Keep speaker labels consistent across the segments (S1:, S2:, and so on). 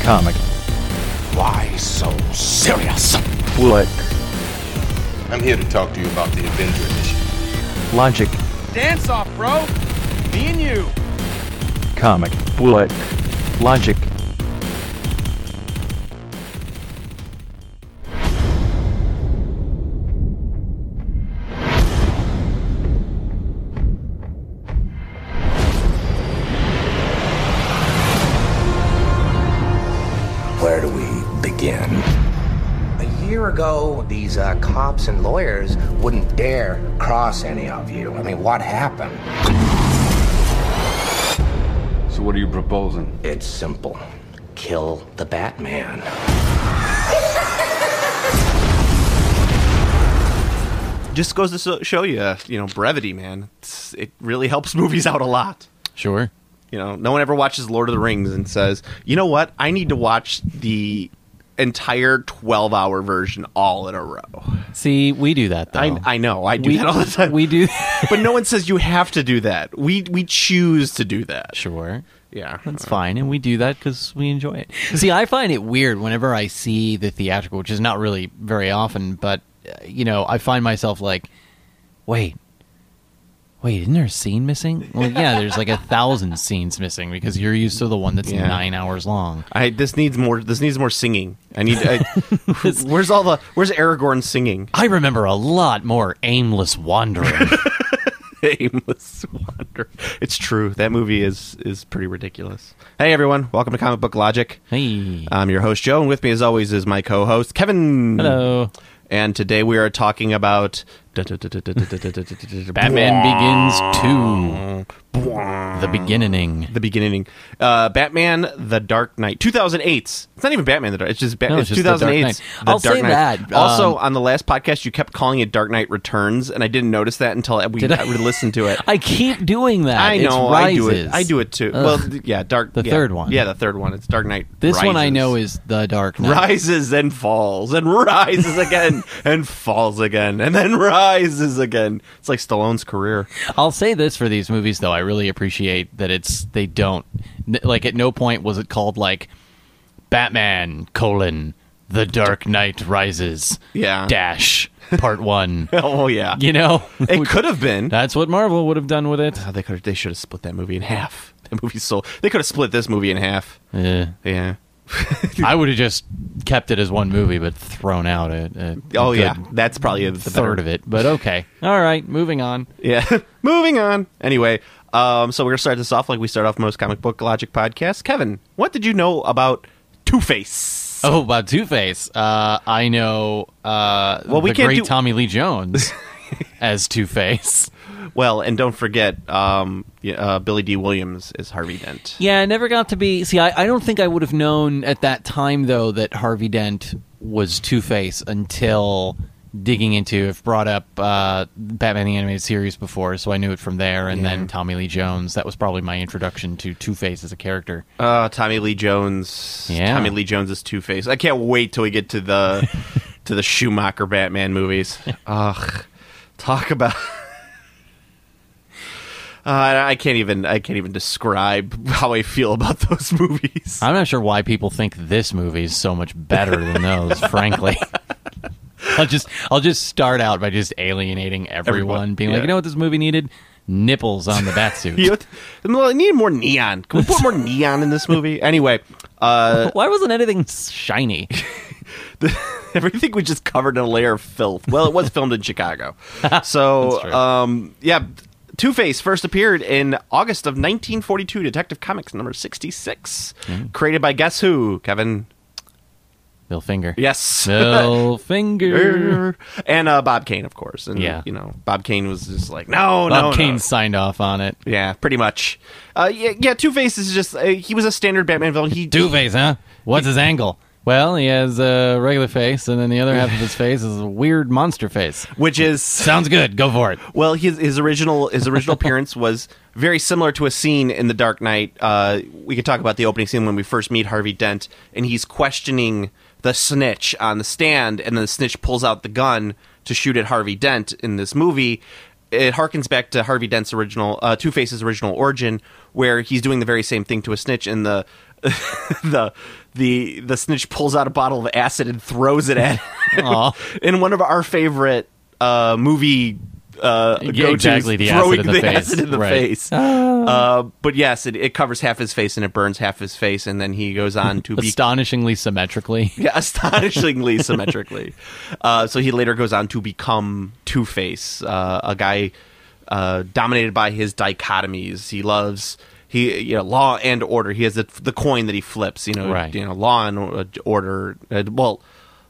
S1: comic.
S2: Why so serious?
S1: What?
S2: I'm here to talk to you about the Avenger Edition.
S1: Logic
S3: Dance off, bro! Me and you!
S1: comic. What? Logic.
S4: Where do we begin? A year ago, these uh, cops and lawyers wouldn't dare cross any of you. I mean, what happened?
S5: So what are you proposing?
S4: It's simple kill the Batman.
S6: Just goes to so- show you, uh, you know, brevity, man. It's, it really helps movies out a lot.
S7: Sure.
S6: You know, no one ever watches Lord of the Rings and says, you know what, I need to watch the entire 12 hour version all in a row.
S7: See, we do that though.
S6: I, I know, I do
S7: we,
S6: that all the time.
S7: We do.
S6: but no one says you have to do that. We we choose to do that.
S7: sure.
S6: Yeah.
S7: That's fine, and we do that because we enjoy it. See, I find it weird whenever I see the theatrical, which is not really very often, but uh, you know, I find myself like, wait, wait, isn't there a scene missing? Well, yeah, there's like a thousand scenes missing because you're used to the one that's
S6: Yeah.
S7: nine hours long.
S6: I this needs more this needs more singing. I need I, Where's all the Where's Aragorn singing?
S7: I remember a lot more aimless wandering.
S6: Aimless wander. It's true. That movie is is pretty ridiculous. Hey everyone, welcome to Comic Book Logic.
S7: hey,
S6: I'm your host Joe and with me as always is my co-host Kevin.
S7: hello.
S6: And today we are talking about
S7: Batman Begins two, the beginning.
S6: the beginning. Uh, Batman: The Dark Knight, 2008. It's not even Batman: The Dark. It's just, ba-
S7: No,
S6: it's
S7: it's just The Dark
S6: 2008. 's
S7: Knight. I'll say that,
S6: also,
S7: um,
S6: on the last podcast, you kept calling it Dark Knight Returns, and I didn't notice that until we
S7: Did I?
S6: we listened to it.
S7: I keep doing that.
S6: I
S7: It's
S6: know. I do it.
S7: rises.
S6: I do it too.
S7: Ugh.
S6: Well, th- yeah, Dark.
S7: The
S6: yeah.
S7: third one.
S6: Yeah, the third one. It's Dark Knight.
S7: This one I
S6: Rises.
S7: know is the Dark Knight.
S6: Rises and falls and rises again and falls again and then rises again. It's like Stallone's career.
S7: I'll say this for these movies though, I really appreciate that it's they don't n- like at no point was it called like Batman colon the Dark Knight Rises
S6: Yeah.
S7: dash part one.
S6: Oh yeah.
S7: you know,
S6: It could have been.
S7: that's what Marvel would have done with it.
S6: Oh, they could they should have split that movie in half. That movie's so they could have split this movie in half.
S7: Eh.
S6: Yeah.
S7: I would have just kept it as one movie, but thrown out a, a
S6: Oh
S7: good
S6: yeah, that's probably the
S7: third of it. But okay, all right, moving on.
S6: Yeah. Moving on. Anyway, um, so we're gonna start this off like we start off most comic book logic podcasts. Kevin, what did you know about Two Face?
S7: Oh, about Two Face. Uh, I know. Uh,
S6: Well, we
S7: the
S6: can't
S7: great
S6: do-
S7: Tommy Lee Jones as Two Face.
S6: Well, and don't forget, um, yeah, uh, Billy D. Williams is Harvey Dent.
S7: Yeah, I never got to be. See, I, I don't think I would have known at that time though that Harvey Dent was Two Face until digging into. I've brought up uh, Batman the Animated Series before, so I knew it from there, and then Tommy Lee Jones. That was probably my introduction to Two Face as a character.
S6: Uh, Tommy Lee Jones.
S7: Yeah.
S6: Tommy Lee Jones is Two Face. I can't wait till we get to the to the Schumacher Batman movies. Ugh, talk about. Uh, I can't even. I can't even describe how I feel about those movies.
S7: I'm not sure why people think this movie is so much better than those, frankly. I'll just I'll just start out by just alienating everyone,
S6: Everyone,
S7: being like,
S6: yeah.
S7: you know what this movie needed? Nipples on the
S6: You know
S7: batsuit.
S6: what? Well, I need more neon. Can we put more neon in this movie? Anyway, uh,
S7: why wasn't anything shiny?
S6: everything was just covered in a layer of filth. Well, it was filmed in Chicago, so
S7: true.
S6: um, yeah. Two Face first appeared in August of 1942, Detective Comics number 66, created by guess who? Kevin.
S7: Bill Finger.
S6: Yes.
S7: Bill Finger.
S6: and uh, Bob Kane, of course. And
S7: Yeah.
S6: you know, Bob Kane was just like, no, no,
S7: Bob
S6: no.
S7: Kane signed off on it.
S6: Yeah, pretty much. Uh, yeah, yeah. Two Face is just uh, he was a standard Batman villain. He
S7: Two face, huh? What's his angle? Well, he has a regular face, and then the other half of his face is a weird monster face.
S6: which is
S7: Sounds good. Go for it.
S6: Well, his his original his original appearance was very similar to a scene in The Dark Knight. Uh, we could talk about the opening scene when we first meet Harvey Dent, and he's questioning the snitch on the stand, and then the snitch pulls out the gun to shoot at Harvey Dent. In this movie, it harkens back to Harvey Dent's original uh, Two Face's original origin, where he's doing the very same thing to a snitch, and the the the the snitch pulls out a bottle of acid and throws it at
S7: Aw.
S6: in one of our favorite uh, movie uh,
S7: Yeah,
S6: go-tos,
S7: exactly, the acid
S6: throwing
S7: in the face.
S6: acid in the
S7: Right.
S6: face. Uh, but yes, it, it covers half his face and it burns half his face, and then he goes on to be
S7: Astonishingly symmetrically.
S6: yeah, astonishingly symmetrically. Uh, so he later goes on to become Two Face, uh, a guy uh, dominated by his dichotomies. He loves he you know law and order. He has the, the coin that he flips. You know,
S7: Right.
S6: you know law and uh, order. Uh, well.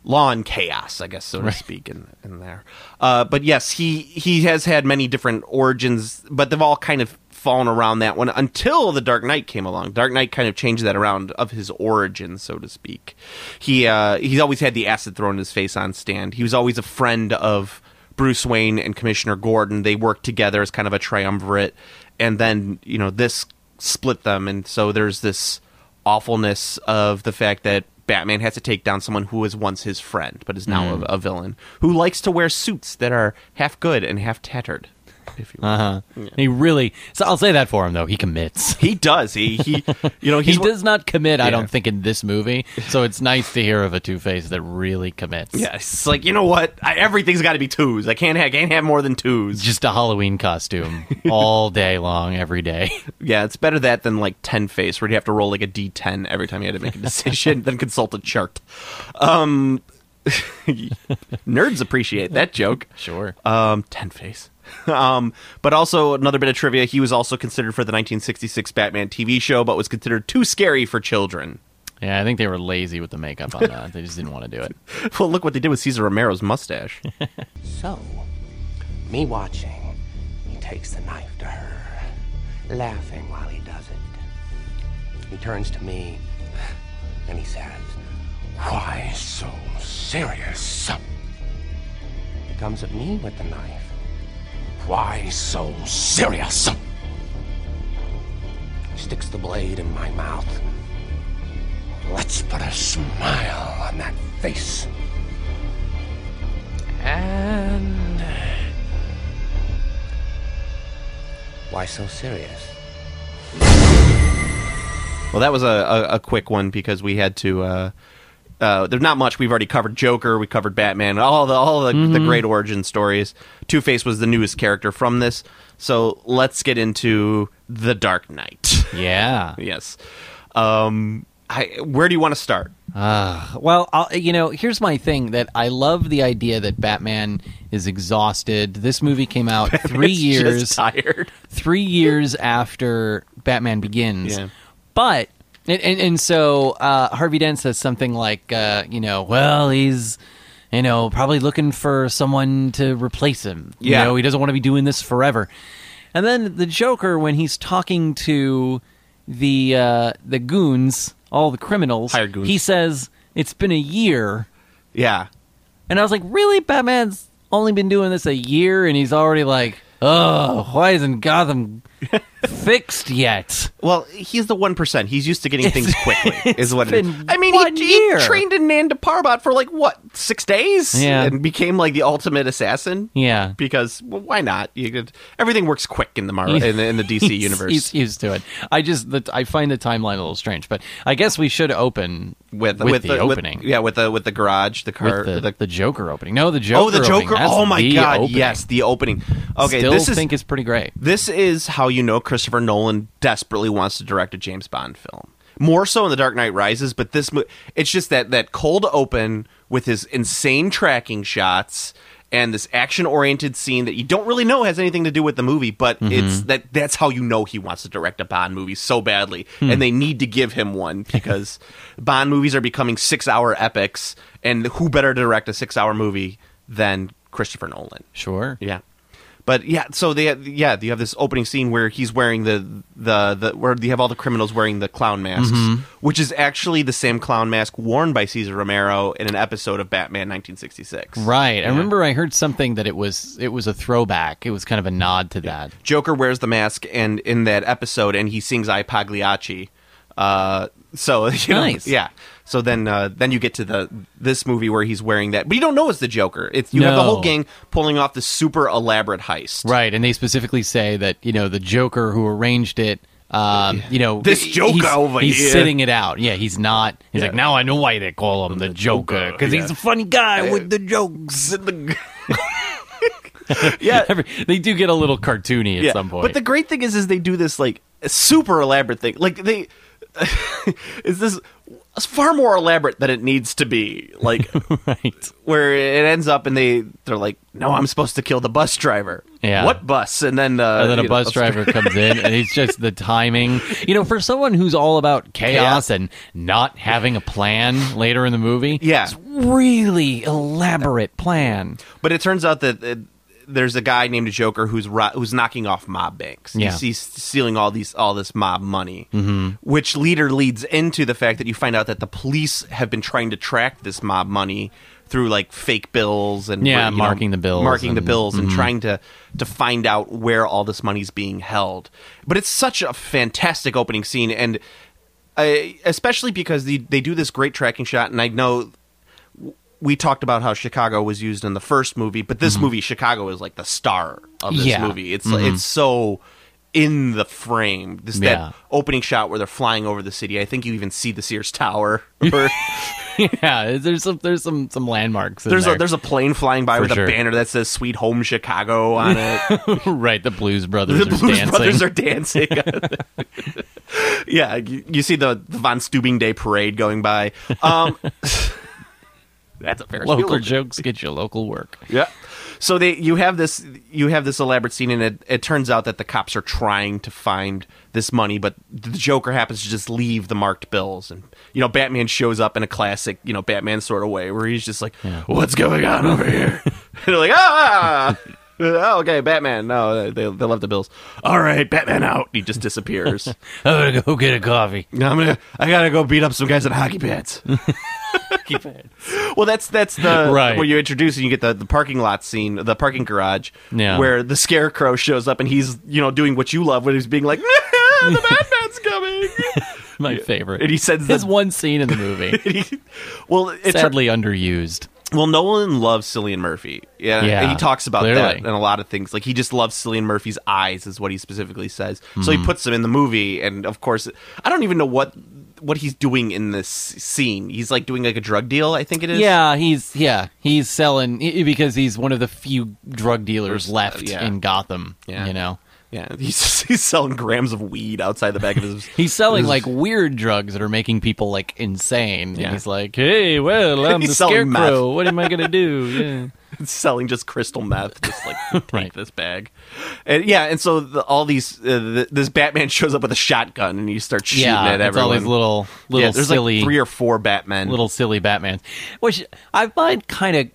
S6: Law and chaos, I guess, so to speak, in in there. Uh, but yes, he he has had many different origins, but they've all kind of fallen around that one until the Dark Knight came along. Dark Knight kind of changed that around of his origin, so to speak. He uh, he's always had the acid thrown in his face on stand. He was always a friend of Bruce Wayne and Commissioner Gordon. They worked together as kind of a triumvirate, and then you know this split them, and so there's this awfulness of the fact that. Batman has to take down someone who was once his friend, but is now
S7: Mm.
S6: a, a villain, who likes to wear suits that are half good and half tattered, if you will.
S7: Uh-huh. He really. So I'll say that for him though. He commits.
S6: He does. He he. You know
S7: He
S6: he's,
S7: does not commit. I
S6: Yeah.
S7: don't think in this movie. So it's nice to hear of a Two Face that really commits.
S6: Yeah, it's like you know what? I, everything's got to be twos. I can't have can't have more than twos.
S7: Just a Halloween costume all day long, every day.
S6: Yeah, it's better that than like ten face where you have to roll like a d ten every time you had to make a decision, then consult a chart. Um, nerds appreciate that joke.
S7: Sure.
S6: Um, ten face. Um, but also another bit of trivia: he was also considered for the 1966 Batman TV show, but was considered too scary for children.
S7: Yeah, I think they were lazy with the makeup on that. They just didn't want to do it.
S6: Well, look what they did with Cesar Romero's mustache.
S4: So, me watching, he takes the knife to her, laughing while he does it. He turns to me and he says, Why so serious? He comes at me with the knife. Why so serious? Sticks the blade in my mouth. Let's put a smile on that face. And. Why so serious?
S6: Well, that was a, a, a quick one because we had to. Uh, uh, there's not much. We've already covered Joker. We covered Batman. All the all the,
S7: Mm-hmm.
S6: the great origin stories. Two Face was the newest character from this. So let's get into the Dark Knight.
S7: Yeah.
S6: yes. Um, I, where do you want to start?
S7: Well, I'll, you know, here's my thing that I love the idea that Batman is exhausted. This movie came out three
S6: It's
S7: years
S6: Just tired.
S7: three years after Batman Begins.
S6: Yeah.
S7: But and and, and so uh, Harvey Dent says something like, uh, you know, well, he's you know probably looking for someone to replace him.
S6: Yeah.
S7: you know, he doesn't want to be doing this forever. And then the Joker, when he's talking to the uh, the goons, all the criminals,
S6: Hired goons.
S7: he says it's been a year.
S6: Yeah.
S7: And I was like, really? Batman's only been doing this a year and he's already like, oh, why isn't Gotham fixed yet?
S6: Well, he's the one percent. He's used to getting things quickly. Is what it is.
S7: been
S6: I mean,
S7: one
S6: he, he
S7: year.
S6: trained in Nanda Parbat for like what six days,
S7: Yeah.
S6: and became like the ultimate assassin.
S7: Yeah.
S6: because well, why not? You could, everything works quick in the Marvel
S7: He's-
S6: in the, in the DC
S7: he's-
S6: universe
S7: He's used to it. I just, the, I find the timeline a little strange, but I guess we should open
S6: with
S7: with, the,
S6: with-
S7: opening.
S6: yeah, with the with the garage, the car,
S7: With the,
S6: the-
S7: the Joker opening. No, the Joker.
S6: oh, the
S7: opening.
S6: Joker!
S7: That's
S6: Oh my
S7: the
S6: God!
S7: opening.
S6: Yes, the opening. Okay,
S7: Still
S6: this is
S7: think it's pretty great.
S6: this is how you know Christopher Nolan desperately wants to direct a James Bond film. More so in The Dark Knight Rises, but this mo- it's just that that cold open with his insane tracking shots and this action-oriented scene that you don't really know has anything to do with the movie, but it's that that's how you know he wants to direct a Bond movie so badly, and they need to give him one because Bond movies are becoming six-hour epics, and who better to direct a six-hour movie than Christopher Nolan?
S7: Sure.
S6: Yeah. But yeah, so they yeah, you have this opening scene where he's wearing the the, the where you have all the criminals wearing the clown masks,
S7: Mm-hmm.
S6: which is actually the same clown mask worn by Cesar Romero in an episode of Batman 1966.
S7: Right. I remember I heard something that it was it was a throwback. It was kind of a nod to that.
S6: Joker wears the mask and in that episode and he sings I Pagliacci. Uh so you know,
S7: Nice.
S6: yeah. So then uh, then you get to the this movie where he's wearing that. But you don't know it's the Joker. It's you have the
S7: No.
S6: whole gang pulling off this super elaborate heist.
S7: Right, and they specifically say that you know the Joker who arranged it Um, you know,
S6: This
S7: he-
S6: Joker
S7: he's,
S6: over
S7: he's
S6: here.
S7: sitting it out. Yeah, he's not. He's like, now I know why they call him the, Joker because he's a funny guy
S6: Eh.
S7: with the jokes. And the...
S6: Yeah.
S7: Every- they do get a little cartoony at some point.
S6: But the great thing is, is they do this like super elaborate thing. Like they is this it's far more elaborate than it needs to be. Like
S7: right.
S6: where it ends up, and they they're like, no, I'm supposed to kill the bus driver.
S7: Yeah.
S6: What bus? And then uh,
S7: And then
S6: you
S7: a
S6: know,
S7: bus driver comes in, and it's just the timing. You know, for someone who's all about chaos and not having a plan later in the movie,
S6: Yeah.
S7: it's really elaborate plan.
S6: But it turns out that uh there's a guy named Joker who's ro- who's knocking off mob banks.
S7: Yeah.
S6: He's, he's stealing all these all this mob money, mm-hmm. which leader leads into the fact that you find out that the police have been trying to track this mob money through like fake bills and
S7: Yeah,
S6: you know,
S7: marking the bills
S6: marking the
S7: and- mm-hmm.
S6: bills, and trying to to find out where all this money's being held. But it's such a fantastic opening scene, and uh, especially because the, they do this great tracking shot, and I know we talked about how Chicago was used in the first movie, but this movie, Chicago, is like the star of this
S7: Mm-hmm. Yeah. Mm-hmm.
S6: movie. It's it's so in the frame. This
S7: Yeah.
S6: that opening shot where they're flying over the city. I think you even see the Sears Tower. Or
S7: yeah, there's some there's some some landmarks. In
S6: there's
S7: there.
S6: a there's a plane flying by
S7: For
S6: with
S7: sure.
S6: a banner that says "Sweet Home Chicago" on it.
S7: right. The Blues Brothers
S6: the
S7: are
S6: Blues
S7: dancing.
S6: Brothers are dancing. yeah, you, you see the, the Von Steuben Day parade going by. Um, that's a fair
S7: local
S6: eulogy.
S7: jokes get you local work.
S6: Yeah. So they you have this you have this elaborate scene and it, it turns out that the cops are trying to find this money, but the Joker happens to just leave the marked bills and you know, Batman shows up in a classic, you know, Batman sort of way where he's just like, What's going on over here? and they're like, Ah Oh, okay, Batman. No, they they left the bills. All right, Batman out. He just disappears.
S7: I'm gonna go get a coffee.
S6: I'm gonna, I gotta go beat up some guys in hockey pants. Well, that's that's the
S7: Right.
S6: where you introduce and you get the, the parking lot scene, the parking garage,
S7: Yeah.
S6: where the scarecrow shows up and he's you know doing what you love, where he's being like, the Batman's coming,
S7: My favorite.
S6: and he sends
S7: There's
S6: this.
S7: one scene in the movie,
S6: well, it's
S7: sadly underused.
S6: well, Nolan loves Cillian Murphy. Yeah,
S7: Yeah,
S6: and he talks about that
S7: clearly.
S6: and a lot of things. Like he just loves Cillian Murphy's eyes, is what he specifically says. So
S7: Mm-hmm.
S6: he puts them in the movie, and of course, I don't even know what what he's doing in this scene. He's like doing like a drug deal, I think it is.
S7: Yeah, he's yeah he's selling i- because he's one of the few drug dealers left
S6: yeah.
S7: in Gotham.
S6: Yeah.
S7: You know,
S6: Yeah, he's he's selling grams of weed outside the back of his.
S7: he's selling like weird drugs that are making people like insane.
S6: Yeah.
S7: And he's like, hey, well, I'm
S6: He's
S7: the
S6: selling meth.
S7: scarecrow. What am I gonna do? Yeah.
S6: selling just crystal meth, just like take
S7: Right.
S6: this bag, and yeah, and so the, all these uh, th this Batman shows up with a shotgun and he starts shooting
S7: yeah,
S6: at
S7: it's
S6: everyone.
S7: all these little little
S6: yeah, there's
S7: silly
S6: like three or four Batman.
S7: little silly Batman, which I find kind of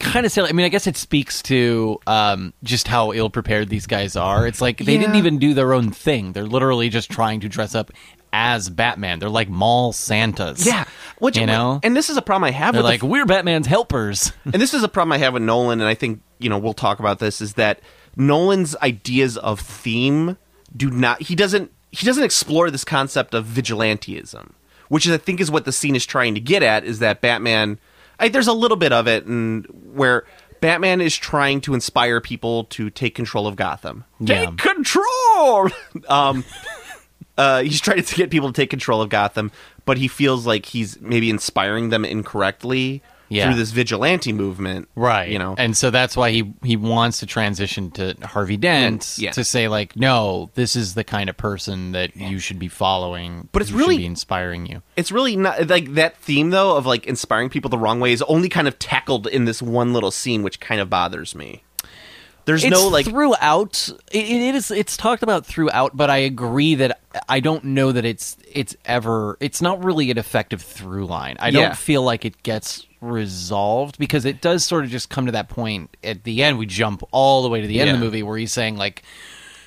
S7: kind of silly. I mean, I guess it speaks to um, just how ill prepared these guys are. It's like they didn't
S6: Yeah.
S7: even do their own thing. They're literally just trying to dress up as Batman. They're like mall Santas.
S6: yeah, which
S7: You know?
S6: and this is a problem I have
S7: They're
S6: with the
S7: like, we're Batman's helpers.
S6: and this is a problem I have with Nolan, and I think you know we'll talk about this. Is that Nolan's ideas of theme do not he doesn't he doesn't explore this concept of vigilanteism, which is I think is what the scene is trying to get at. Is that Batman? I, there's a little bit of it, and where Batman is trying to inspire people to take control of Gotham.
S7: Yeah.
S6: Take control. um, uh, he's trying to get people to take control of Gotham, but he feels like he's maybe inspiring them incorrectly
S7: Yeah.
S6: through this vigilante movement, You know,
S7: And so that's why he he wants to transition to Harvey Dent
S6: Mm, Yeah.
S7: to say like, no, this is the kind of person that you should be following.
S6: But it's
S7: who should
S6: really-
S7: be inspiring you.
S6: it's really not like that theme though of like inspiring people the wrong way is only kind of tackled in this one little scene, which kind of bothers me. There's
S7: it's
S6: no like,
S7: throughout it, it is it's talked about throughout but i agree that i don't know that it's it's ever it's not really an effective through line i
S6: Yeah.
S7: don't feel like it gets resolved because it does sort of just come to that point at the end we jump all the way to the end of the
S6: Yeah.
S7: movie where he's saying like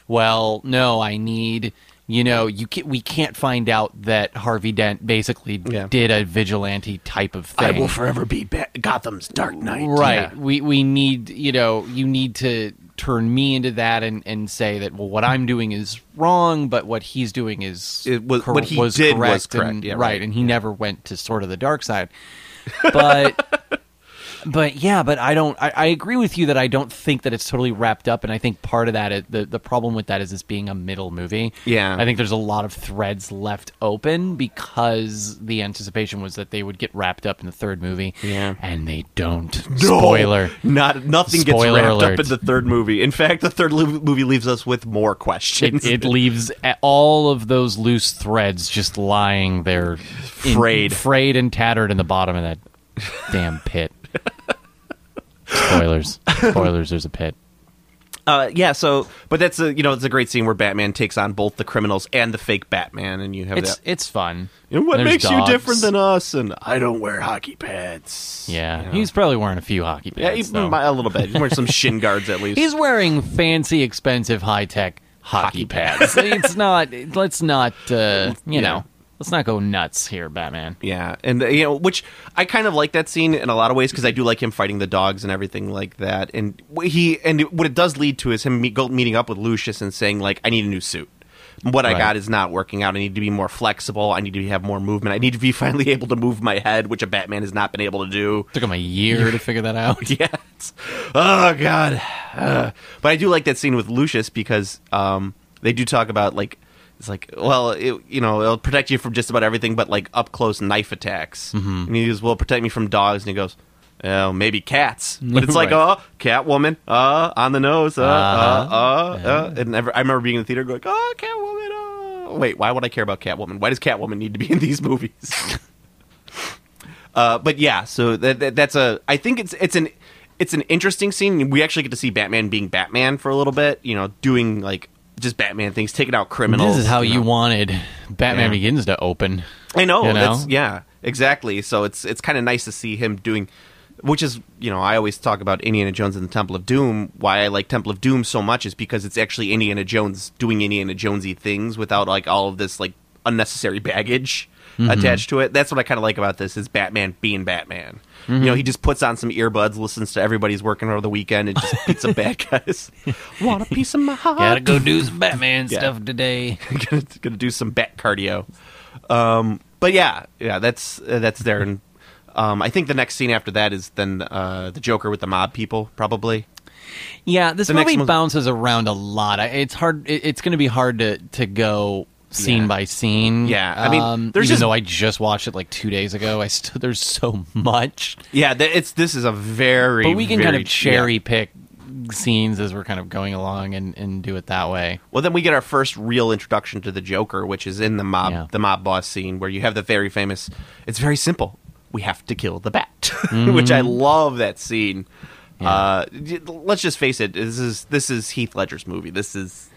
S7: well no i need you know you can, we can't find out that harvey dent basically
S6: Yeah.
S7: did a vigilante type of thing
S6: I will forever be ba- Gotham's Dark Knight.
S7: right
S6: Yeah.
S7: we we need you know you need to turn me into that and and say that well what i'm doing is wrong but what he's doing is
S6: It was- what he did was correct.
S7: and,
S6: Yeah,
S7: right,
S6: right.
S7: and he never went to sort of the dark side but but yeah, but I don't. I, I agree with you that I don't think that it's totally wrapped up, and I think part of that, is- the the problem with that is it's being a middle movie.
S6: Yeah.
S7: I think there's a lot of threads left open because the anticipation was that they would get wrapped up in the third movie.
S6: Yeah.
S7: and they don't. Spoiler.
S6: Not nothing
S7: Spoiler
S6: gets wrapped
S7: alert.
S6: up in the third movie. In fact, the third lo- movie leaves us with more questions.
S7: It, it leaves a- all of those loose threads just lying there, in-
S6: Frayed.
S7: frayed and tattered in the bottom of that damn pit. Spoilers, spoilers. There's a pit.
S6: uh, yeah. So, but that's a you know it's a great scene where Batman takes on both the criminals and the fake Batman, and you have
S7: It's
S6: that.
S7: it's fun.
S6: And what
S7: There's
S6: makes
S7: dogs.
S6: you different than us? And I don't wear hockey pads.
S7: Yeah, he's probably wearing a few hockey
S6: Yeah,
S7: pants.
S6: even
S7: though.
S6: by a little bit. He's wearing some shin guards at least.
S7: he's wearing fancy, expensive, high tech hockey, pads. it's not. Let's not. Uh, you
S6: Yeah.
S7: know. Let's not go nuts here, Batman.
S6: Yeah, and you know, which I kind of like that scene in a lot of ways because I do like him fighting the dogs and everything like that. And wh- he and what it does lead to is him meet, go, meeting up with Lucius and saying like, "I need a new suit. What I
S7: Right.
S6: got is not working out. I need to be more flexible. I need to have more movement. I need to be finally able to move my head, which a Batman has not been able to do."
S7: Took him a year to figure that out.
S6: Yeah. it's- Oh God. Ugh. but I do like that scene with Lucius because um, they do talk about like it's like well it, you know it'll protect you from just about everything but like up close knife attacks.
S7: Mm-hmm.
S6: And he goes, "Well, protect me from dogs." And he goes. Oh, maybe cats, but it's like,
S7: Right.
S6: oh, Catwoman, uh, on the nose, uh,
S7: Uh-huh.
S6: uh, uh, uh. and every, I remember being in the theater going, oh, Catwoman, uh. wait, why would I care about Catwoman? Why does Catwoman need to be in these movies? Uh, but yeah, so that, that that's a. I think it's it's an it's an interesting scene. We actually get to see Batman being Batman for a little bit. You know, doing like just Batman things, taking out criminals.
S7: This is how you
S6: know.
S7: wanted Batman
S6: Yeah.
S7: Begins to open.
S6: I know.
S7: you know?
S6: That's, yeah, exactly. So it's it's kind of nice to see him doing, which is you know I always talk about Indiana Jones and the Temple of Doom. Why I like Temple of Doom so much is because it's actually Indiana Jones doing Indiana Jonesy things without like all of this like unnecessary baggage
S7: Mm-hmm.
S6: attached to it. That's what I kind of like about this is Batman being Batman. You
S7: Mm-hmm.
S6: know, he just puts on some earbuds, listens to everybody's working over the weekend, and just beats up bad guys. Want a piece of my heart?
S7: Gotta go do some Batman
S6: Yeah.
S7: stuff today.
S6: gonna, gonna do some bat cardio. Um, but yeah, yeah, that's uh, that's there, and um, I think the next scene after that is then uh, the Joker with the mob people, probably.
S7: Yeah, this
S6: The next
S7: movie
S6: one's-
S7: bounces around a lot. I- It's hard. it- It's going to be hard to to go scene
S6: Yeah.
S7: by scene.
S6: Yeah, I mean,
S7: um,
S6: there's
S7: even
S6: just-
S7: though I just watched it like two days ago, I still there's so much.
S6: Yeah, th- it's this is a very,
S7: But we can kind
S6: very-
S7: of cherry pick scenes as we're kind of going along and and do it that way.
S6: yeah. Well, then we get our first real introduction to the Joker, which is in the mob
S7: Yeah.
S6: the mob boss scene, where you have the very famous. It's very simple. We have to kill the bat,
S7: Mm-hmm.
S6: which I love that scene. Uh, d- let's just face it. This is this is Heath Ledger's movie. This is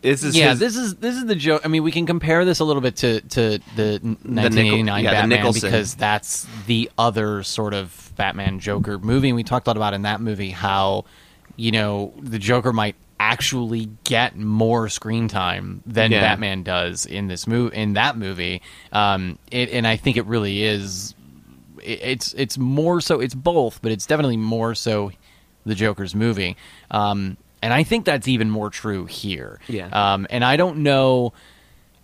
S6: this is
S7: yeah,
S6: his-
S7: this is this is the joke. I mean, we can compare this a little bit to to the n- 1989
S6: yeah, the
S7: Batman
S6: Nicholson.
S7: because that's the other sort of Batman Joker movie. And we talked a lot about in that movie how you know the Joker might actually get more screen time than
S6: Yeah.
S7: Batman does in this movie in that movie. Um, it, and I think it really is. It, it's it's more so. It's both, but it's definitely more so the Joker's movie. Um, and I think that's even more true here.
S6: Yeah.
S7: Um, and I don't know.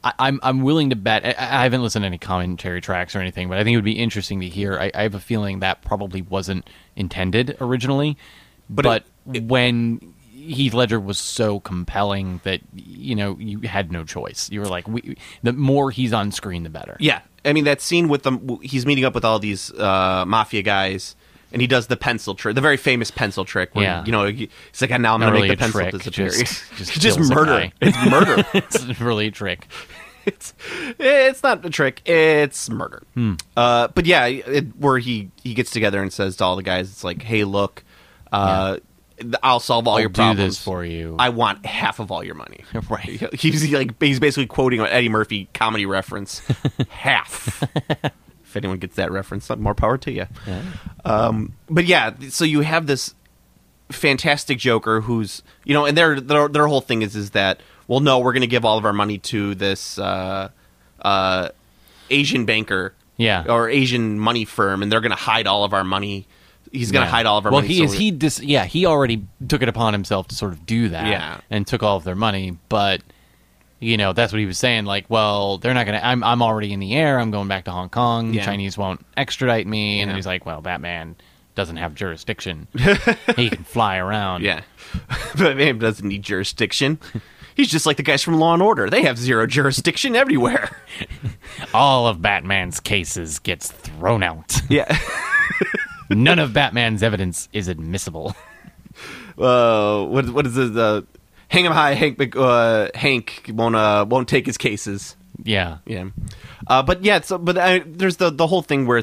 S7: I, I'm I'm willing to bet. I, I haven't listened to any commentary tracks or anything, but I think it would be interesting to hear. I, I have a feeling that probably wasn't intended originally, but, when Heath Ledger was so compelling that you know you had no choice. You were like, we, the more he's on screen, the better.
S6: Yeah, I mean that scene with them. He's meeting up with all these uh, mafia guys, and he does the pencil trick, the very famous pencil trick. Where,
S7: Yeah.
S6: you know, he- he's like, "Ah, "Now I'm
S7: Not
S6: going to
S7: really
S6: make the
S7: a
S6: pencil
S7: trick,
S6: disappear."
S7: just- just
S6: It's just
S7: kills a
S6: murder.
S7: guy.
S6: It's murder.
S7: it's really a trick.
S6: it's it's not a trick. It's murder.
S7: Hmm.
S6: Uh, but yeah, it, where he he gets together and says to all the guys, "It's like, hey, look, uh, th- I'll solve all
S7: I'll
S6: your
S7: do
S6: problems
S7: this for you.
S6: I want half of all your money."
S7: Right.
S6: He's like he's basically quoting an Eddie Murphy comedy reference. half. if anyone gets that reference, more power to you. Um, but yeah, so you have this fantastic Joker who's you know, and their their their whole thing is is that well, no, we're going to give all of our money to this uh, uh, Asian banker,
S7: Yeah.
S6: or Asian money firm, and they're going to hide all of our money. He's going to
S7: Yeah.
S6: hide all of our
S7: well,
S6: money.
S7: he
S6: so
S7: is
S6: we-
S7: he dis- yeah he already took it upon himself to sort of do that
S6: Yeah.
S7: and took all of their money, but you know that's what he was saying. Like, well, they're not gonna. I'm I'm already in the air. I'm going back to Hong Kong.
S6: Yeah.
S7: Chinese won't extradite me. And then
S6: Yeah.
S7: he's like, well, Batman, doesn't have jurisdiction. he can fly around.
S6: Yeah. but Bam doesn't need jurisdiction. He's just like the guys from Law and Order. They have zero jurisdiction everywhere.
S7: All of Batman's cases gets thrown out.
S6: Yeah.
S7: None of Batman's evidence is admissible.
S6: Uh, what what is it? Uh, hang him high, Hank. Mc- Uh, Hank won't uh, won't take his cases.
S7: Yeah.
S6: Yeah, uh, but yeah, so but I, there's the the whole thing where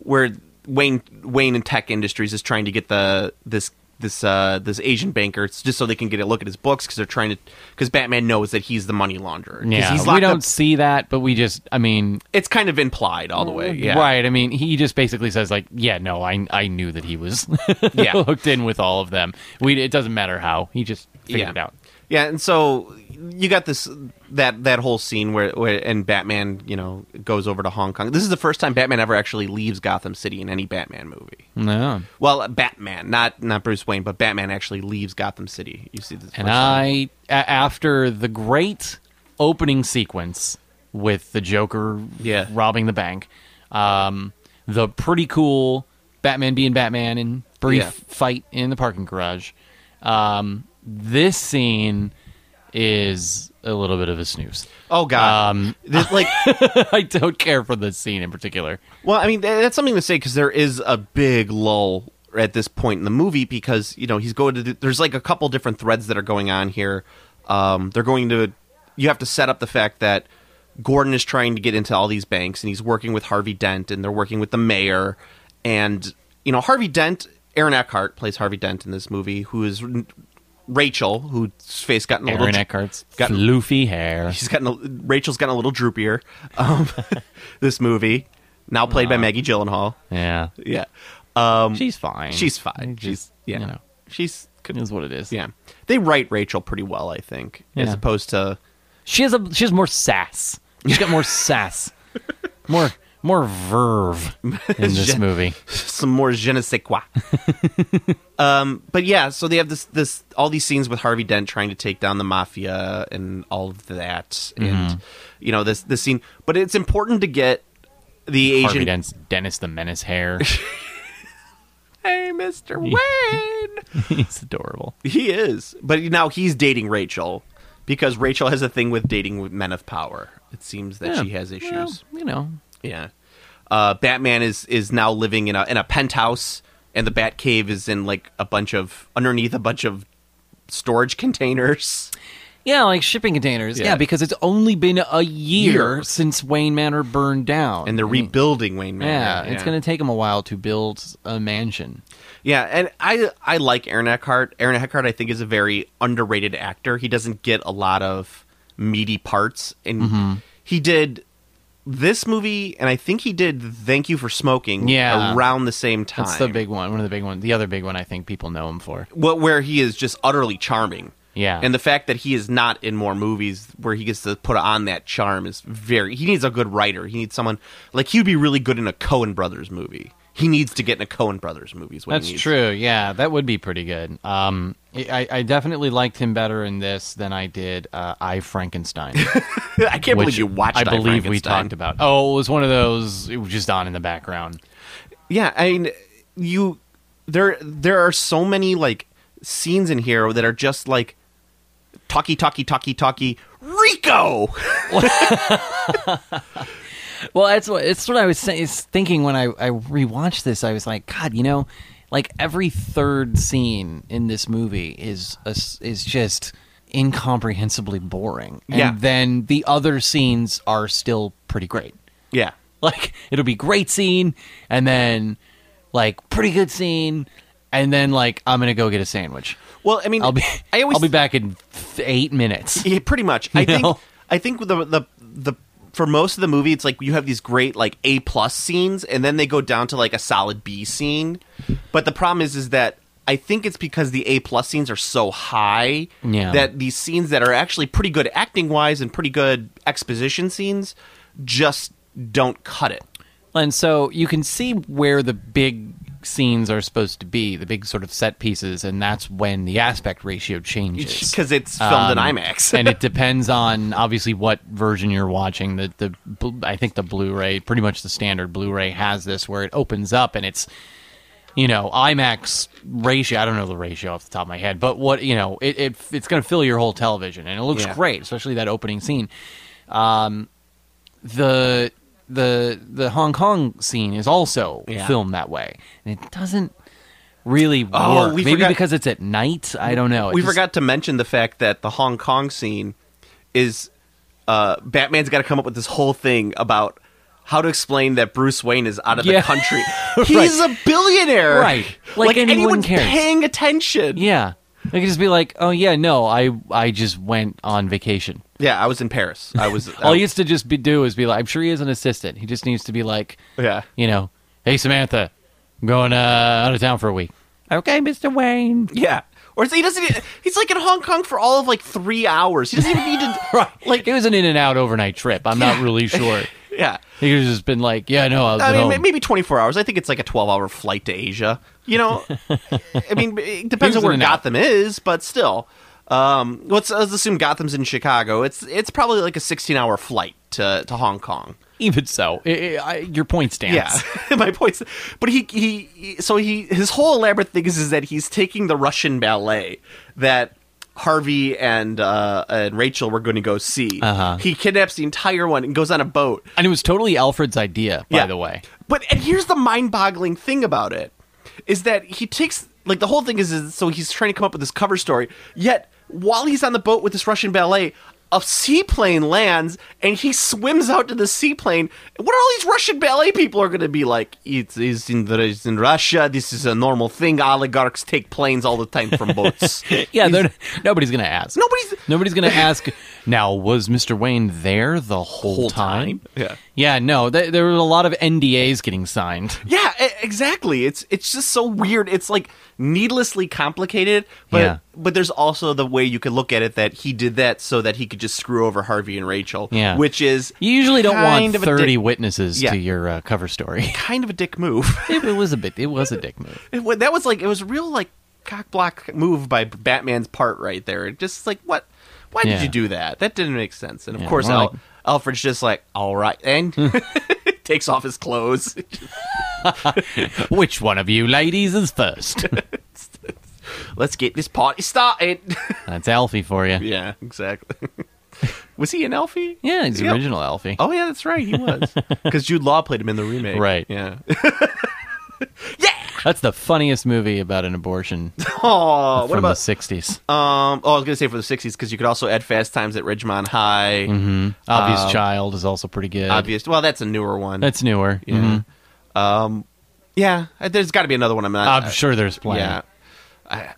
S6: where Wayne Wayne and Tech Industries is trying to get the this this uh, this Asian banker it's just so they can get a look at his books because they're trying to because Batman knows that he's the money launderer. 'Cause
S7: Yeah.
S6: he's
S7: we
S6: locked
S7: don't
S6: up-
S7: see that, but we just I mean
S6: it's kind of implied all the way. Yeah,
S7: Right. I mean, he just basically says like, "Yeah, no, I I knew that he was
S6: Yeah.
S7: hooked in with all of them. We it doesn't matter how. He just figured
S6: yeah.
S7: it out."
S6: Yeah, and so you got this that that whole scene where, where and Batman, you know, goes over to Hong Kong. This is the first time Batman ever actually leaves Gotham City in any Batman movie.
S7: No.
S6: Well, Batman, not not Bruce Wayne, but Batman actually leaves Gotham City. You see this, first
S7: And
S6: time.
S7: I a- after the great opening sequence with the Joker
S6: Yeah.
S7: robbing the bank, um, the pretty cool Batman being Batman and brief
S6: Yeah.
S7: fight in the parking garage. Um, this scene is a little bit of a snooze.
S6: oh god,
S7: Um,
S6: This- like,
S7: I don't care for this scene in particular.
S6: well, I mean, th- that's something to say because there is a big lull at this point in the movie because you know he's going to. Do, there's like a couple different threads that are going on here. Um, they're going to. You have to set up the fact that Gordon is trying to get into all these banks and he's working with Harvey Dent and they're working with the mayor and you know Harvey Dent. Aaron Eckhart plays Harvey Dent in this movie, who is Rachel, whose face got in a
S7: Aaron
S6: little
S7: Eckhart's
S6: got-
S7: floofy hair.
S6: She's gotten a, Rachel's gotten a little droopier. Um, this movie, now played by Maggie Gyllenhaal.
S7: Yeah,
S6: Yeah, um,
S7: she's fine.
S6: she's fine. She's
S7: Just,
S6: yeah,
S7: you know,
S6: she's
S7: it is what it is.
S6: yeah. They write Rachel pretty well, I think, as
S7: Yeah.
S6: opposed to
S7: she has a she has more sass. She's got more sass, more more verve in this
S6: Jen-
S7: movie.
S6: some more je ne sais quoi. um, but yeah, so they have this this all these scenes with Harvey Dent trying to take down the mafia and all of that,
S7: Mm-hmm.
S6: and you know this this scene. But it's important to get the Asian.
S7: Harvey Dent's Dennis the Menace hair.
S6: Hey, Mister Wayne.
S7: He's adorable.
S6: He is, but now he's dating Rachel because Rachel has a thing with dating with men of power. It seems that she has issues.
S7: Well, you know,
S6: Yeah, uh, Batman is is now living in a in a penthouse, and the Batcave is in like a bunch of underneath a bunch of storage containers.
S7: yeah, like shipping containers. Yeah,
S6: Yeah.
S7: because it's only been a year,
S6: Year.
S7: since Wayne Manor burned down,
S6: And they're
S7: I mean,
S6: rebuilding Wayne Manor.
S7: Yeah, it's gonna take him a while to build a mansion.
S6: Yeah, and I I like Aaron Eckhart. Aaron Eckhart I think is a very underrated actor. He doesn't get a lot of meaty parts, and
S7: Mm-hmm.
S6: he did this movie, and I think he did Thank You for Smoking.
S7: Yeah.
S6: around the same time.
S7: That's the big one. One of the big ones. The other big one I think people know him for.
S6: What where he is just utterly charming.
S7: Yeah.
S6: and the fact that he is not in more movies where he gets to put on that charm is very. He needs a good writer. He needs someone like he'd be really good in a Cohen Brothers movie. He needs to get in a Cohen Brothers movie. Is what he
S7: That's
S6: needs.
S7: true. Yeah, that would be pretty good. Um, I, I definitely liked him better in this than I did uh, I Frankenstein.
S6: I can't believe
S7: which
S6: you watched.
S7: I believe we
S6: Frankenstein.
S7: talked about. Oh, it was one of those. It was just on in the background.
S6: Yeah, I mean, you there there are so many like scenes in here that are just like talky talky talky talky Rico.
S7: Well, that's what it's what I was saying, is thinking when I I rewatched this. I was like, God, you know, like every third scene in this movie is a s is just incomprehensibly boring. And
S6: Yeah.
S7: Then the other scenes are still pretty great.
S6: Yeah.
S7: Like it'll be great scene, and then like pretty good scene, and then like I'm gonna go get a sandwich.
S6: Well, I mean,
S7: I'll be
S6: I always
S7: I'll be back in f- eight minutes.
S6: Yeah, pretty much. I
S7: You
S6: think
S7: know?
S6: I think the the the for most of the movie, it's like you have these great like A plus scenes, and then they go down to like a solid B scene. But the problem is, is that I think it's because the A plus scenes are so high
S7: Yeah.
S6: that these scenes that are actually pretty good acting wise and pretty good exposition scenes just don't cut it.
S7: And so you can see where the big scenes are supposed to be, the big sort of set pieces, and that's when the aspect ratio changes.
S6: because it's filmed
S7: Um,
S6: in IMAX.
S7: and it depends on obviously what version you're watching. The the bl- I think the Blu-ray, pretty much the standard Blu-ray, has this where it opens up and it's you know IMAX ratio. I don't know the ratio off the top of my head, but what you know, it, it it's going to fill your whole television, and it looks
S6: Yeah.
S7: great, especially that opening scene. Um, the the the Hong Kong scene is also
S6: Yeah.
S7: filmed that way, and it doesn't really
S6: Oh,
S7: work.
S6: we
S7: Maybe
S6: forgot-
S7: because it's at night. I don't know. It
S6: we
S7: just-
S6: forgot to mention the fact that the Hong Kong scene is uh, Batman's got to come up with this whole thing about how to explain that Bruce Wayne is out of
S7: Yeah.
S6: the country. He's a billionaire,
S7: Right. Like anyone
S6: anyone's
S7: cares.
S6: paying attention.
S7: Yeah, I could just be like, oh yeah, no, I I just went on vacation.
S6: Yeah, I was in Paris. I was.
S7: All he used to just be, do is be like, I'm sure he is an assistant. He just needs to be like,
S6: yeah.
S7: you know, hey Samantha, I'm going uh, out of town for a week. Okay, Mr. Wayne.
S6: Yeah. Or is- he doesn't. e- He's like in Hong Kong for all of like three hours. He doesn't even need to.
S7: Like it was an in and out overnight trip. I'm not really sure.
S6: Yeah.
S7: He could have just been like, yeah, no, I was
S6: I
S7: at
S6: mean,
S7: home.
S6: ma- maybe 24 hours. I think it's like a 12 hour flight to Asia. You know, I mean, it depends
S7: He was
S6: on where
S7: in and out.
S6: Gotham is, but still. Um, let's, let's assume Gotham's in Chicago. It's it's probably like a 16 hour flight to, to Hong Kong.
S7: Even so, i i I, your point stands.
S6: Yeah, my point's. But he, he he- so he his whole elaborate thing is, is that he's taking the Russian ballet that Harvey and uh, and Rachel were going to go see.
S7: Uh-huh.
S6: He kidnaps the entire one and goes on a boat.
S7: And it was totally Alfred's idea, by
S6: Yeah.
S7: the way.
S6: But and here's the mind-boggling thing about it is that he takes like the whole thing is, is so he's trying to come up with this cover story. Yet while he's on the boat with this Russian ballet, a seaplane lands and he swims out to the seaplane. What are all these Russian ballet people are going to be like? It's, it's, in, the- it's in Russia. This is a normal thing. Oligarchs take planes all the time from boats.
S7: Yeah, they're- nobody's gonna ask.
S6: Nobody's
S7: Nobody's gonna ask. Now, was Mr. Wayne there the whole, time?
S6: Yeah.
S7: Yeah, no, th- there were a lot of NDAs getting signed.
S6: Yeah, e- exactly. It's it's just so weird. It's like needlessly complicated, but
S7: Yeah.
S6: but there's also the way you could look at it that he did that so that he could just screw over Harvey and Rachel.
S7: Yeah.
S6: which is
S7: You usually don't
S6: kind
S7: want
S6: of a
S7: thirty
S6: dick-
S7: witnesses
S6: Yeah.
S7: to your uh, cover story.
S6: kind of a dick move.
S7: it, it was a bit. It was a dick move.
S6: It wa- that was like it was a real like cock block move by Batman's part right there. It Just like what? Why
S7: Yeah.
S6: did you do that? That didn't make sense. And of
S7: Yeah,
S6: course,
S7: more
S6: Al-
S7: like-
S6: Alfred's just like, all right, and takes off his clothes.
S7: Which one of you ladies is first?
S6: Let's get this party started.
S7: That's Alfie for you.
S6: Yeah, exactly. was he an Elfie?
S7: Yeah, he's the
S6: Yep.
S7: original Alfie.
S6: Oh yeah, that's right. He was because Jude Law played him in the remake.
S7: Right.
S6: Yeah.
S7: That's the funniest movie about an abortion
S6: Oh, what
S7: from
S6: about
S7: the '60s.
S6: um? Oh, I was gonna say for the '60s because you could also add Fast Times at Ridgemont High.
S7: Mm-hmm. Obvious
S6: uh,
S7: Child is also pretty good.
S6: Obvious. Well, that's a newer one.
S7: That's newer.
S6: yeah.
S7: Mhm.
S6: yeah. uh, There's got to be another one. I'm not.
S7: I'm sure there's plenty.
S6: yeah.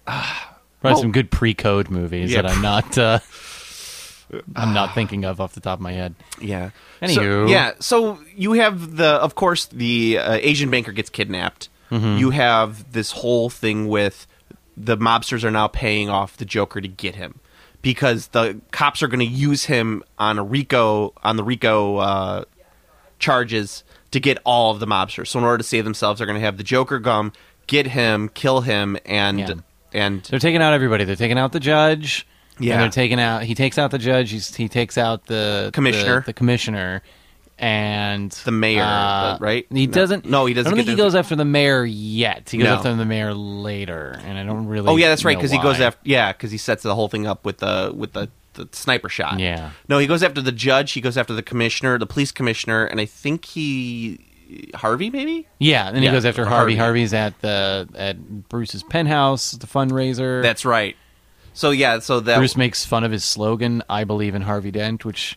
S7: Probably
S6: Well-
S7: some good pre-code movies
S6: Yeah.
S7: that I'm not. Uh, I'm not thinking of off the top of my head.
S6: Yeah. So,
S7: Anywho.
S6: yeah. So you have the, of course, the uh, Asian banker gets kidnapped.
S7: Mm-hmm.
S6: You have this whole thing with the mobsters are now paying off the Joker to get him because the cops are going to use him on a Rico on the Rico uh, charges to get all of the mobsters. So in order to save themselves, they're going to have the Joker gum, get him, kill him, and
S7: Yeah.
S6: and
S7: They're taking out everybody. They're taking out the judge.
S6: Yeah.
S7: And they're taking out. He takes out the judge. He's, he takes out the
S6: Commissioner.
S7: the, the commissioner, and
S6: The mayor,
S7: uh,
S6: but- right?
S7: He
S6: No.
S7: doesn't.
S6: No, he doesn't
S7: I don't
S6: get
S7: think he
S6: the-
S7: goes after the mayor yet. He goes
S6: No.
S7: after the mayor later, and I don't really.
S6: Oh yeah, that's right.
S7: know
S6: Because he goes
S7: why.
S6: after yeah, because he sets the whole thing up with the with the, the sniper shot.
S7: Yeah.
S6: No, he goes after the judge. He goes after the commissioner, the police commissioner, and I think he Harvey maybe.
S7: Yeah, and then
S6: Yeah,
S7: he goes after
S6: Harvey.
S7: Harvey. Harvey's at the at Bruce's penthouse, the fundraiser.
S6: That's right. So yeah, so that
S7: Bruce makes fun of his slogan, "I believe in Harvey Dent," which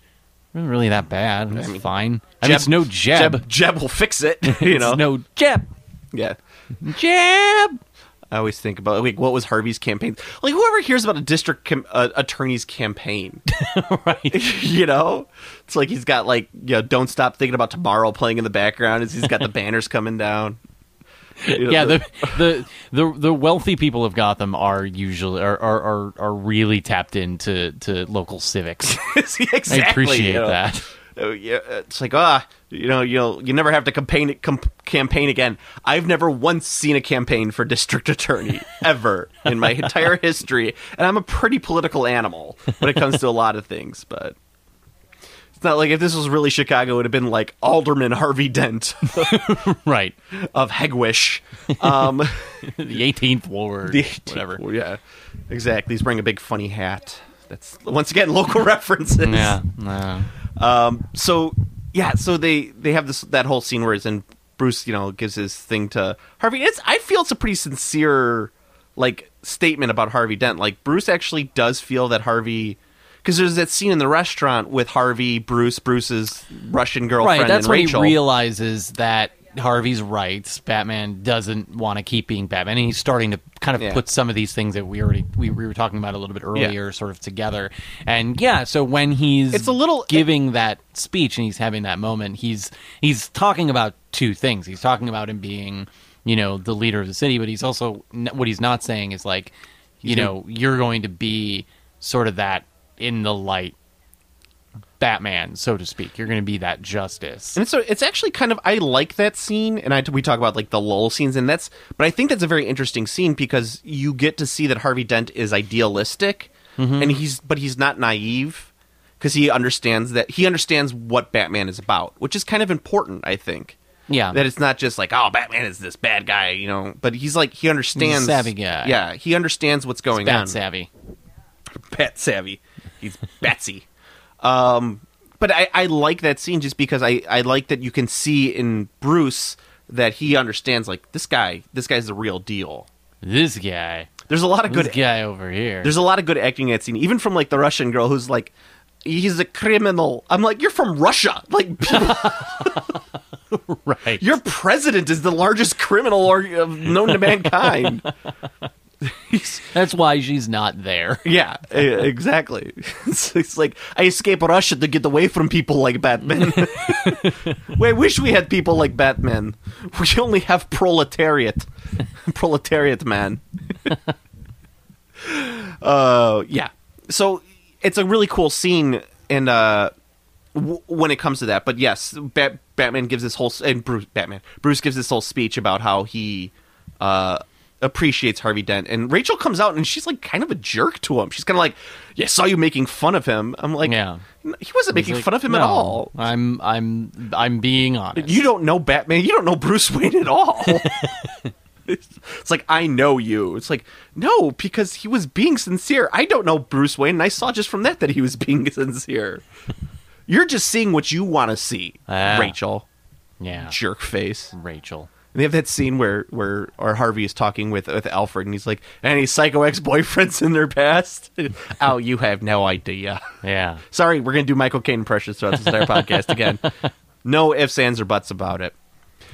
S7: isn't really that bad. It's fine. I mean, it's no jab.
S6: Jeb Jeb will fix it. You know.
S7: It's no jab.
S6: yeah.
S7: Jab.
S6: I always think about like what was Harvey's campaign like. Whoever hears about a district com- uh, attorney's campaign, right? you know, it's like he's got like you know, don't stop thinking about tomorrow playing in the background as he's got the banners coming down. You know,
S7: Yeah, the, the the the wealthy people of Gotham are usually are are, are, are really tapped into to local civics.
S6: See,
S7: I
S6: exactly.
S7: appreciate
S6: you know.
S7: that.
S6: Uh, yeah, it's like ah, you know, you'll you never have to campaign com- campaign again. I've never once seen a campaign for district attorney ever in my entire history, and I'm a pretty political animal when it comes to a lot of things. But It's not like if this was really Chicago, it would have been like Alderman Harvey Dent
S7: right.
S6: of Hegwish. Um,
S7: The 18th floor,
S6: the
S7: whatever.
S6: Well, yeah, exactly. He's wearing a big funny hat. That's once again local references.
S7: Yeah. no.
S6: Um, so yeah, so they they have this that whole scene where it's in Bruce, you know, gives his thing to Harvey. It's I feel it's a pretty sincere like statement about Harvey Dent. Like Bruce actually does feel that Harvey because there's that scene in the restaurant with Harvey, Bruce, Bruce's Russian girlfriend,
S7: Right. That's
S6: and
S7: when
S6: Rachel.
S7: he realizes that Harvey's right. Batman doesn't want to keep being Batman, and he's starting to kind of
S6: Yeah.
S7: put some of these things that we already we, we were talking about a little bit
S6: Yeah.
S7: earlier, sort of together. And yeah, so when he's
S6: It's a little-
S7: giving that speech and he's having that moment, he's he's talking about two things. He's talking about him being you know the leader of the city, but he's also what he's not saying is like you know you're going to be sort of that in the light Batman, so to speak. You're going to be that justice.
S6: And it's a, it's actually kind of I like that scene, and I we talk about like the lull scenes, and that's but I think that's a very interesting scene because you get to see that Harvey Dent is idealistic,
S7: Mm-hmm.
S6: and he's but he's not naive because he understands that he understands what Batman is about, which is kind of important, I think.
S7: Yeah.
S6: That it's not just like oh Batman is this bad guy, you know, but he's like he understands
S7: savvy guy.
S6: Yeah, he understands what's going
S7: bat
S6: on.
S7: savvy.
S6: Bat savvy. He's Batsy. Um, but I, I like that scene just because I, I like that you can see in Bruce that he understands like this guy this guy's the real deal.
S7: This guy.
S6: There's a lot of
S7: This
S6: good
S7: guy over here.
S6: there's a lot of good acting in that scene, even from like the Russian girl who's like he's a criminal. I'm like you're from Russia. Like
S7: right.
S6: your president is the largest criminal or, uh, known to mankind.
S7: That's why she's not there.
S6: Yeah, e- exactly. It's, it's like I escape Russia to get away from people like Batman. we wish we had people like Batman. We only have proletariat, proletariat man. uh, yeah. So it's a really cool scene, and uh, w- when it comes to that, but yes, Bat- Batman gives this whole s- and Bruce Batman Bruce gives this whole speech about how he uh, appreciates Harvey Dent, and Rachel comes out and she's like kind of a jerk to him. She's kind of like, "Yeah, I saw you making fun of him." I'm like,
S7: Yeah.
S6: "N- he wasn't making
S7: Like,
S6: fun of him at
S7: no,
S6: all."
S7: I'm I'm I'm being honest.
S6: You don't know Batman. You don't know Bruce Wayne at all. it's like I know you. It's like no, because he was being sincere. I don't know Bruce Wayne, and I saw just from that that he was being sincere. You're just seeing what you want to see,
S7: Ah.
S6: Rachel,
S7: yeah.
S6: jerk face.
S7: Rachel.
S6: And they have that scene where where or Harvey is talking with with Alfred, and he's like, "Any psycho ex boyfriends in their past?" oh, you have no idea.
S7: Yeah.
S6: Sorry, we're gonna do Michael Caine impressions throughout this entire podcast again. No ifs, ands, or buts about it.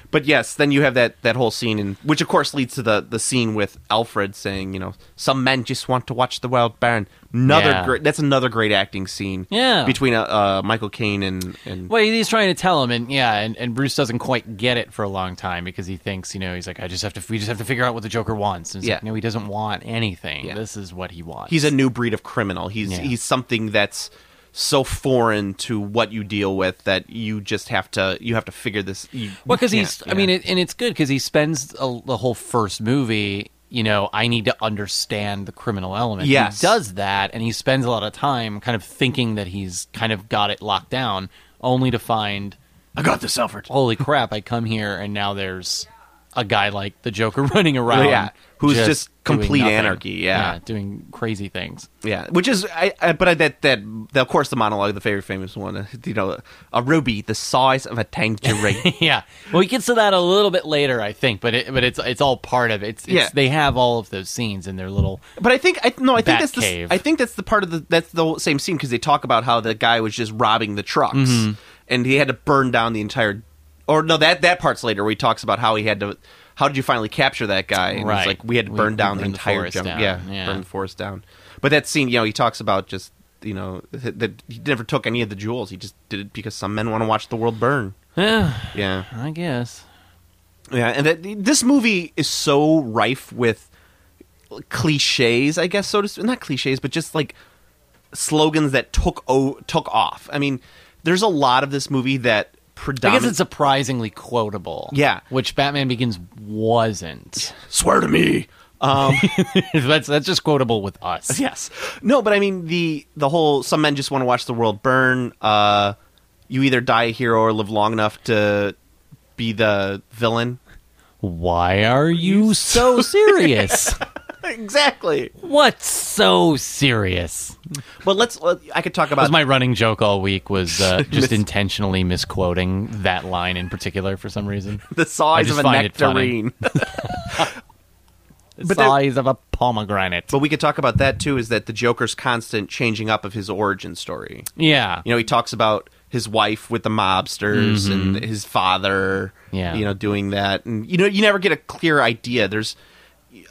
S6: But yes, then you have that that whole scene, in, which of course leads to the the scene with Alfred saying, you know, some men just want to watch the world burn. Another
S7: Yeah.
S6: great, that's another great acting scene.
S7: Yeah.
S6: between uh, uh, Michael Caine and and
S7: Well, he's trying to tell him, and yeah, and, and Bruce doesn't quite get it for a long time because he thinks, you know, he's like, I just have to, we just have to figure out what the Joker wants. And it's like,
S6: Yeah.
S7: no, he doesn't want anything.
S6: Yeah.
S7: This is what he wants.
S6: he's a new breed of criminal. He's
S7: Yeah.
S6: he's something that's so foreign to what you deal with that you just have to you have to figure this. You,
S7: Well,
S6: you
S7: because
S6: can't,
S7: he's,
S6: yeah.
S7: I mean, it, and it's good because he spends a, the whole first movie. You know, I need to understand the criminal element.
S6: Yes.
S7: he does that, and he spends a lot of time kind of thinking that he's kind of got it locked down, only to find,
S6: I got this, Alfred.
S7: holy crap! I come here, and now there's a guy like the Joker running around,
S6: Yeah, who's just
S7: doing
S6: complete
S7: nothing.
S6: anarchy, yeah.
S7: doing crazy things.
S6: Yeah, which is I, I but I, that, that that of course the monologue, the very famous one, uh, you know, a ruby the size of a tangerine.
S7: yeah. Well, he gets to that a little bit later, I think, but it, but it's it's all part of it. It's, it's
S6: Yeah.
S7: they have all of those scenes in their little
S6: but I think I no, I think that's the,
S7: Batcave.
S6: I think that's the part of the that's the same scene because they talk about how the guy was just robbing the trucks
S7: Mm-hmm.
S6: and he had to burn down the entire. Or no, that that part's later where he talks about how he had to. How did you finally capture that guy? And
S7: Right.
S6: it's like we had to
S7: We-
S6: burn
S7: we
S6: down the
S7: burned the
S6: entire
S7: forest
S6: junk.
S7: down,
S6: Yeah,
S7: yeah.
S6: burn the forest down. But that scene, you know, he talks about just you know that that he never took any of the jewels. He just did it because some men want to watch the world burn.
S7: Yeah,
S6: Yeah.
S7: I guess.
S6: Yeah, and that, this movie is so rife with cliches, I guess, so to speak. Not cliches, but just like slogans that took o- took off. I mean, there's a lot of this movie that
S7: I guess it's
S6: predominantly
S7: surprisingly quotable.
S6: Yeah.
S7: which Batman Begins wasn't.
S6: swear to me. um,
S7: that's that's just quotable with us.
S6: Yes, no, but I mean the the whole. Some men just want to watch the world burn. Uh, you either die a hero or live long enough to be the villain.
S7: Why are you so serious?
S6: Exactly.
S7: What's so serious?
S6: But let's. Let, I could talk
S7: That was
S6: about
S7: my running joke all week was uh, just intentionally misquoting that line in particular for some reason.
S6: the size
S7: just
S6: of a
S7: find it funny.
S6: nectarine.
S7: The
S6: But there-
S7: size of a pomegranate.
S6: but we could talk about that too. Is that the Joker's constant changing up of his origin story?
S7: Yeah.
S6: You know, he talks about his wife with the mobsters and his father.
S7: Mm-hmm. Yeah.
S6: You know, doing that, and you know, you never get a clear idea. There's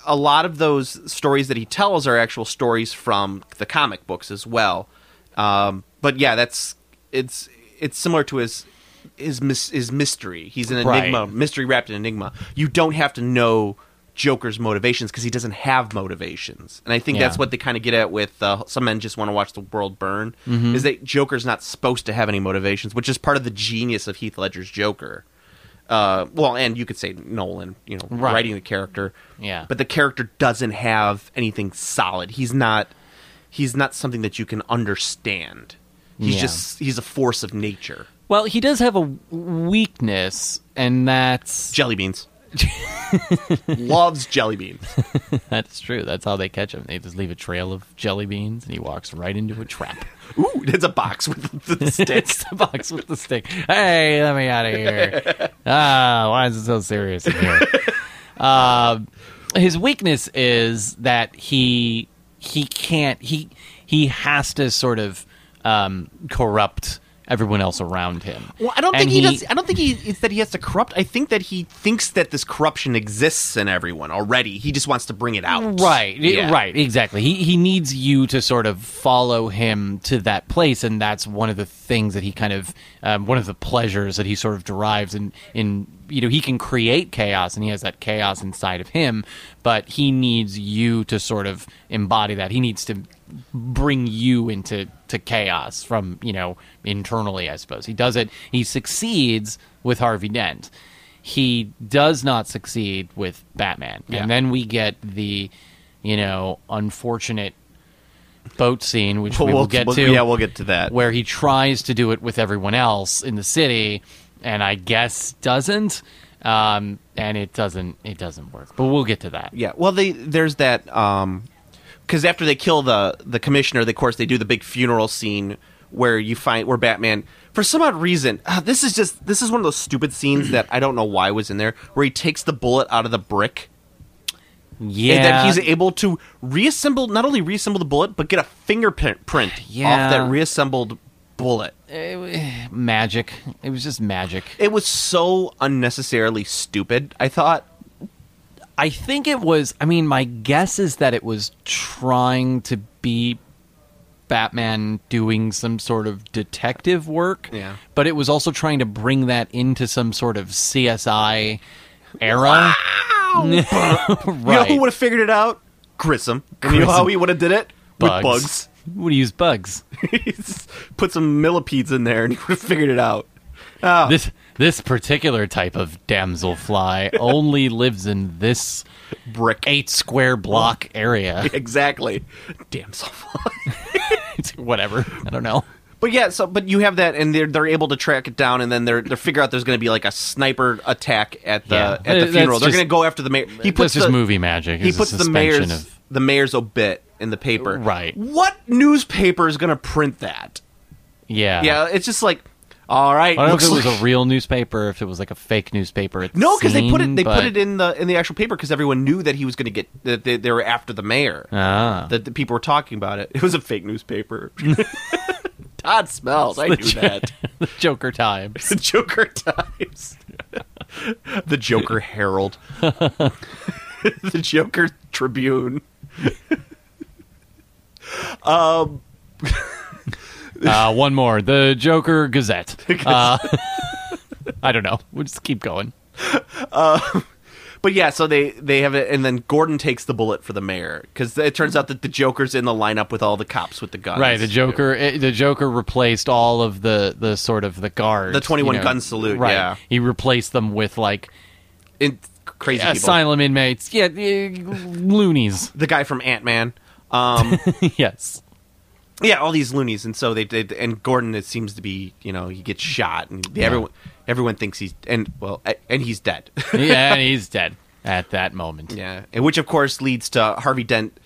S6: a lot of those stories that he tells are actual stories from the comic books as well. Um, but yeah, that's it's it's similar to his his mis- his mystery. He's an
S7: Right.
S6: enigma, mystery wrapped in enigma. You don't have to know Joker's motivations because he doesn't have motivations, and I think that's
S7: Yeah.
S6: what they kind of get at with uh, some men just want to watch the world burn.
S7: Mm-hmm.
S6: Is that Joker's not supposed to have any motivations, which is part of the genius of Heath Ledger's Joker. Uh, well, and you could say Nolan, you know,
S7: Right.
S6: writing the character.
S7: Yeah.
S6: But the character doesn't have anything solid. He's not he's not something that you can understand. He's
S7: Yeah.
S6: just he's a force of nature.
S7: Well, he does have a weakness, and that's
S6: Jelly beans. Loves jelly beans.
S7: that's true. That's how they catch him. They just leave a trail of jelly beans, and he walks right into a trap.
S6: Ooh, it's a box with the stick.
S7: It's the box with the stick. Hey, let me out of here. Ah, why is it so serious in here? Uh, his weakness is that he he can't he he has to sort of um, corrupt everyone else around him.
S6: Well, I don't think
S7: And
S6: he, does. I don't think he. It's that he has to corrupt. I think that he thinks that this corruption exists in everyone already. He just wants to bring it out.
S7: Right, i-
S6: Yeah.
S7: right, exactly. He he needs you to sort of follow him to that place, and that's one of the things that he kind of um, one of the pleasures that he sort of derives in in you know he can create chaos, and he has that chaos inside of him, but he needs you to sort of embody that. He needs to bring you into to chaos from you know internally, I suppose. He does it. He succeeds with Harvey Dent. He does not succeed with Batman, and then we get the you know, unfortunate boat scene, which
S6: Well,
S7: we will
S6: we'll-
S7: get
S6: we'll-
S7: to.
S6: yeah, we'll get to that.
S7: Where he tries to do it with everyone else in the city, and I guess doesn't. Um, and it doesn't. It doesn't work. But we'll get to that.
S6: Yeah. Well, they there's that um because after they kill the the commissioner, they, of course they do the big funeral scene where you find where Batman for some odd reason ah, this is just this is one of those stupid scenes that I don't know why was in there where he takes the bullet out of the brick and
S7: Yeah.
S6: then he's able to reassemble not only reassemble the bullet but get a fingerprint print
S7: Yeah.
S6: off that reassembled bullet.
S7: magic. It was just magic.
S6: It was so unnecessarily stupid. I thought
S7: I think it was. I mean, my guess is that it was trying to be Batman doing some sort of detective work.
S6: Yeah.
S7: But it was also trying to bring that into some sort of CSI era.
S6: you know
S7: right.
S6: who would have figured it out? Grissom. And you know how
S7: Grissom.
S6: he would have did it
S7: bugs.
S6: with bugs.
S7: Would use bugs?
S6: He's put some millipedes in there and he would have figured it out. Oh.
S7: This this particular type of damselfly only lives in this
S6: Brick.
S7: eight square block area.
S6: Exactly. Damn soft.
S7: It's Whatever. I don't know.
S6: But yeah, so but you have that and they're they're able to track it down and then they're they're figure out there's gonna be like a sniper attack at the
S7: Yeah.
S6: at the
S7: That's
S6: funeral. they're
S7: just-
S6: gonna go after the mayor. He
S7: That's
S6: puts
S7: just
S6: the,
S7: movie magic.
S6: he
S7: It's a
S6: puts the
S7: suspension
S6: mayor's
S7: of-
S6: the mayor's obit in the paper.
S7: Right.
S6: What newspaper is gonna print that?
S7: Yeah.
S6: Yeah, it's just like all right.
S7: I don't know if
S6: looks
S7: it was
S6: like-
S7: a real newspaper, if it was like a fake newspaper. It
S6: No, because they put it.
S7: seemed,
S6: They put
S7: but-
S6: it in the in the actual paper because everyone knew that he was going to get that they, they were after the mayor.
S7: Ah.
S6: That the people were talking about it. It was a fake newspaper. Todd smells. I knew that.
S7: the Joker times.
S6: The Joker Times. the Joker Herald. the Joker Tribune.
S7: Uh, one more, the Joker Gazette. Uh, I don't know. We'll just keep going.
S6: But yeah, so they they have it, and then Gordon takes the bullet for the mayor because it turns out that the Joker's in the lineup with all the cops with the guns.
S7: Right, the Joker. eh, the Joker replaced all of the the sort of the guards,
S6: The 21
S7: you know.
S6: gun salute,
S7: Right,
S6: yeah.
S7: he replaced them with like
S6: In, crazy people.
S7: asylum inmates, yeah, eh, loonies.
S6: the guy from Ant Man. Um,
S7: yes,
S6: yeah, all these loonies, and so they did. And Gordon, it seems to be, you know, he gets shot, and everyone everyone thinks he's and well, a- and he's dead.
S7: yeah, and he's dead at that moment.
S6: yeah, and which of course leads to Harvey Dent.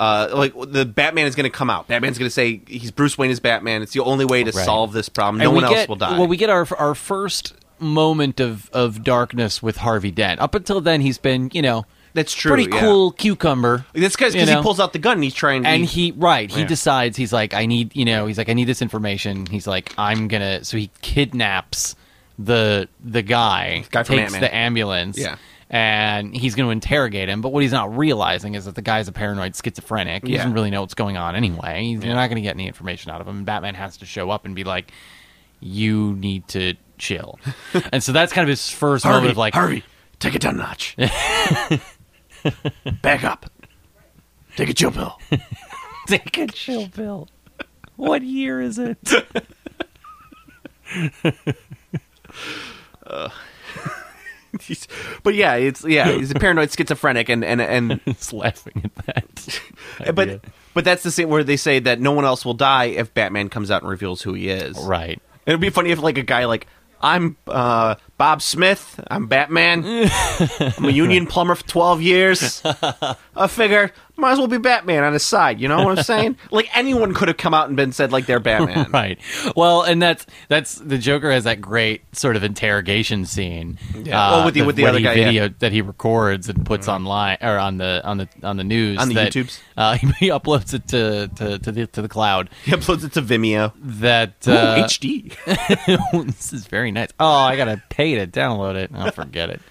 S6: Uh, like the Batman is going to come out. Batman's going to say he's Bruce Wayne is Batman. It's the only way to
S7: Right.
S6: solve this problem. Um, No
S7: And we
S6: one else
S7: get-
S6: will die.
S7: Well, we get our our first moment of of darkness with Harvey Dent. Up until then, he's been you know
S6: That's true,
S7: pretty
S6: yeah.
S7: cool cucumber.
S6: This guy's
S7: you
S6: because
S7: know?
S6: he pulls out the gun and he's trying.
S7: and he right he
S6: Yeah.
S7: decides he's like I need you know he's like I need this information. He's like I'm gonna so he kidnaps the the guy,
S6: Guy from
S7: takes
S6: Ant-Man.
S7: the ambulance.
S6: Yeah.
S7: And he's going to interrogate him, but what he's not realizing is that the guy's a paranoid schizophrenic. He
S6: Yeah.
S7: doesn't really know what's going on anyway. He's, You're not going to get any information out of him. And Batman has to show up and be like, you need to chill. and so that's kind of his first moment of like,
S6: Harvey, take it down a notch. Back up. Take a chill pill.
S7: take a chill pill. What year is it?
S6: but yeah, it's yeah, he's a paranoid schizophrenic, and and and
S7: It's laughing at that. idea.
S6: but but that's the same where they say that no one else will die if Batman comes out and reveals who he is.
S7: right.
S6: It'd be funny if like a guy like I'm uh, Bob Smith. I'm Batman. I'm a union plumber for twelve years. I figure might as well be Batman on his side. You know what I'm saying? like anyone could have come out and been said like they're Batman.
S7: Right. Well, and that's that's the Joker has that great sort of interrogation scene.
S6: Yeah. Oh, with the-
S7: that-
S6: with the
S7: what
S6: other
S7: he
S6: guy, yeah. Mm-hmm.
S7: video that he records and puts online or on the on the on the news
S6: On the
S7: that,
S6: YouTubes.
S7: Uh, he uploads it to to to the to the cloud.
S6: He uploads it to Vimeo.
S7: That
S6: Ooh,
S7: uh,
S6: HD.
S7: this is very nice. Oh, I gotta pay to download it. Oh, forget it.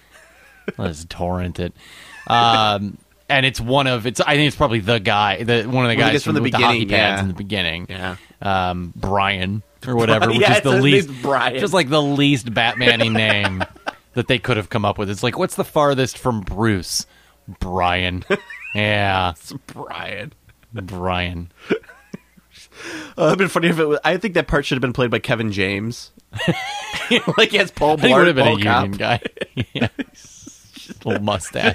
S7: Let's torrent it. Um, and it's one of it's. I think it's probably the guy, the one of the
S6: Well, I
S7: guys
S6: guess from the
S7: with
S6: beginning,
S7: hockey pads
S6: yeah.
S7: in the beginning.
S6: Yeah.
S7: um, Brian or whatever, which
S6: Yeah,
S7: is the
S6: it's-
S7: least
S6: it's Brian.
S7: just like the least Batman-y name that they could have come up with. It's like, what's the farthest from Bruce? Brian. Yeah,
S6: Brian.
S7: Brian.
S6: Uh, it'd been funny if it was. I think that part should have been played by Kevin James. like he has Paul
S7: I think it
S6: Blart,
S7: would have been a
S6: Paul Cop,
S7: union guy. yeah. Little mustache.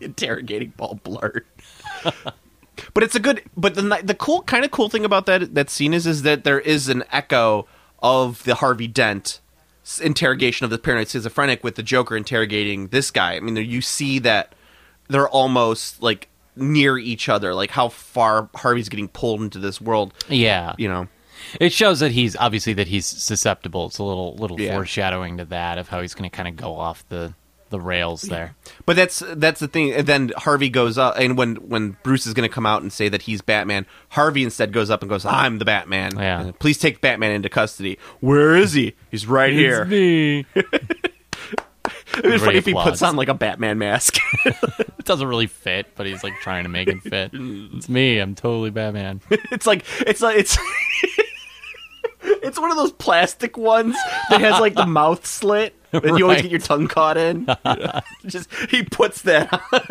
S6: interrogating Paul Blart. but it's a good. But the ni- the cool kind of cool thing about that that scene is is that there is an echo of the Harvey Dent s- interrogation of the paranoid schizophrenic with the Joker interrogating this guy. I mean, there, you see that they're almost like near each other, like how far Harvey's getting pulled into this world.
S7: Yeah.
S6: You know.
S7: It shows that he's obviously that he's susceptible. It's a little little
S6: Yeah.
S7: foreshadowing to that of how he's going to kind of go off the the rails there.
S6: But that's that's the thing. And then Harvey goes up, and when when Bruce is going to come out and say that he's Batman, Harvey instead goes up and goes, "I'm the Batman.
S7: Yeah.
S6: Uh, Please take Batman into custody. Where is he? He's right here." It'd be funny if he
S7: Great
S6: puts
S7: applause.
S6: on like a Batman mask.
S7: It doesn't really fit, but he's like trying to make it fit. it's me. I'm totally Batman.
S6: it's like it's like it's. It's one of those plastic ones that has like the mouth slit, and you always
S7: Right.
S6: get your tongue caught in. Just he puts that on,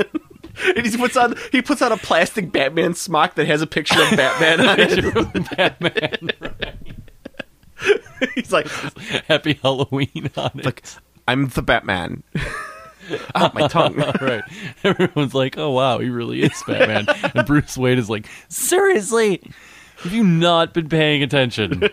S6: and he puts on he puts on a plastic Batman smock that has a picture of Batman on it.
S7: Batman.
S6: He's like,
S7: Happy Halloween on it.
S6: like I'm the Batman. Out my tongue.
S7: right. Everyone's like, "Oh wow, he really is Batman." and Bruce Wayne is like, "Seriously." Have you not been paying attention?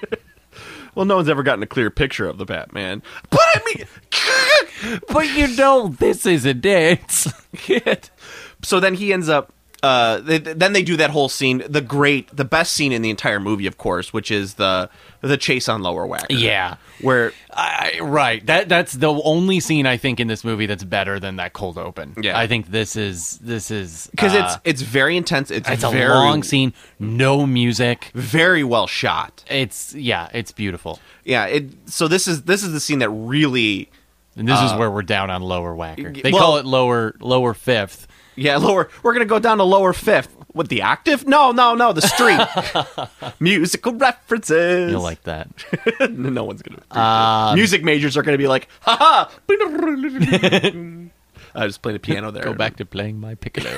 S6: Well, no one's ever gotten a clear picture of the Batman. But I mean,
S7: but you know this is a dance.
S6: Kid. so then he ends up. Uh, they, then they do that whole scene, the great, the best scene in the entire movie, of course, which is the the chase on Lower Wacker.
S7: Yeah.
S6: where
S7: I, right. That that's the only scene I think in this movie that's better than that cold open.
S6: Yeah.
S7: I think this is this is
S6: because
S7: uh,
S6: it's it's very intense. It's
S7: it's
S6: very,
S7: a long scene, no music.
S6: very well shot.
S7: It's yeah, it's beautiful.
S6: Yeah, it. So this is this is the scene that really
S7: And this is where we're down on lower whacker. They
S6: Uh, well-
S7: call it lower lower fifth.
S6: Yeah, lower. We're gonna go down to lower fifth. What the octave? No, no, no. The street. Musical references.
S7: You'll like Um, that.
S6: no one's gonna. Music majors are gonna be like, haha. I just played a piano there.
S7: Go back to playing my piccolo.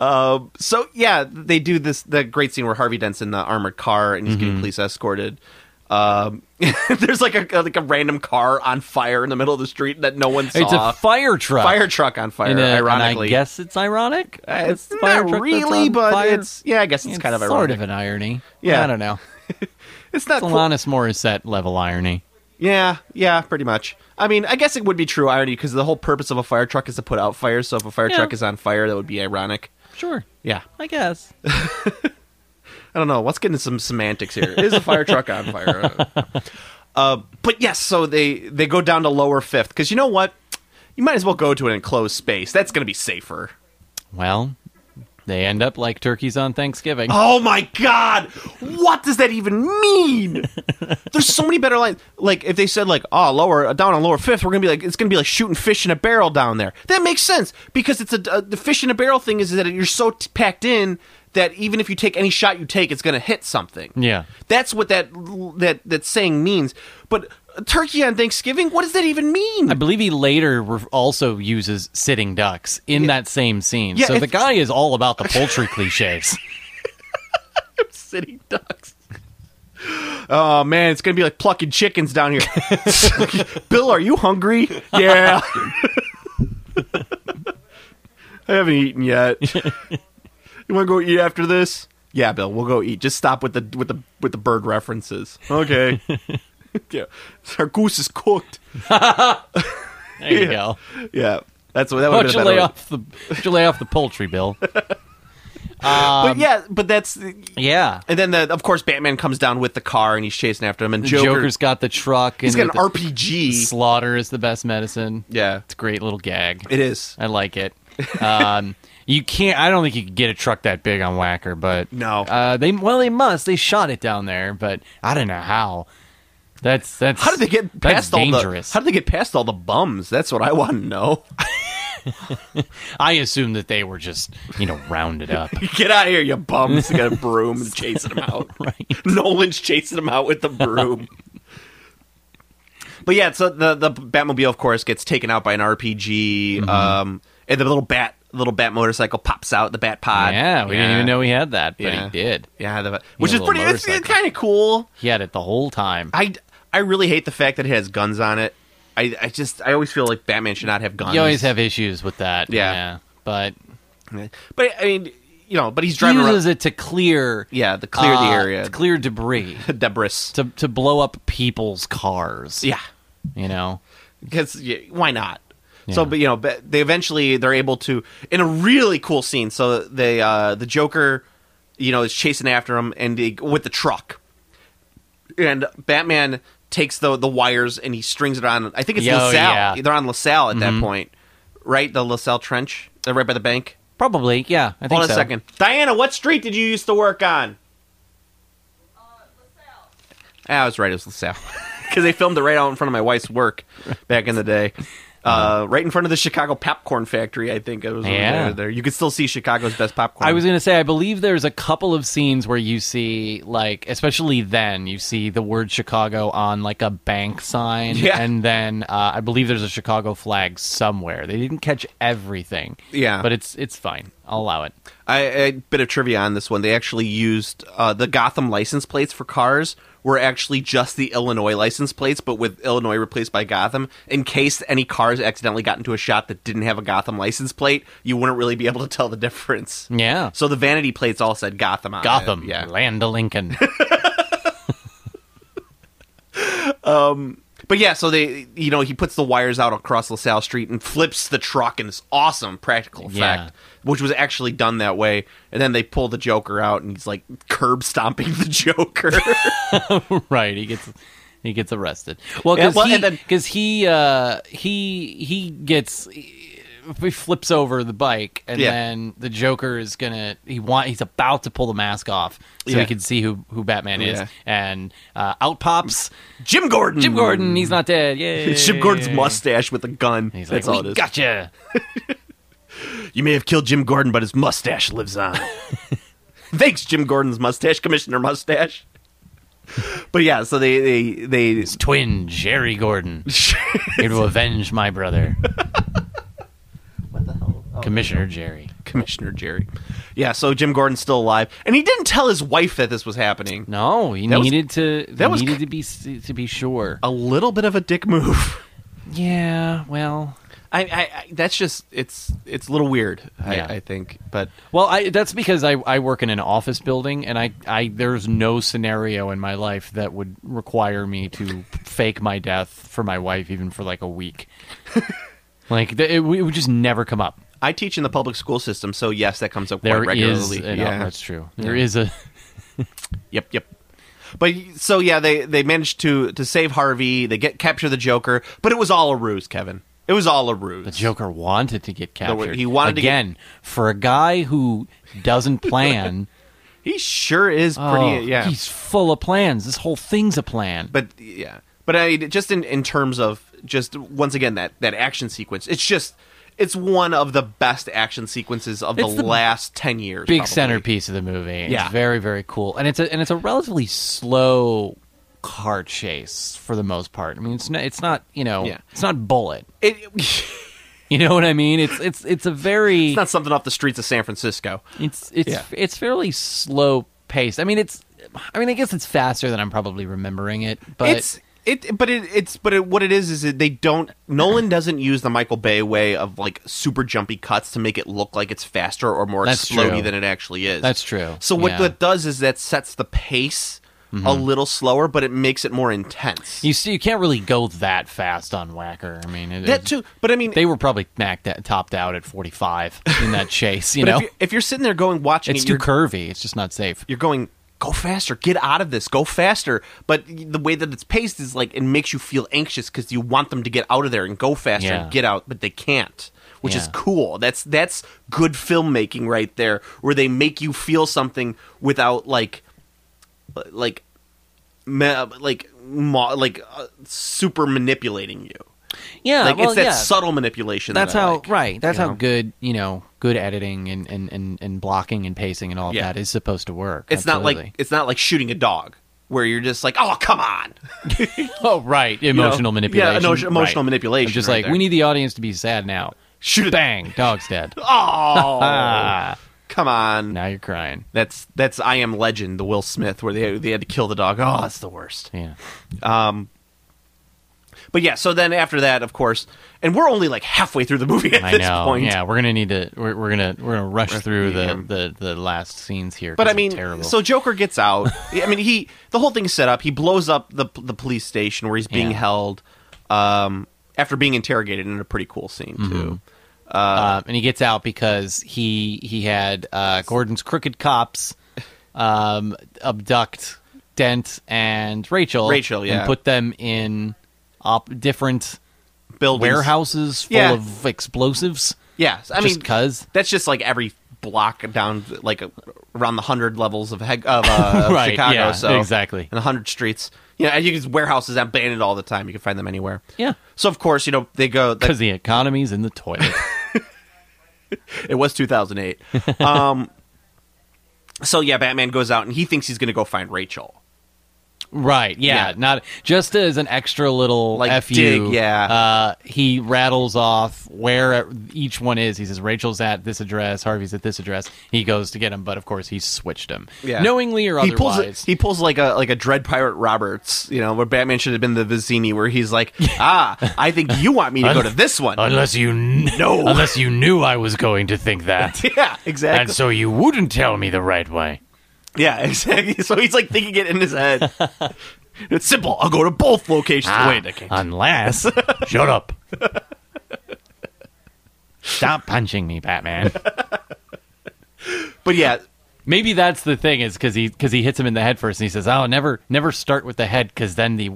S7: Mm-hmm.
S6: So yeah, they do this the great scene where Harvey Dent's in the armored car and he's getting police escorted. Um, there's like a like a random car on fire in the middle of the street that no one saw.
S7: It's a fire truck.
S6: fire truck on fire.
S7: And, uh,
S6: ironically,
S7: and I guess it's ironic.
S6: Uh,
S7: It's
S6: it's
S7: the fire
S6: not
S7: truck that's
S6: really,
S7: on
S6: but
S7: fire.
S6: it's yeah. I guess it's, kind of
S7: sort
S6: ironic.
S7: of an irony.
S6: Yeah.
S7: I don't know.
S6: It's not
S7: It's
S6: cool.
S7: Alanis Morissette level irony.
S6: Yeah, yeah, pretty much. I mean, I guess it would be true irony because the whole purpose of a fire truck is to put out fires. So if a fire
S7: Yeah.
S6: truck is on fire, that would be ironic.
S7: Sure,
S6: Yeah,
S7: I guess.
S6: I don't know. Let's get into some semantics here. Is a fire truck on fire? uh, but yes, so they they go down to lower fifth because you know what? You might as well go to an enclosed space. That's going to be safer.
S7: Well, they end up like turkeys on Thanksgiving.
S6: Oh my god! What does that even mean? There's so many better lines. Like if they said like, "Oh, lower down on lower fifth, we're gonna be like, it's gonna be like shooting fish in a barrel down there." That makes sense because it's a, a- the fish in a barrel thing is that you're so t- packed in that even if you take any shot you take, it's gonna hit something.
S7: Yeah.
S6: that's what that that that saying means. But a turkey on Thanksgiving, what does that even mean?
S7: I believe he later re- also uses sitting ducks in that same scene.
S6: Yeah,
S7: so
S6: if-
S7: the guy is all about the poultry cliches.
S6: City ducks. Oh man, it's gonna be like plucking chickens down here. Bill, are you hungry? Yeah. I haven't eaten yet. you want to go eat after this? Yeah, Bill, we'll go eat. Just stop with the with the with the bird references. Okay. yeah, our goose is cooked.
S7: There you go.
S6: Yeah, that's what that
S7: Why
S6: would have been. a
S7: don't you
S6: better
S7: lay
S6: way.
S7: off the why don't you lay off the poultry bill?
S6: But
S7: Um,
S6: yeah, but that's and
S7: Yeah.
S6: then the, of course Batman comes down with the car and he's chasing after him and Joker,
S7: Joker's got the truck and
S6: he's got an
S7: the-
S6: RPG.
S7: slaughter is the best medicine.
S6: yeah,
S7: It's a great little gag.
S6: it is.
S7: I like it. Um, you can't. I don't think you could get a truck that big on Whacker, but
S6: No.
S7: Uh, they well, they must. They shot it down there, but I don't know how. That's that's
S6: How did they get
S7: that's
S6: past all
S7: dangerous.
S6: the? How did they get past all the bums? That's what I want to know.
S7: I assume that they were just you know rounded up.
S6: get out of here, you bums! You got a broom and chasing them out. Nolan's chasing them out with the broom. but yeah, so the the Batmobile, of course, gets taken out by an RPG,
S7: Mm-hmm.
S6: um, and the little bat little bat motorcycle pops out the bat pod.
S7: yeah, we didn't even know he had that, but
S6: Yeah.
S7: he did.
S6: Yeah, the, which
S7: a
S6: is
S7: little
S6: pretty. It's, it's
S7: motorcycle.
S6: kind of cool.
S7: He had it the whole time.
S6: I I really hate the fact that it has guns on it. I, I just I always feel like Batman should not have guns.
S7: you always have issues with that.
S6: Yeah.
S7: but
S6: But I mean, you know, but he's
S7: he
S6: driving around.
S7: uses it to clear
S6: Yeah, to clear the
S7: uh,
S6: area.
S7: to clear debris,
S6: debris.
S7: to to blow up people's cars.
S6: Yeah,
S7: you know.
S6: because why not? So, but you know, but they eventually they're able to in a really cool scene. So they uh, the Joker, you know, is chasing after him and they, with the truck, and Batman takes the the wires and he strings it on. I think it's
S7: Yo,
S6: LaSalle.
S7: yeah. Mm-hmm.
S6: They're on LaSalle at that point, right? The LaSalle Trench. They're right by the bank.
S7: Probably, yeah. I think
S6: Hold on
S7: so.
S6: a second, Diana. What street did you used to work on? Ah, I was right. It was LaSalle. Because they filmed it right out in front of my wife's work back in the day. Uh, right in front of the Chicago Popcorn Factory, I think it was when we
S7: Uh-huh. Yeah.
S6: were there. You could still see Chicago's best popcorn.
S7: I was going to say, I believe there's a couple of scenes where you see, like, especially then, you see the word Chicago on, like, a bank sign.
S6: Yeah.
S7: And then uh, I believe there's a Chicago flag somewhere. They didn't catch everything.
S6: Yeah.
S7: But it's it's fine. I'll allow it.
S6: I, a bit of trivia on this one. They actually used uh, the Gotham license plates for cars were actually just the Illinois license plates, but with Illinois replaced by Gotham. In case any cars accidentally got into a shot that didn't have a Gotham license plate, you wouldn't really be able to tell the difference.
S7: Yeah.
S6: So the vanity plates all said Gotham on it.
S7: Gotham,
S6: Yeah.
S7: land of Lincoln.
S6: But yeah, so they, you know, he puts the wires out across LaSalle Street and flips the truck in this awesome practical effect,
S7: Yeah.
S6: which was actually done that way. And then they pull the Joker out and he's like curb stomping the Joker.
S7: right. He gets he gets arrested. Well,
S6: Yeah,
S7: because
S6: well,
S7: he,
S6: and then-
S7: 'cause he uh, he he gets he flips over the bike, and
S6: Yeah.
S7: then the Joker is gonna he want he's about to pull the mask off so
S6: Yeah. Oh,
S7: he can see who who Batman
S6: Yeah.
S7: is, and uh, out pops
S6: Jim Gordon.
S7: Jim Gordon. He's not dead. Yay!
S6: It's Mm. Jim Gordon's mustache with a gun.
S7: He's like,
S6: That's all
S7: "We
S6: it is.
S7: gotcha.
S6: You may have killed Jim Gordon, but his mustache lives on. Thanks, Jim Gordon's mustache, Commissioner Mustache. But yeah, so they they they
S7: Twin Jerry Gordon.
S6: Oh,
S7: Here to avenge my brother. what the hell? Commissioner Jerry.
S6: Commissioner Jerry. Yeah, so Jim Gordon's still alive, and he didn't tell his wife that this was happening.
S7: No, he
S6: That was-
S7: needed to.
S6: that was-
S7: needed to be s- to be sure.
S6: A little bit of a dick move.
S7: Yeah. Well.
S6: I, I, I that's just it's it's a little weird. I,
S7: Yeah.
S6: I think, but
S7: Well, I, that's because I, I work in an office building, and I, I there's no scenario in my life that would require me to fake my death for my wife, even for like a week. like th- it, would- it would just never come up.
S6: I teach in the public school system, so yes, that comes up quite
S7: There is,
S6: regularly.
S7: an-
S6: yeah.
S7: that's true. There is a
S6: Yep, yep. But so yeah, they they managed to to save Harvey. They get capture the Joker, but it was all a ruse, Kevin. It was all a ruse.
S7: the Joker wanted to get
S6: No,
S7: captured.
S6: he wanted to get-
S7: again for a guy who doesn't plan.
S6: He sure is pretty.
S7: oh,
S6: yeah,
S7: he's full of plans. This whole thing's a plan.
S6: but yeah, but I just in in terms of just once again that that action sequence. It's just it's one of the best action sequences of the,
S7: It's the
S6: last ten years.
S7: big
S6: probably.
S7: centerpiece of the movie. It's
S6: Yeah.
S7: very very cool, and it's a and it's a relatively slow car chase for the most part. I mean, it's not it's not you know
S6: Yeah.
S7: it's not bullet.
S6: It, it's
S7: You know what I mean? It's it's it's a very
S6: not something off the streets of San Francisco.
S7: it's it's
S6: Yeah.
S7: it's fairly slow paced. I mean, it's I mean, I guess it's faster than I'm probably remembering it, but
S6: it's it, but it, it's but it, what it is is that they don't. Nolan doesn't use the Michael Bay way of like super jumpy cuts to make it look like it's faster or more
S7: That's
S6: explodey
S7: true.
S6: than it actually is.
S7: That's true.
S6: So what
S7: Yeah. Mm-hmm.
S6: that does is that sets the pace a little slower, but it makes it more intense.
S7: you see, you can't really go that fast on Whacker. I mean, it,
S6: that too, but I mean,
S7: They were probably macked at, topped out at 45 in that chase. You
S6: but
S7: know,
S6: if, you're, if you're sitting there going watching
S7: it's
S6: it,
S7: too
S6: you're,
S7: curvy. It's just not safe.
S6: you're going. Go faster! Get out of this! Go faster! But the way that it's paced is like it makes you feel anxious because you want them to get out of there and go faster
S7: Yeah.
S6: and get out, but they can't, which is
S7: Yeah.
S6: cool. That's that's good filmmaking right there, where they make you feel something without like, like, ma- like, ma- like uh, super manipulating you.
S7: Yeah,
S6: Like
S7: well,
S6: it's that
S7: yeah.
S6: subtle manipulation.
S7: that's
S6: that I
S7: how
S6: like.
S7: right that's
S6: you
S7: how
S6: know?
S7: good you know good editing and and and, and blocking and pacing and all of
S6: Yeah.
S7: that is supposed to work
S6: It's not like it's not like shooting a dog where you're just like, oh come on,
S7: Absolutely. oh right emotional
S6: yeah,
S7: manipulation
S6: emo- emotional
S7: Right.
S6: manipulation
S7: I'm just
S6: right
S7: like
S6: there.
S7: we need the audience to be sad now
S6: Shoot it.
S7: bang dog's dead
S6: oh
S7: ah
S6: come on.
S7: now you're crying
S6: That's that's I am Legend, the Will Smith, where they they had to kill the dog. Oh, that's the worst.
S7: yeah
S6: But yeah, so then after that, of course, and we're only like halfway through the movie at
S7: I
S6: this
S7: know
S6: point.
S7: yeah we're gonna need to we're, we're gonna we're gonna rush through
S6: yeah.
S7: the, the the last scenes here
S6: But
S7: 'cause
S6: I
S7: they're
S6: mean,
S7: terrible.
S6: so Joker gets out. I mean, he the whole thing's set up. He blows up the the police station where he's being
S7: Yeah.
S6: held um, after being interrogated in a pretty cool scene too.
S7: um, and he gets out because he he had uh, Gordon's crooked cops um, abduct Dent and Rachel,
S6: Rachel, yeah.
S7: and put them in op- different
S6: Buildings.
S7: warehouses full
S6: Yeah.
S7: of explosives.
S6: Yes, I
S7: just
S6: mean,
S7: cause
S6: that's just like every block down like uh, around the hundred levels of Heg- of uh,
S7: Right,
S6: Chicago.
S7: yeah,
S6: so
S7: exactly.
S6: and the hundred streets. Yeah, and you can warehouses abandoned all the time. You can find them anywhere.
S7: yeah,
S6: So of course, you know they go. that-
S7: because the economy's in the toilet.
S6: it was 2008. um, so yeah, Batman goes out and he thinks he's going to go find Rachel.
S7: Right. Yeah.
S6: Yeah.
S7: Not just as an extra little
S6: Like
S7: fu.
S6: dig, yeah.
S7: Uh, he rattles off where e, each one is. He says Rachel's at this address, Harvey's at this address. He goes to get him, but of course he switched him,
S6: Yeah.
S7: knowingly or
S6: He pulls
S7: otherwise.
S6: he pulls like a like a Dread Pirate Roberts, you know, where Batman should have been the Vizzini, where he's like, ah, I think you want me to go to this one.
S8: Unless you know, unless you knew I was going to think that,
S6: yeah, exactly.
S8: and so you wouldn't tell me the right way.
S6: Yeah, exactly. So he's like thinking it in his head. it's simple. I'll go to both locations. Ah.
S7: Ah.
S6: Wait, I can't.
S8: Unless, shut up.
S7: Stop punching me, Batman.
S6: But yeah,
S7: Maybe that's the thing is because he because he hits him in the head first, and he says, "Oh, never never start with the head, because then the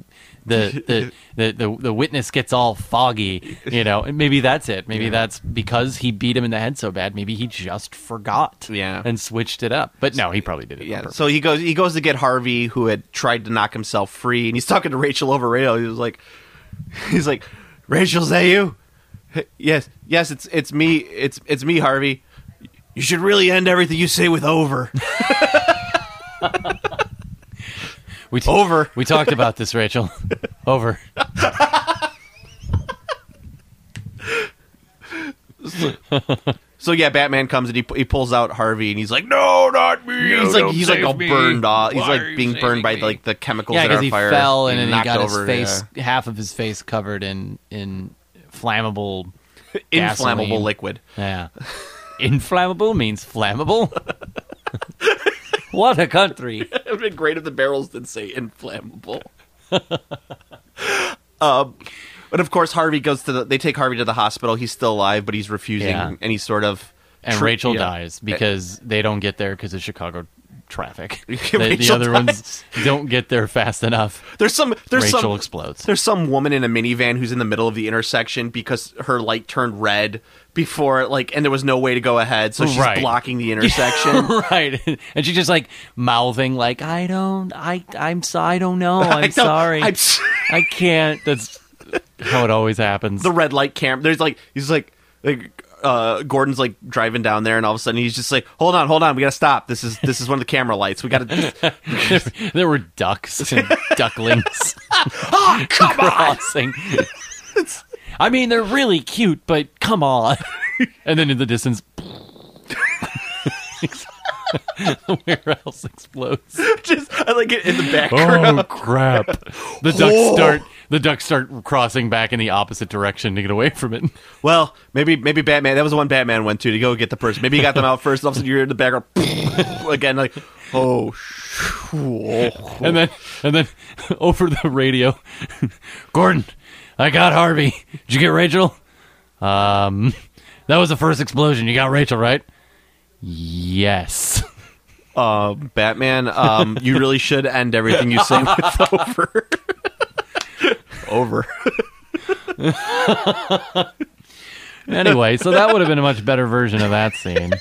S7: the the, the the the witness gets all foggy, you know." And maybe that's it. Maybe that's because he beat him in the head so bad. Maybe he just forgot,
S6: Yeah.
S7: and switched it up. But no, he probably did it. on
S6: yeah.
S7: purpose.
S6: So he goes. He goes to get Harvey, who had tried to knock himself free, and he's talking to Rachel over radio. He was like, he's like, Rachel, is that you? Yes, yes, it's it's me. It's it's me, Harvey. You should really end everything you say with over.
S7: we t-
S6: Over.
S7: We talked about this, Rachel. Over.
S6: So yeah, Batman comes and he, he pulls out Harvey and he's like, "No, not me!" he's like he's like all burned off. He's like being burned by like the chemicals
S7: yeah,
S6: that
S7: because
S6: are
S7: he
S6: fire.
S7: fell and then he
S6: knocked
S7: got
S6: over,
S7: his face,
S6: yeah.
S7: half of his face covered in in flammable,
S6: inflammable
S7: gasoline.
S6: liquid.
S7: Yeah, inflammable means flammable. what a country!
S6: it would have been great if the barrels didn't say inflammable. um, but of course, Harvey goes to the. They take Harvey to the hospital. He's still alive, but he's refusing
S7: Yeah.
S6: any sort of.
S7: And
S6: tri-
S7: Rachel
S6: yeah.
S7: dies because they don't get there because of Chicago traffic.
S6: Rachel
S7: the, the other
S6: dies.
S7: ones don't get there fast enough.
S6: There's some. There's
S7: Rachel
S6: some.
S7: explodes.
S6: There's some woman in a minivan who's in the middle of the intersection because her light turned red before, like, and there was no way to go ahead, so she's
S8: Right.
S6: blocking the intersection.
S7: right, and she's just like mouthing, like I don't, I, I'm so, I don't know, I'm
S6: I don't-
S7: sorry,
S6: I'm
S7: I'm,
S6: s-
S7: I can not That's how it always happens.
S6: the red light camera. There's like he's like like uh, Gordon's like driving down there, and all of a sudden he's just like, "Hold on, hold on, we gotta stop. This is this is one of the camera lights. We gotta."
S7: there were ducks and ducklings
S6: Ah, Come on!
S7: crossing. I mean, they're really cute, but come on. and then in the distance, where else explodes?
S6: Just I like it in the background.
S8: Oh crap!
S7: The
S6: Oh.
S7: ducks start. The ducks start crossing back in the opposite direction to get away from it.
S6: Well, maybe maybe Batman. That was the one Batman went to to go get the person. Maybe he got them out first. And all of a sudden you're in the background again, like oh. sh- oh.
S7: And then, and then over the radio, Gordon, I got Harvey. Did you get Rachel? Um, that was the first explosion. You got Rachel, right? Yes.
S6: Uh, Batman, um, you really should end everything you say with over. over.
S7: Anyway, so that would have been a much better version of that scene.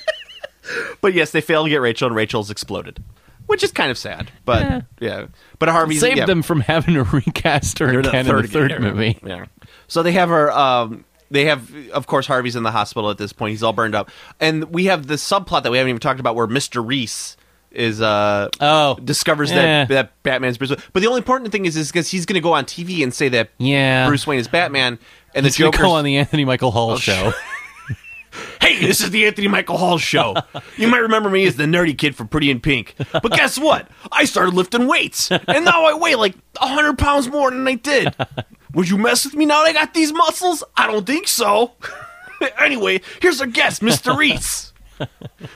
S6: But yes, they fail to get Rachel, and Rachel's exploded, which is kind of sad. But yeah, but Harvey
S7: Saved
S6: yeah,
S7: them from having to recast her
S6: they're not
S7: again in the third
S6: yeah.
S7: movie.
S6: Yeah. So they have her. Um, they have, of course, Harvey's in the hospital at this point. He's all burned up, and we have the subplot that we haven't even talked about, where Mister Reese is uh
S7: Oh,
S6: discovers
S7: yeah.
S6: that that Batman's Bruce. Wayne. But the only important thing is is because he's going to go on TV and say that
S7: Yeah.
S6: Bruce Wayne is Batman, and
S7: It's
S6: the Oh,
S7: going to
S6: Joker
S7: go on the Anthony Michael Hall show.
S6: hey, this is the Anthony Michael Hall show. You might remember me as the nerdy kid from Pretty in Pink. But guess what? I started lifting weights, and now I weigh like 100 pounds more than I did. Would you mess with me now that I got these muscles? I don't think so. anyway, here's our guest, Mr. Reese.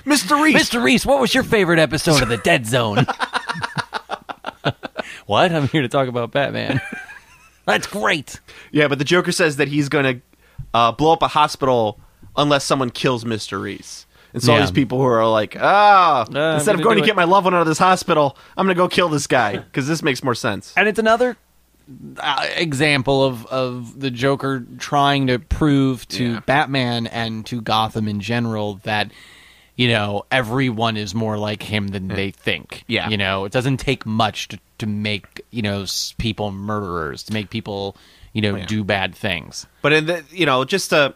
S6: Mr. Reese.
S7: Mr. Reese, what was your favorite episode of The Dead Zone? what? I'm here to talk about Batman. That's great.
S6: Yeah, but the Joker says that he's going to uh, blow up a hospital unless someone kills Mr. Reese. And so all
S7: Yeah. Uh,
S6: these people who are like, ah,
S7: I'm
S6: instead of
S7: gonna
S6: going
S7: do
S6: to
S7: it."
S6: get my loved one out of this hospital, I'm going to go kill this guy because this makes more sense.
S7: And it's another uh, example of, of the Joker trying to prove to Batman and to Gotham in general that, you know, everyone is more like him than they think.
S6: Hmm. Yeah.
S7: You know, it doesn't take much to, to make, you know, s- people murderers, to make people, you know, do bad things.
S6: But in the you know, just to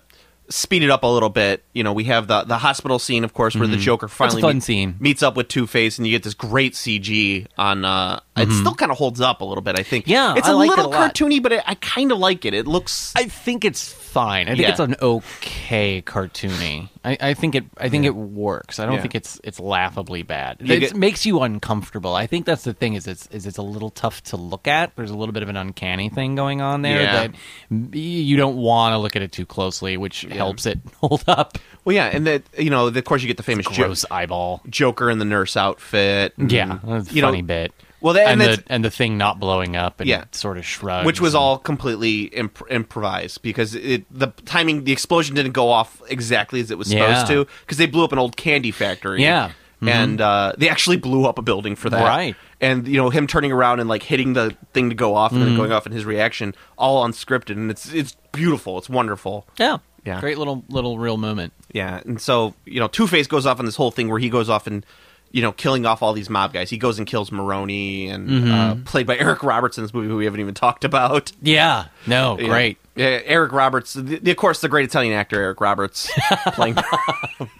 S6: speed it up a little bit, you know, we have the the hospital scene, of course, where the Joker finally
S7: Mm-hmm. fun
S6: meet-
S7: scene.
S6: meets up with Two Face, and you get this great CG on. uh It still kind of holds up a little bit, I think.
S7: Mm-hmm. Yeah,
S6: it's
S7: I
S6: a
S7: liked it
S6: little
S7: a lot.
S6: cartoony, but I, I kind of like it. It looks.
S7: I think it's fine. I think
S6: Yeah.
S7: it's an okay cartoony. I, I think it. I think it works. I don't
S6: Yeah.
S7: think it's it's laughably bad.
S6: You
S7: It
S6: get-
S7: makes you uncomfortable. I think that's the thing. Is it's is it's a little tough to look at. There's a little bit of an uncanny thing going on there
S6: Yeah.
S7: that y- you don't want to look at it too closely, which helps it hold up.
S6: well, yeah, and that you know, of course, you get the famous jo-
S7: Gross eyeball.
S6: Joker in the nurse outfit. and,
S7: Yeah, that's a
S6: Mm-hmm. you know,
S7: funny bit.
S6: Well, that,
S7: and,
S6: and,
S7: the
S6: that's-
S7: and the thing not blowing up and
S6: Yeah.
S7: sort of shrugs,
S6: which was
S7: and-
S6: all completely imp- improvised because it, the timing, the explosion didn't go off exactly as it was supposed
S7: Yeah.
S6: to because they blew up an old candy factory.
S7: Yeah. Mm-hmm.
S6: And uh, they actually blew up a building for that,
S7: Right.
S6: And you know him turning around and like hitting the thing to go off and
S7: Mm-hmm.
S6: then going off, and his reaction all unscripted, and it's it's beautiful, it's wonderful.
S7: yeah,
S6: Yeah.
S7: great little little real moment.
S6: Yeah, and so you know, Two Face goes off on this whole thing where he goes off and you know killing off all these mob guys. He goes and kills Maroney, and uh,
S7: Mm-hmm.
S6: played by Eric Roberts in this movie, who we haven't even talked about.
S7: Yeah, no,
S6: Yeah.
S7: great.
S6: Yeah, Eric Roberts, the, the- of course, the great Italian actor Eric Roberts playing.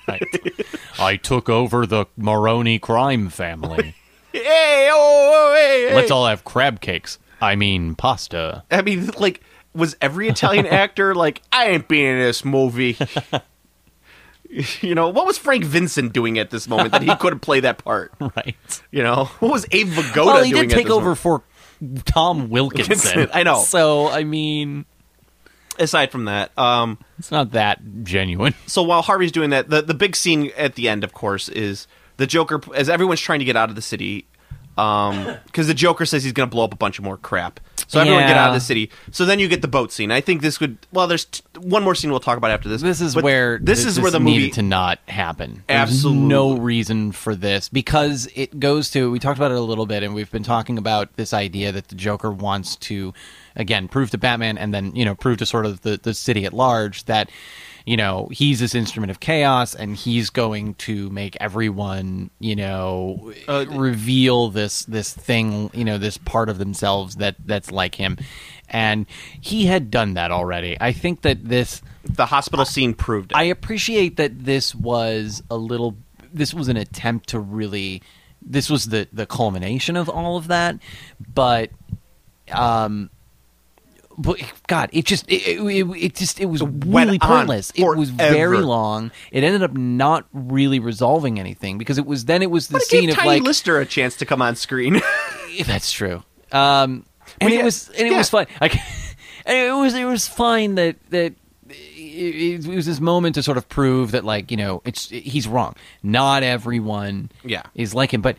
S8: I took over the Moroni crime family.
S6: hey, oh, oh, hey, hey.
S8: Let's all have crab cakes. I mean pasta.
S6: I mean, like, was every Italian actor like, I ain't being in this movie? You know, what was Frank Vincent doing at this moment that he couldn't play that part?
S9: right.
S6: You know, what was Abe Vigoda
S9: well, he
S6: doing
S9: did
S6: at
S9: take
S6: this
S9: over
S6: moment?
S9: for Tom Wilkinson.
S6: Wilkinson, I know.
S9: So I mean,
S6: Aside from that, um,
S9: it's not that genuine.
S6: so while Harvey's doing that, the, the big scene at the end, of course, is the Joker as everyone's trying to get out of the city, because the Joker says he's going to blow up a bunch of more crap. So everyone get
S9: Yeah.
S6: out of the city. So then you get the boat scene. I think this would well. There's t- one more scene we'll talk about after this.
S9: This is
S6: but
S9: where
S6: this
S9: th-
S6: is where the
S9: needed
S6: movie
S9: to not happen.
S6: Absolutely.
S9: There's no reason for this because it goes to we talked about it a little bit and we've been talking about this idea that the Joker wants to again prove to Batman and then, you know, prove to sort of the the city at large that you know, he's this instrument of chaos and he's going to make everyone, you know,
S6: Uh,
S9: reveal this this thing, you know, this part of themselves that that's like him. And he had done that already. I think that this
S6: the hospital scene proved it.
S9: I appreciate that this was a little. This was an attempt to really. This was the the culmination of all of that, but um, but God, it just it it, it, it just it was really
S6: on
S9: pointless. It was
S6: forever.
S9: very long. It ended up not really resolving anything because it was then it was the
S6: but it
S9: scene
S6: gave
S9: of
S6: Tiny
S9: like
S6: Lister a chance to come on screen.
S9: that's true. Um, and
S6: yeah,
S9: it was and it
S6: yeah.
S9: was fine. Like, and it was it was fine that that it, it was this moment to sort of prove that like you know it's he's wrong. Not everyone
S6: Yeah.
S9: is like him, but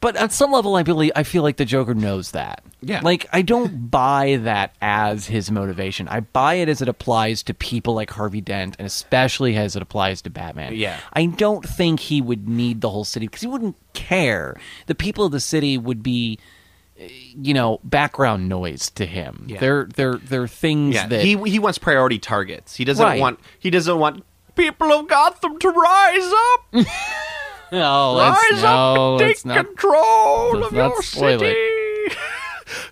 S9: but on some level I believe I feel like the Joker knows that.
S6: Yeah.
S9: like I don't buy that as his motivation. I buy it as it applies to people like Harvey Dent, and especially as it applies to Batman.
S6: Yeah.
S9: I don't think he would need the whole city because he wouldn't care. The people of the city would be, eh, you know, background noise to him.
S6: Yeah.
S9: They're they're they're things
S6: yeah,
S9: that
S6: he he wants priority targets. He doesn't
S9: Right.
S6: want he doesn't want people of Gotham to rise up.
S9: no,
S6: Rise
S9: let's, no,
S6: up and
S9: let's
S6: take
S9: not.
S6: control
S9: let's
S6: of
S9: not
S6: your
S9: spoil
S6: city.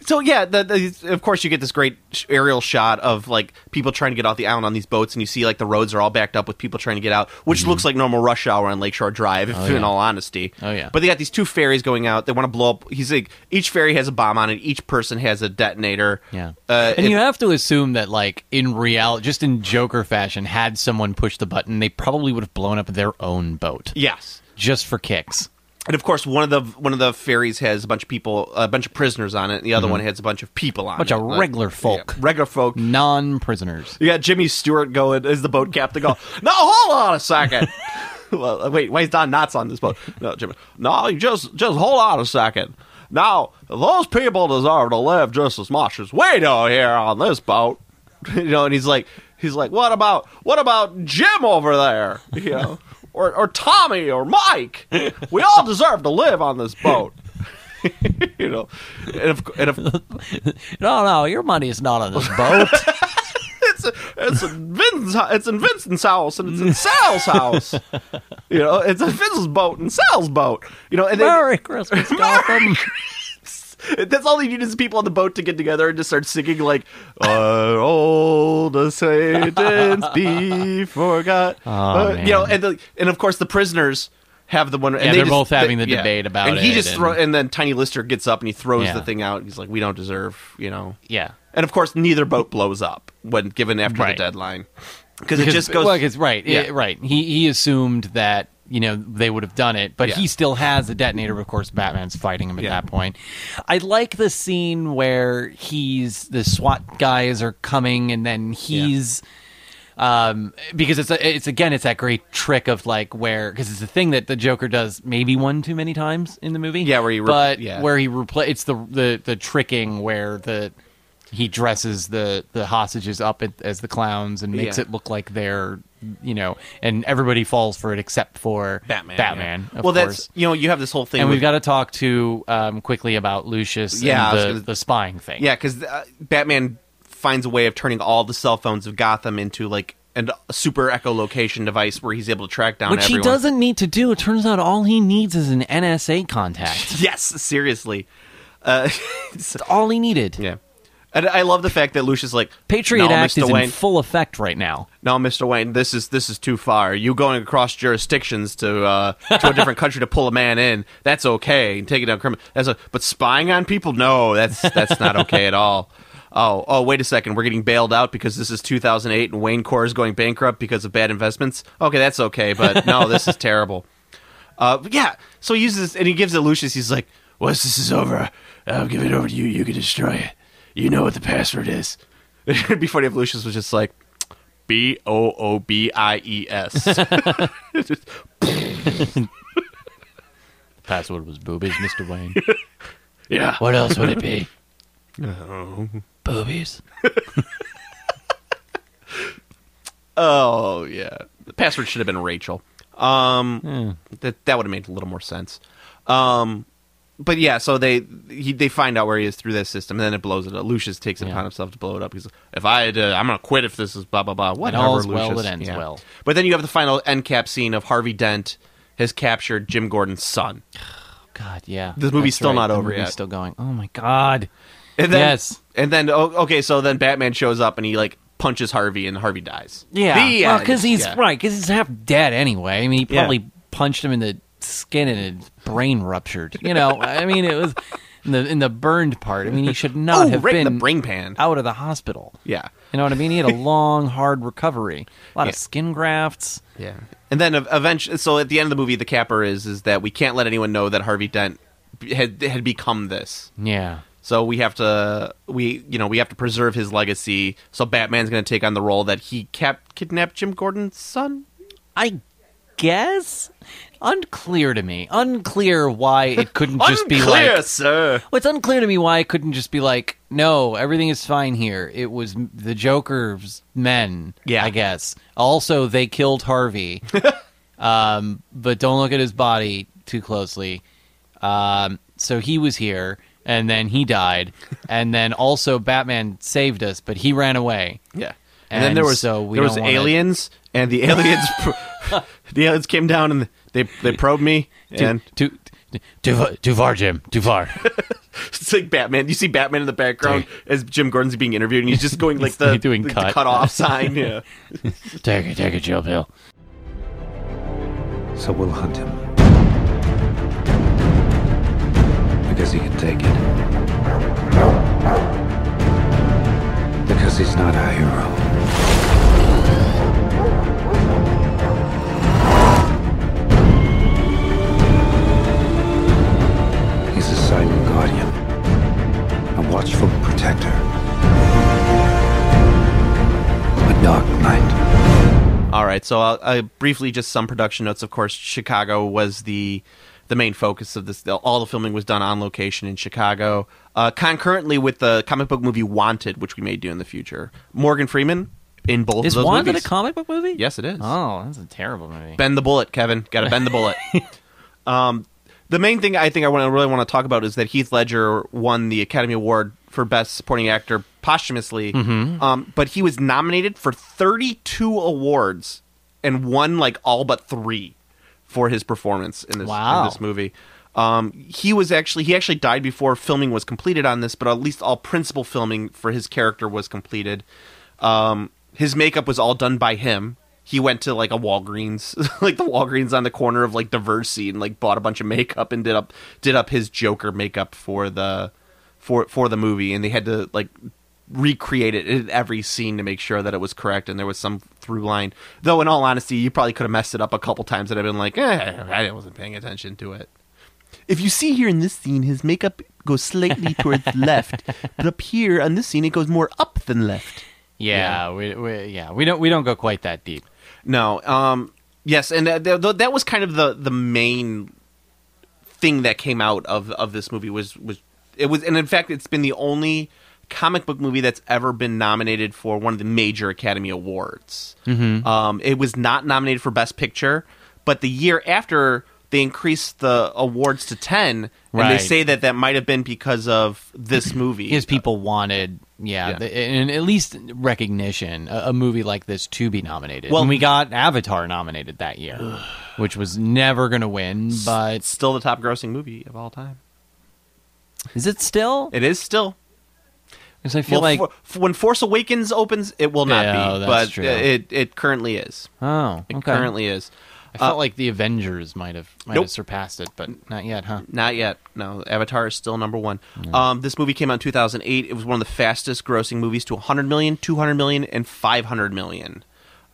S6: so yeah, the, the, of course you get this great sh- aerial shot of like people trying to get off the island on these boats, and you see like the roads are all backed up with people trying to get out, which
S9: Mm-hmm.
S6: looks like normal rush hour on Lakeshore Drive, if, in all honesty.
S9: Oh, yeah.
S6: But they got these two ferries going out. They want to blow up. He's like, each ferry has a bomb on it. Each person has a detonator.
S9: Yeah,
S6: Uh,
S9: and
S6: if-
S9: you have to assume that, like in reality, just in Joker fashion, had someone pushed the button, they probably would have blown up their own boat
S6: yes.
S9: just for kicks.
S6: And of course, one of the one of the ferries has a bunch of people, a bunch of prisoners on it, and the other one has a bunch of people on
S9: Mm-hmm. Bunch
S6: it,
S9: of
S6: Like,
S9: regular folk.
S6: yeah, regular folk.
S9: Non-prisoners.
S6: You got Jimmy Stewart going as the boat captain. Go, no, hold on a second. well, uh, wait, why is Don Knotts on this boat? No, Jimmy. No, you just just hold on a second. Now those people deserve to live just as much as we do here on this boat. you know, and he's like, he's like, what about what about Jim over there? You know, or or Tommy or Mike? We all deserve to live on this boat. you know, and of, and of
S9: No, no, your money is not on this boat.
S6: it's it's in Vince's hou- it's in Vincent's house and it's in Sal's house. You know, it's in Vince's boat and Sal's boat. You know, and then-
S9: Merry Christmas, Gotham.
S6: that's all they need is people on the boat to get together and just start singing like "Our old acquaintance be forgot." Uh, You know,
S9: Oh, man.
S6: and the, and of course the prisoners. Have the one, and
S9: Yeah,
S6: they
S9: they're
S6: just-
S9: both having
S6: they-
S9: the debate about
S6: and he
S9: it
S6: just
S9: and-
S6: throw, and then Tiny Lister gets up and he throws
S9: Yeah.
S6: the thing out. And he's like, "We don't deserve," you know.
S9: yeah.
S6: And of course, neither boat blows up when given after
S9: Right.
S6: the deadline because it just goes.
S9: well, 'cause- right,
S6: Yeah.
S9: yeah, right. He he assumed that you know they would have done it, but
S6: Yeah.
S9: he still has the detonator. Of course, Batman's fighting him at
S6: Yeah.
S9: that point. I like the scene where he's the SWAT guys are coming, and then he's. Um, because it's a, it's again it's that great trick of like where because it's the thing that the Joker does maybe one too many times in the movie
S6: Yeah, where he re-
S9: but
S6: yeah.
S9: where he repla it's the the the tricking where the he dresses the the hostages up at, as the clowns and makes
S6: Yeah.
S9: it look like they're you know and everybody falls for it except for
S6: Batman.
S9: Batman
S6: yeah.
S9: of
S6: well,
S9: course.
S6: that's you know you have this whole thing.
S9: and we've
S6: with-
S9: got to talk to um, quickly about Lucius
S6: Yeah, I
S9: and
S6: was
S9: the,
S6: gonna-
S9: the spying thing.
S6: yeah, because uh, Batman finds a way of turning all the cell phones of Gotham into like an, a super echolocation device where he's able to track down.
S9: Which
S6: everyone.
S9: he doesn't need to do. It turns out all he needs is an NSA contact.
S6: Yes, seriously.
S9: That's all he needed.
S6: Yeah, and I love the fact that Lucius is like
S9: Patriot
S6: no,
S9: Act
S6: Mr.
S9: is
S6: Wayne,
S9: in full effect right now.
S6: no, Mister Wayne, this is this is too far. You going across jurisdictions to uh, to a different country to pull a man in? That's okay. And take it down criminal. That's a, but spying on people? No, that's that's not okay at all. oh, oh, wait a second, we're getting bailed out because this is 2008 and Wayne Core is going bankrupt because of bad investments. Okay, that's okay, but no, this is terrible. Uh, but yeah, so he uses and he gives it Lucius. He's like, "Once this is over, I'll give it over to you. You can destroy it. You know what the password is." It'd be funny if Lucius was just like, "B O O B I E S."
S9: Password was boobies, Mr. Wayne.
S6: Yeah.
S9: What else would it be? Boobies.
S6: Oh yeah. The password should have been Rachel. Um, that that would have made a little more sense. Um, but yeah, so they he, they find out where he is through that system, and then it blows it up. Lucius takes it
S9: Yeah.
S6: upon himself to blow it up. He's like, if I had, uh, I'm gonna quit if this is blah blah blah. Whatever,
S9: all's well
S6: Lucius.
S9: that ends well.
S6: But then you have the final end cap scene of Harvey Dent has captured Jim Gordon's son.
S9: God, yeah.
S6: This movie's
S9: That's
S6: still not
S9: The
S6: over
S9: movie's
S6: yet.
S9: Still going. Oh my god.
S6: And then,
S9: Yes.
S6: And then oh, okay, so then Batman shows up and he like punches Harvey, and Harvey dies.
S9: Yeah.
S6: The
S9: well,
S6: end.
S9: because he's
S6: Yeah.
S9: right. Because he's half dead anyway. I mean, he
S6: Yeah.
S9: probably punched him in the skin and his brain ruptured. You know. I mean, it was in the in the burned part. I mean, he should not
S6: Oh,
S9: have
S6: right in
S9: been
S6: the brain pan.
S9: out of the hospital.
S6: Yeah.
S9: You know what I mean? He had a long, hard recovery. A lot of
S6: Yeah.
S9: skin grafts.
S6: Yeah. And then ev- eventually, so at the end of the movie, the capper is is that we can't let anyone know that Harvey Dent b- had had become this.
S9: Yeah.
S6: So we have to we you know we have to preserve his legacy. So Batman's going to take on the role that he kept kidnapped Jim Gordon's son.
S9: I guess unclear to me. Unclear why it couldn't just be
S6: Unclear,
S9: like.
S6: sir.
S9: Well, it's unclear to me why it couldn't just be like, no, everything is fine here. It was m- the Joker's men.
S6: Yeah.
S9: I guess. Also, they killed Harvey. um, but don't look at his body too closely. Um, so he was here, and then he died, and then also Batman saved us, but he ran away.
S6: Yeah. And,
S9: And
S6: then there was
S9: so we
S6: there was
S9: don't wanna-
S6: aliens, and the aliens pro- the aliens came down and they they probed me and
S9: To,
S7: Too, fa- too far, Jim. Too far.
S6: It's like Batman. You see Batman in the background as Jim Gordon's being interviewed, and he's just going like the,
S9: doing
S6: like the
S9: cut.
S6: cut off sign. Yeah.
S7: take it, take it, Joe Bill.
S4: So we'll hunt him. Because he can take it. Because he's not our hero. He's a silent guardian, a watchful protector, a dark knight.
S6: All right. So I'll, i briefly just some production notes. Of course, Chicago was the the main focus of this. All the filming was done on location in Chicago, uh, concurrently with the comic book movie Wanted, which we may do in the future. Morgan Freeman in both
S9: is
S6: of those
S9: Wanted
S6: movies.
S9: a comic book movie?
S6: yes, it is.
S9: Oh, that's a terrible movie.
S6: bend the bullet, Kevin. Got to bend the bullet. um, the main thing I think I want to really want to talk about is that Heath Ledger won the Academy Award for Best Supporting Actor posthumously, um, but he was nominated for 32 awards and won like all but three for his performance in this,
S9: Wow.
S6: in this movie. Um, he was actually he actually died before filming was completed on this, but at least all principal filming for his character was completed. Um, his makeup was all done by him. He went to like a Walgreens, like the Walgreens on the corner of like Diversity, and like bought a bunch of makeup and did up did up his Joker makeup for the for for the movie, and they had to like recreate it in every scene to make sure that it was correct and there was some through line. Though, in all honesty, you probably could have messed it up a couple times, and I've been like, eh, I wasn't paying attention to it. If you see here in this scene, his makeup goes slightly towards left, but up here on this scene, it goes more up than left.
S9: Yeah, We, we yeah we don't we don't go quite that deep.
S6: No. Um. Yes, and that, that, that was kind of the the main thing that came out of of this movie was was it was, and in fact, it's been the only comic book movie that's ever been nominated for one of the major Academy Awards.
S9: Mm-hmm.
S6: Um, it was not nominated for Best Picture, but the year after they increased the awards to ten, and they
S9: Right.
S6: say that that might have been because of this movie.
S9: Because people wanted yeah,
S6: Yeah.
S9: the- and at least recognition a, a movie like this to be nominated.
S6: Well-
S9: Well, and we got Avatar nominated that year, which was never going to win,
S6: it's
S9: but
S6: still the top grossing movie of all time.
S9: is it still?
S6: It is still.
S9: Because I feel
S6: Well,
S9: like
S6: for- for- when Force Awakens opens, it will not
S9: Yeah,
S6: be,
S9: that's
S6: but
S9: true.
S6: it it currently is.
S9: oh
S6: It
S9: okay.
S6: currently is.
S7: I felt like the Avengers might have might
S6: Nope.
S7: have surpassed it, but not yet, huh?
S6: Not yet. No, Avatar is still number one. Um, this movie came out in 2008. It was one of the fastest grossing movies to 100 million, 200 million, and 500 million.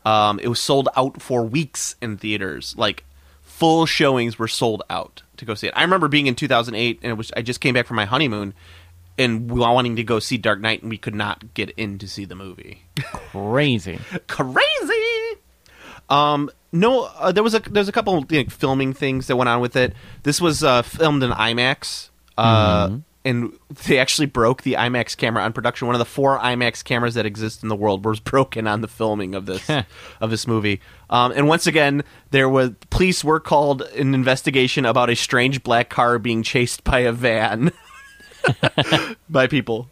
S6: Um, it was sold out for weeks in theaters. Like full showings were sold out to go see it. I remember being in 2008, and it was I just came back from my honeymoon and wanting to go see Dark Knight, and we could not get in to see the movie
S7: Crazy.
S6: crazy. Um, no, uh, there was a there's a couple you know, filming things that went on with it. This was uh, filmed in IMAX, uh, and they actually broke the IMAX camera on production. One of the four IMAX cameras that exist in the world was broken on the filming of this of this movie. Um, and once again, there was police were called in investigation about a strange black car being chased by a van by people.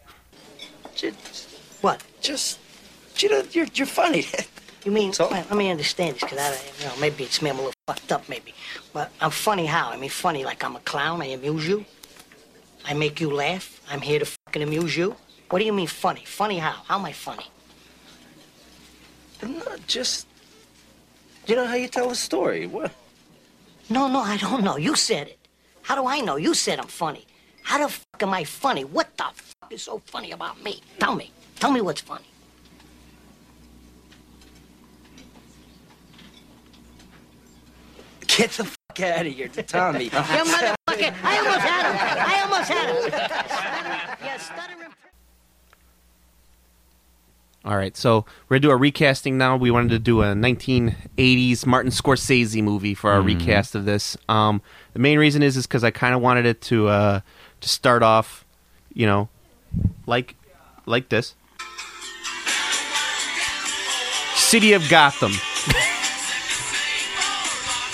S10: What? Just, you know, you're, you're funny. You mean, let let me understand this, because I, don't- you know, maybe it's me, I'm a little fucked up, maybe. But I'm funny how? I mean, funny like I'm a clown, I amuse you. I make you laugh, I'm here to fucking amuse you. What do you mean funny? Funny how? How am I funny?
S11: No, just. You know how you tell a story. What?
S10: No, no, I don't know. You said it. How do I know? You said I'm funny. How the fuck am I funny? What the fuck is so funny about me? Tell me. Tell me what's funny.
S11: Get the fuck out of here, Tommy.
S10: You motherfucker! I almost had him! I almost had him! Stuttering- Yeah, stuttering.
S6: All right, so we're gonna do a recasting now. We wanted to do a 1980s Martin Scorsese movie for our recast of this. Um, the main reason is is because I kind of wanted it to uh, to start off, you know, like like this. City of Gotham.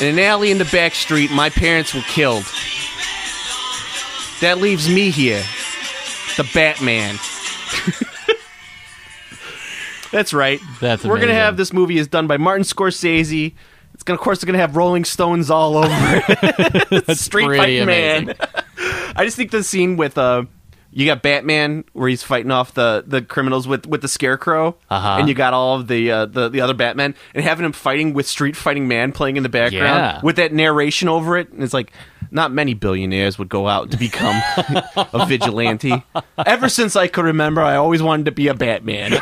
S6: in an alley in the back street, my parents were killed. That leaves me here, the Batman. That's right.
S7: That's
S6: we're gonna
S7: amazing.
S6: have this movie is done by Martin Scorsese. It's gonna, of course, it's gonna have Rolling Stones all over it. Street
S7: pretty
S6: fight man.
S7: amazing.
S6: I just think the scene with uh, you got Batman where he's fighting off the, the criminals with, with the Scarecrow,
S7: Uh-huh.
S6: and you got all of the, uh, the the other Batman, and having him fighting with Street Fighting Man playing in the background
S7: Yeah.
S6: with that narration over it, and it's like. Not many billionaires would go out to become a vigilante. Ever since I could remember, I always wanted to be a Batman.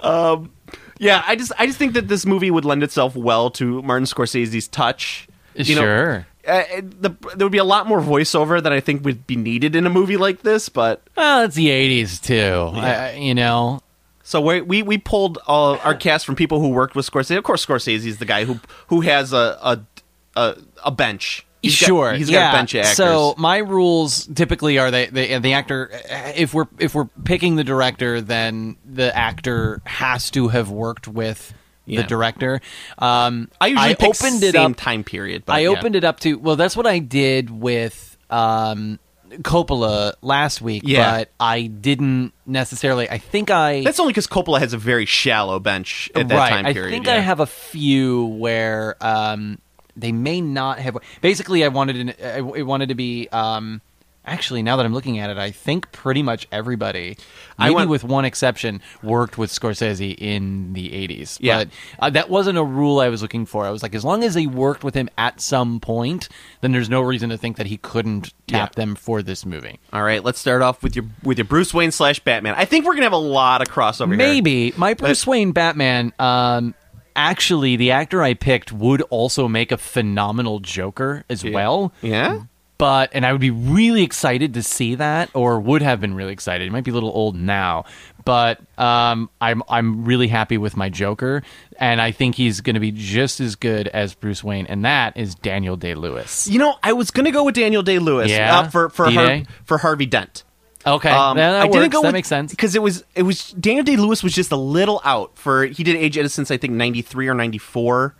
S6: Um, Yeah, I just I just think that this movie would lend itself well to Martin Scorsese's touch. You know,
S7: sure.
S6: uh, it- the, there would be a lot more voiceover that I think would be needed in a movie like this, but
S7: well, it's the '80s too. I- I- you know,
S6: so we we, we pulled all our cast from people who worked with Scorsese. Of course, Scorsese is the guy who who has a a a, a bench. He's got-
S7: sure.
S6: he's
S7: yeah.
S6: got a bench of actors.
S7: So my rules typically are they, they the actor. If we're if we're picking the director, then the actor has to have worked with
S6: Yeah.
S7: the director. Um,
S6: I usually pick
S7: opened it
S6: same
S7: up.
S6: time period. But
S7: I
S6: yeah.
S7: opened it up to well, that's what I did with um, Coppola last week.
S6: Yeah.
S7: but I didn't necessarily. I think I
S6: That's only because Coppola has a very shallow bench at that
S7: right.
S6: time period.
S7: I think
S6: yeah.
S7: I have a few where um, they may not have. Basically, I wanted an, I I wanted to be. Um, actually, now that I'm looking at it, I think pretty much everybody,
S6: I
S7: maybe
S6: went-
S7: with one exception, worked with Scorsese in the '80s.
S6: Yeah.
S7: but uh, that wasn't a rule I was looking for. I was like, as long as they worked with him at some point, then there's no reason to think that he couldn't tap
S6: Yeah.
S7: them for this movie.
S6: All right, let's start off with your with your Bruce Wayne slash Batman. I think we're gonna have a lot of crossover. here.
S7: Maybe my Bruce
S6: But-
S7: Wayne Batman. Um, actually, the actor I picked would also make a phenomenal Joker as well.
S6: Yeah.
S7: But and I would be really excited to see that, or would have been really excited. It might be a little old now, but um, I'm I'm really happy with my Joker, and I think he's going to be just as good as Bruce Wayne, and that is Daniel Day Lewis.
S6: You know, I was gonna go with Daniel Day Lewis
S7: Yeah?
S6: uh, for for
S7: D-Day?
S6: Har- for Harvey Dent. Um,
S7: Okay, yeah, that works. that makes sense.
S6: because it was it was Daniel Day Lewis was just a little out for he did Age of Innocence I think ninety three or ninety four,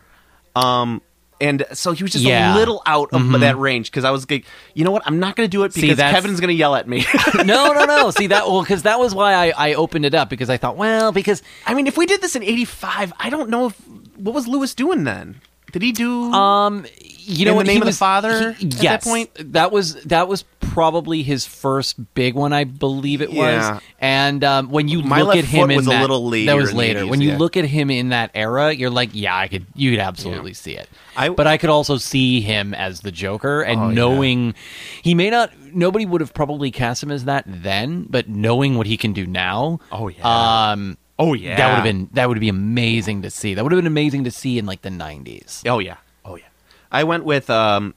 S6: um, and so he was just
S7: Yeah. Mm-hmm.
S6: a little out of that range because I was like, you know what, I'm not gonna do it
S7: See,
S6: because
S7: that's-
S6: Kevin's gonna yell at me.
S7: no, no, no. See that? Well, because that was why I, I opened it up because I thought, well, because
S6: I mean, if we did this in eighty five, I don't know if what was Lewis doing then. Did he do?
S7: Um, you know
S6: In
S7: what
S6: the
S7: he
S6: Name of the
S7: was-
S6: Father
S7: he-
S6: at that
S7: yes,
S6: point?
S7: that was that was probably his first big one, I believe it
S6: Yeah.
S7: was. And um, when you
S6: My
S7: look
S6: Left
S7: at him
S6: Foot
S7: in
S6: was a
S7: that,
S6: little later
S7: that was
S6: in the
S7: later.
S6: 80s,
S7: when you
S6: yeah.
S7: look at him in that era, you're like, yeah, I could, you could absolutely see it. but I could also see him as the Joker, and
S6: Oh, yeah.
S7: knowing he may not, nobody would have probably cast him as that then, but knowing what he can do now, oh yeah, um,
S6: Oh, yeah.
S7: that would have been that would be amazing to see. That would have been amazing to see in like the '90s.
S6: Oh yeah, oh yeah. I went with um,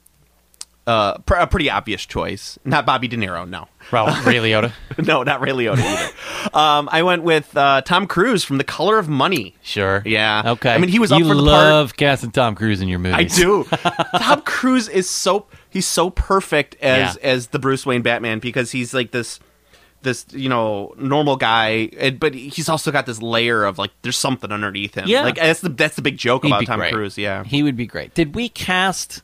S6: uh, pr- a pretty obvious choice. Not Bobby De Niro, no.
S8: Ralph Ray Liotta.
S6: no, not Ray Liotta either. um, I went with uh, Tom Cruise from The Color of Money.
S7: Sure.
S6: Yeah.
S7: Okay.
S6: I mean, he was
S7: you
S6: up for the part.
S7: love casting Tom Cruise in your movies.
S6: I do. Tom Cruise is so he's so perfect as as the Bruce Wayne Batman because he's like this this you know normal guy, and, but he's also got this layer of like there's something underneath him.
S7: Yeah.
S6: like that's the that's the big joke
S7: He'd
S6: about
S7: be
S6: Tom
S7: great.
S6: Cruise. Yeah,
S7: He would be great. Did we cast?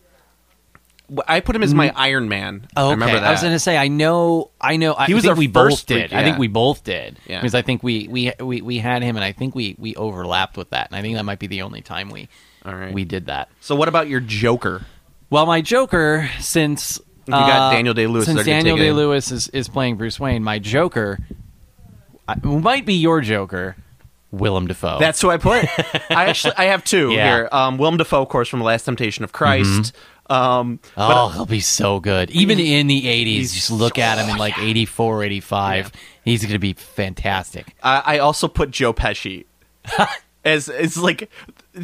S6: I put him as my Iron Man.
S7: Oh, okay.
S6: I remember that.
S7: was going to say. I know. I know. I
S6: He was
S7: think
S6: our
S7: we
S6: first
S7: both did.
S6: freak,
S7: I think
S6: yeah.
S7: we both did.
S6: Yeah.
S7: Because I think we, we we we had him, and I think we we overlapped with that, and I think that might be the only time we
S6: All right.
S7: we did that.
S6: so what about your Joker?
S7: Well, my Joker, since uh,
S6: You got Daniel Day-Lewis,
S7: since
S6: they're gonna
S7: Daniel
S6: take it
S7: Day
S6: in.
S7: Lewis is, is playing Bruce Wayne, my Joker I, might be your Joker, Willem Dafoe.
S6: That's who I put. I actually I have two
S7: Yeah. Mm-hmm.
S6: here. Um, Willem Dafoe, of course, from The Last Temptation of Christ. Um, but-
S7: Oh, he'll be so good. Even in the 80s, just look at him in like 84, 85. He's going to be fantastic.
S6: I, I also put Joe Pesci as it's like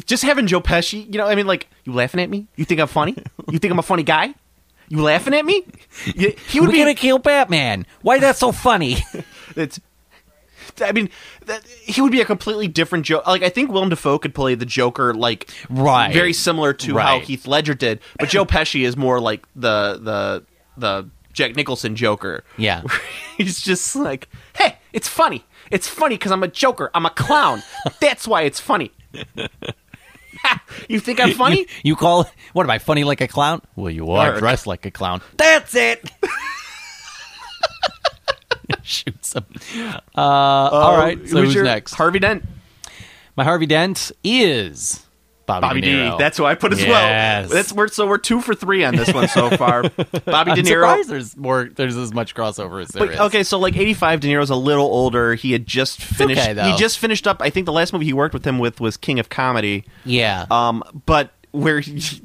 S6: just having Joe Pesci. You know, I mean, like you laughing at me? You think I'm funny? You think I'm a funny guy? You laughing at me? You- He would
S7: We're
S6: be.
S7: going to kill Batman. Why that's so funny?
S6: It's, I mean, that, he would be a completely different Joe. Like I think Willem Dafoe could play the Joker, like
S7: Right.
S6: very similar to how
S7: Right.
S6: Heath Ledger did. But Joe Pesci is more like the the the Jack Nicholson Joker.
S7: yeah.
S6: He's just like, hey, it's funny. It's funny because I'm a joker. I'm a clown. That's why it's funny. Ha! you think I'm funny?
S7: You, you call What am I funny like a clown? Well, you are
S6: Dark.
S7: dressed like a clown.
S6: That's it.
S7: Shoot some. Uh, all right. So who's,
S6: Oh, your-
S7: next?
S6: Harvey Dent.
S7: My Harvey Dent is Bobby,
S6: Bobby
S7: De
S6: D.
S7: Niro.
S6: That's who I put as
S7: Yes.
S6: well. That's we're so we're two for three on this one so far. Bobby
S7: I'm
S6: De Niro.
S7: surprised there's more. There's as much crossover as there is.
S6: But, oh, okay, so like eighty-five, De Niro's a little older. He had just finished.
S7: okay, though.
S6: he just finished up. I think the last movie he worked with him with was King of Comedy.
S7: Yeah.
S6: Um, but where, he,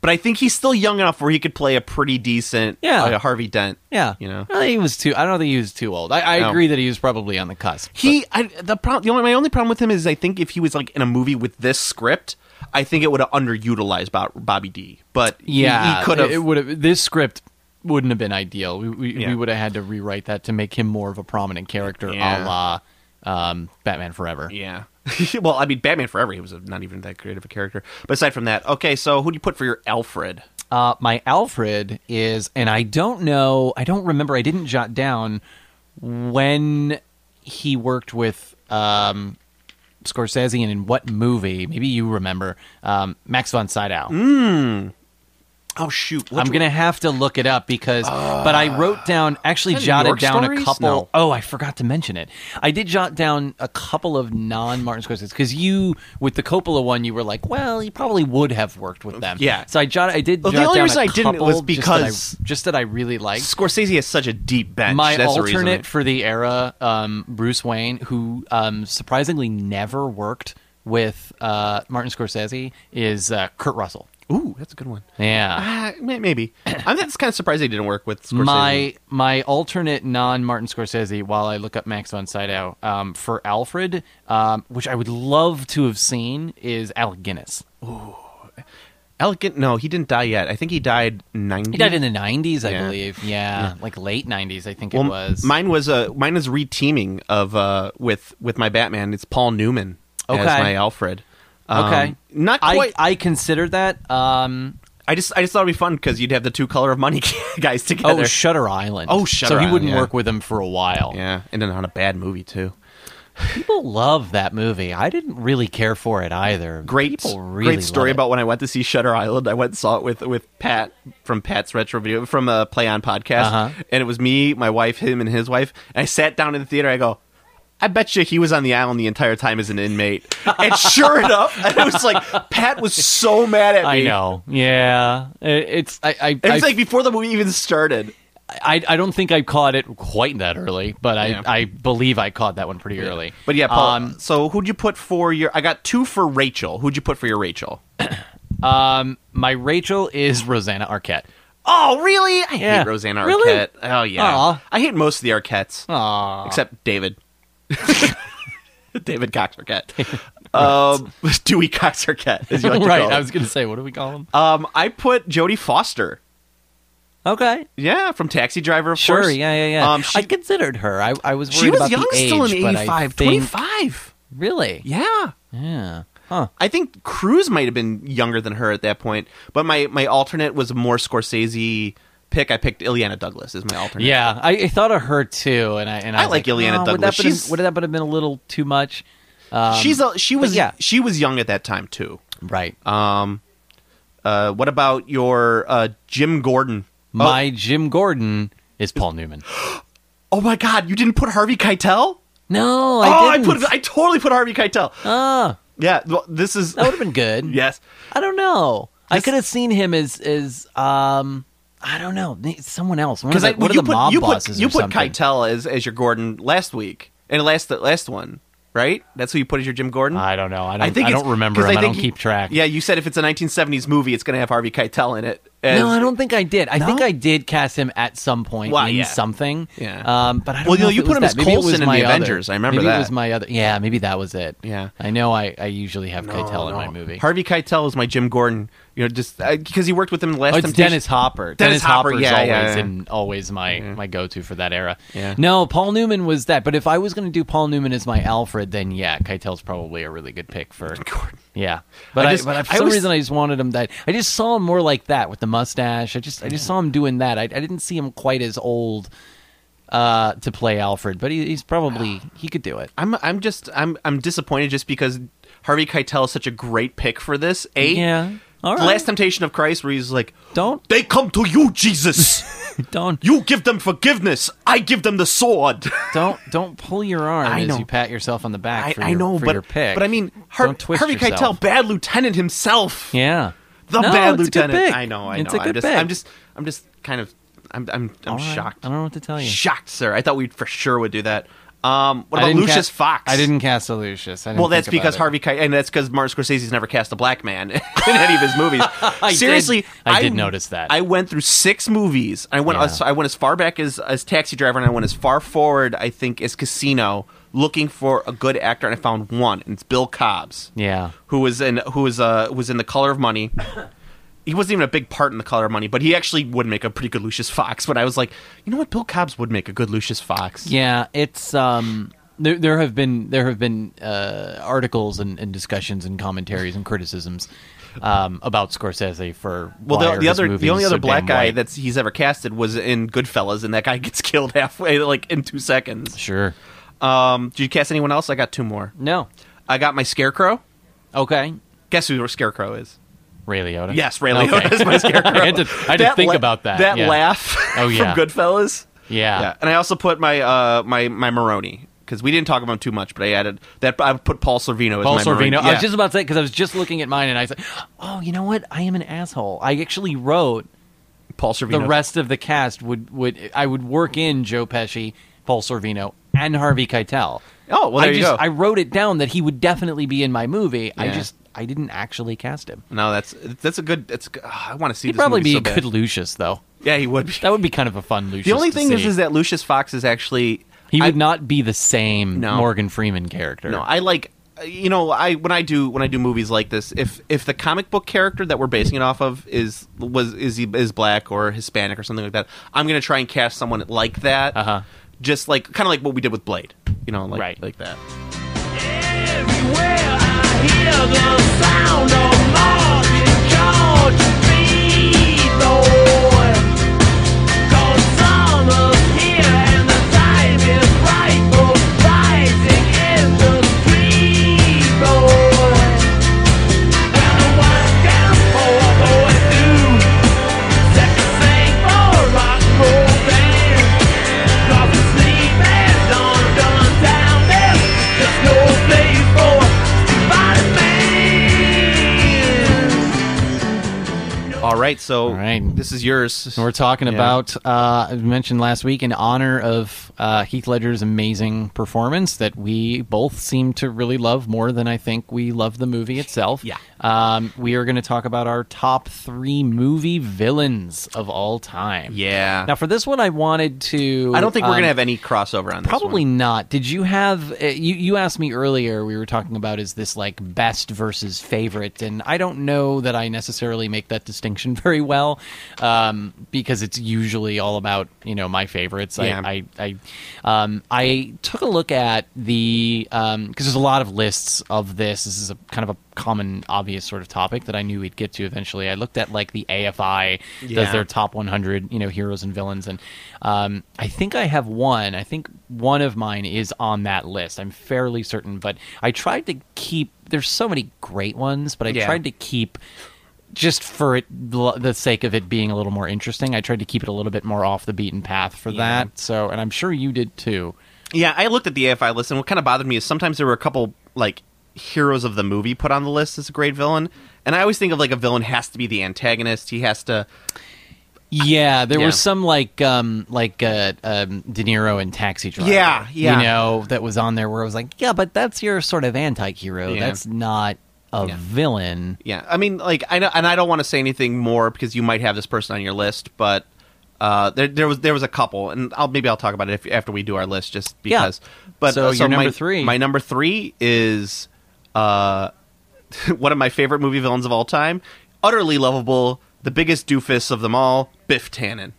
S6: but I think he's still young enough where he could play a pretty decent,
S7: Yeah.
S6: uh, Harvey Dent.
S7: yeah.
S6: you know.
S7: I think he was too. I don't think he was too old. I, I
S6: No.
S7: agree that he was probably on the cusp.
S6: He, I, the problem, the only, my only problem with him is I think if he was like in a movie with this script, I think it would have underutilized Bob, Bobby D. But he-
S7: Yeah,
S6: he, could
S7: It
S6: have.
S7: would have. This script wouldn't have been ideal. We we,
S6: Yeah.
S7: we would have had to rewrite that to make him more of a prominent character,
S6: Yeah.
S7: a la um, Batman Forever.
S6: Yeah. well, I mean, Batman Forever, he was a, not even that creative a character. But aside from that, okay, so who do you put for your Alfred?
S7: Uh, my Alfred is, and I don't know. I don't remember. I didn't jot down when he worked with um, Scorsese and in what movie. Maybe you remember um, Max von Sydow.
S6: Oh shoot,
S7: I'm gonna have to look it up because, but I wrote down actually
S6: Uh, Is that
S7: jotted
S6: York
S7: down
S6: Stories?
S7: a couple.
S6: No.
S7: Oh, I forgot to mention it. I did jot down a couple of non Martin Scorsese because you with the Coppola one, you were like, well, he probably would have worked with them.
S6: Yeah.
S7: So I jotted. I did.
S6: Well, the
S7: jot
S6: only
S7: down
S6: reason
S7: a
S6: I didn't
S7: couple
S6: was
S7: just that I-
S6: because-
S7: just that I, really liked.
S6: Scorsese has such a deep bench.
S7: My
S6: That's the reason
S7: alternate
S6: I-
S7: for the era, um, Bruce Wayne, who um, surprisingly never worked with uh, Martin Scorsese, is uh, Kurt Russell.
S6: Ooh, that's a good one.
S7: Yeah.
S6: Ah, may- maybe. I'm that's kind of surprised they didn't work with Scorsese.
S7: My my alternate non Martin Scorsese, while I look up Max von Sydow um, for Alfred, um, which I would love to have seen, is Alec Guinness.
S6: Elegant? No, he didn't die yet. I think he died ninety.
S7: He died in the nineties, I
S6: Yeah.
S7: believe. Yeah, like late nineties, I think
S6: Well,
S7: it was.
S6: Mine was uh, mine is reteaming of uh, with with my Batman. It's Paul Newman
S7: Okay.
S6: as my Alfred. Um,
S7: okay,
S6: not quite. I,
S7: I, I consider that. Um,
S6: just I just thought it'd be fun because you'd have the two color of money guys
S7: oh,
S6: together.
S7: Shutter Island.
S6: Oh,
S7: So
S6: Shutter
S7: he wouldn't
S6: Island, yeah.
S7: work with him for a while.
S6: yeah, and then on a bad movie too.
S7: People love that movie. I didn't really care for it either.
S6: Great,
S7: People really
S6: great story
S7: love it.
S6: about when I went to see Shutter Island. I went and saw it with with Pat from Pat's Retro Video from a Play On podcast,
S7: Uh-huh.
S6: and it was me, my wife, him, and his wife. And I sat down in the theater. I go. I bet you he was on the island the entire time as an inmate. And sure enough, it was like Pat was so mad at me.
S7: I know. Yeah, It- it's I. I,
S6: It was
S7: I
S6: like before the movie even started.
S7: I, I don't think I caught it quite that early, but I,
S6: Yeah.
S7: I believe I caught that one pretty early.
S6: But yeah, Paul.
S7: Um,
S6: so who'd you put for your? I got two for Rachel. Who'd you put for your Rachel?
S7: um, my Rachel is Rosanna Arquette.
S6: Oh, really? I
S7: Yeah.
S6: hate Rosanna Arquette.
S7: Really?
S6: Oh yeah.
S7: Aw.
S6: I hate most of the Arquettes.
S7: Aw.
S6: Except David. David Cox Arquette. um, Dewey Cox Arquette. As you like to
S7: right,
S6: call him.
S7: I was going to say, what do we call him?
S6: Um, I put Jodie Foster.
S7: Okay.
S6: Yeah, from Taxi Driver, of
S7: Sure,
S6: course.
S7: yeah, yeah, yeah.
S6: Um, she,
S7: I considered her. I, I was worried
S6: she was
S7: about
S6: young
S7: the age,
S6: still in
S7: but I
S6: 85,
S7: think-
S6: 25.
S7: Really?
S6: Yeah.
S7: Yeah. Huh.
S6: I think Cruz might have been younger than her at that point, but my, my alternate was a more Scorsese pick. I picked Ileana Douglas as my alternate.
S7: Yeah, I, I thought of her too, and I and
S6: I
S7: I, was
S6: like Ileana
S7: "Oh, Would
S6: Douglas.
S7: that, been-
S6: She's-
S7: would that have been a little too much? Um,
S6: She's a, she was
S7: but yeah.
S6: she was young at that time too.
S7: right.
S6: Um, uh, what about your uh, Jim Gordon?
S7: My Jim Gordon is Paul Newman.
S6: Oh my God! You didn't put Harvey Keitel? oh,
S7: No, I didn't.
S6: I put I totally put Harvey Keitel.
S7: Ah,
S6: Yeah, well, this is
S7: that would have been good.
S6: yes.
S7: I don't know. I
S6: This-
S7: could have seen him as as um I don't know someone else. One of
S6: Because
S7: the,
S6: I
S7: one of
S6: you
S7: the
S6: put,
S7: mob
S6: you
S7: bosses
S6: put, you
S7: or
S6: put
S7: something.
S6: Keitel as as your Gordon last week and last the last one, right? That's who you put as your Jim Gordon.
S7: I don't know. I don't. I,
S6: it's-
S7: don't remember
S6: 'cause
S7: him. I,
S6: think
S7: don't
S6: you-
S7: keep track.
S6: Yeah, you said if it's a 1970s movie, it's going to have Harvey Keitel in it. as-
S7: no, I don't think I did. I think I did cast him at some point
S6: Well,
S7: in
S6: yeah.
S7: something.
S6: Yeah.
S7: Um, but I don't
S6: Well,
S7: know.
S6: you-
S7: if
S6: you
S7: it
S6: put
S7: was
S6: him
S7: that.
S6: as
S7: Maybe it was
S6: Coulson in
S7: my
S6: The
S7: other-
S6: Avengers. I remember
S7: maybe
S6: that.
S7: It was my other. Yeah, maybe that was it.
S6: Yeah.
S7: I know. I, I usually have Keitel in my movie.
S6: Harvey Keitel is my Jim Gordon. You know, just because he worked with him the last.
S7: Oh, it's
S6: Temptation-
S7: Dennis Hopper.
S6: Dennis Hopper,
S7: Hopper's
S6: yeah,
S7: always
S6: yeah, yeah.
S7: in, always my my go to for that era.
S6: Yeah.
S7: No, Paul Newman was that. But if I was going to do Paul Newman as my Alfred, then yeah, Keitel's probably a really good pick for. Yeah, but
S6: I
S7: I,
S6: just-
S7: but I, for
S6: I
S7: some
S6: always-
S7: reason I just wanted him that. I just saw him more like that with the mustache. I just I just saw him doing that. I, I didn't see him quite as old uh, to play Alfred, but he, he's probably he could do it.
S6: I'm I'm just I'm I'm disappointed just because Harvey Keitel is such a great pick for this. A
S7: Yeah. All
S6: The
S7: right.
S6: Last Temptation of Christ, where he's like,
S7: Don't
S6: "They come to you, Jesus.
S7: don't
S6: you give them forgiveness. I give them the sword."
S7: don't don't pull your arm
S6: I
S7: as
S6: know.
S7: you pat yourself on the back.
S6: I,
S7: for
S6: I
S7: your-
S6: know,
S7: for
S6: but
S7: your pick.
S6: but I mean, Har-
S7: Don't twist
S6: Harvey
S7: yourself.
S6: Keitel, bad lieutenant himself.
S7: Yeah.
S6: the
S7: No,
S6: bad
S7: it's a good
S6: lieutenant.
S7: pick.
S6: I know, I
S7: It's
S6: know.
S7: a
S6: I'm
S7: good
S6: just,
S7: pick.
S6: I'm just, I'm just kind of, I'm, I'm, I'm
S7: All right.
S6: shocked.
S7: I don't know what to tell you.
S6: Shocked, sir. I thought we for sure would do that. Um, what
S7: I
S6: about
S7: didn't
S6: Lucius
S7: ca-
S6: Fox?
S7: I didn't cast a Lucius. I didn't
S6: Well, that's
S7: think about
S6: because
S7: it.
S6: Harvey Keitel, and that's because Martin Scorsese's never cast a black man in any of his movies.
S7: did-
S6: Seriously,
S7: I did notice that.
S6: I went through six movies. I went, as, I went as far back as, as Taxi Driver, and I went as far forward, I think, as Casino, looking for a good actor, and I found one, and it's Bill Cobbs
S7: Yeah.
S6: who was in who was uh was in the Color of Money. He wasn't even a big part in the Color of Money, but he actually would make a pretty good Lucius Fox. But I was like, you know what, Bill Cobbs would make a good Lucius Fox.
S7: Yeah, it's um there there have been there have been uh articles and, and discussions and commentaries and criticisms um about Scorsese for
S6: Well,
S7: why
S6: the,
S7: are
S6: the
S7: his
S6: other
S7: movies
S6: the only
S7: so
S6: other black
S7: damn
S6: guy
S7: white?
S6: that's he's ever casted was in Goodfellas, and that guy gets killed halfway, like in two seconds.
S7: Sure.
S6: Um, did you cast anyone else? I got two more.
S7: No.
S6: I got my Scarecrow.
S7: Okay.
S6: Guess who Scarecrow is?
S7: Ray Liotta.
S6: Yes, Ray Liotta
S7: Okay.
S6: is my Scarecrow.
S7: I had to- I had to think about that,
S6: That
S7: yeah.
S6: laugh.
S7: Oh, yeah.
S6: from Goodfellas.
S7: Yeah.
S6: Yeah, and I also put my uh my my Maroney because we didn't talk about him too much, but I added that I put Paul Sorvino as
S7: Paul
S6: my
S7: Sorvino.
S6: Maroney.
S7: I
S6: Yeah.
S7: was just about to say because I was just looking at mine and I said, "Oh, you know what? I am an asshole. I actually wrote
S6: Paul Sorvino.
S7: the rest of the cast would would I would work in Joe Pesci, Paul Sorvino, and Harvey Keitel.
S6: Oh, well, there
S7: I
S6: you
S7: just
S6: go.
S7: I wrote it down that he would definitely be in my movie. I
S6: Yeah.
S7: just I didn't actually cast him.
S6: No, that's that's a good. That's good- ah, I want to see.
S7: He'd
S6: this
S7: probably
S6: movie
S7: be
S6: so
S7: a good
S6: bad.
S7: Lucius though.
S6: Yeah, he would be.
S7: That would be kind of a fun Lucius.
S6: the only
S7: to
S6: thing is,
S7: see.
S6: is that Lucius Fox is actually
S7: he
S6: I-
S7: would not be the same
S6: No.
S7: Morgan Freeman character.
S6: No, I like you know I when I do when I do movies like this, if if the comic book character that we're basing it off of is was is he is black or Hispanic or something like that, I'm gonna try and cast someone like that.
S7: Uh-huh.
S6: Just like kind of like what we did with Blade, you know, like
S7: Right.
S6: like that. right, so this is yours.
S7: We're talking
S6: Yeah.
S7: about uh, I mentioned last week in honor of uh, Heath Ledger's amazing performance that we both seem to really love more than I think we love the movie itself. Yeah, um, we are going to talk about our top three movie villains of all time.
S6: Yeah.
S7: Now for this one, I wanted to.
S6: I don't think we're
S7: um,
S6: gonna have any crossover on this.
S7: Probably not. Did you have uh, you you asked me earlier we were talking about is this like best versus favorite and I don't know that I necessarily make that distinction very well um, because it's usually all about, you know, my favorites.
S6: Yeah.
S7: I I I, um, I took a look at the um 'cause cuz there's a lot of lists of this. This is a kind of a common obvious sort of topic that I knew we'd get to eventually. I looked at like the AFI does
S6: Yeah.
S7: their top 100 you know heroes and villains and um, i think i have one i think one of mine is on that list i'm fairly certain but i tried to keep there's so many great ones but i
S6: Yeah.
S7: tried to keep just for it, the sake of it being a little more interesting i tried to keep it a little bit more off the beaten path for that so and i'm sure you did too
S6: Yeah, I looked at the AFI list, and what kind of bothered me is sometimes there were a couple like heroes of the movie put on the list as a great villain, and I always think of like a villain has to be the antagonist. He has to.
S7: Yeah, there
S6: Yeah.
S7: was some like um like uh um De Niro and Taxi Driver.
S6: Yeah, yeah.
S7: You know, that was on there where I was like, Yeah, but that's your sort of anti hero.
S6: Yeah.
S7: That's not a villain.
S6: Yeah, I mean, like I know, and I don't want to say anything more because you might have this person on your list, but uh, there, there was there was a couple, and I'll maybe I'll talk about it if, after we do our list, just
S7: Yeah.
S6: because. But
S7: So
S6: uh,
S7: your number
S6: my,
S7: three.
S6: my number three is uh, one of my favorite movie villains of all time, utterly lovable, the biggest doofus of them all, Biff Tannen.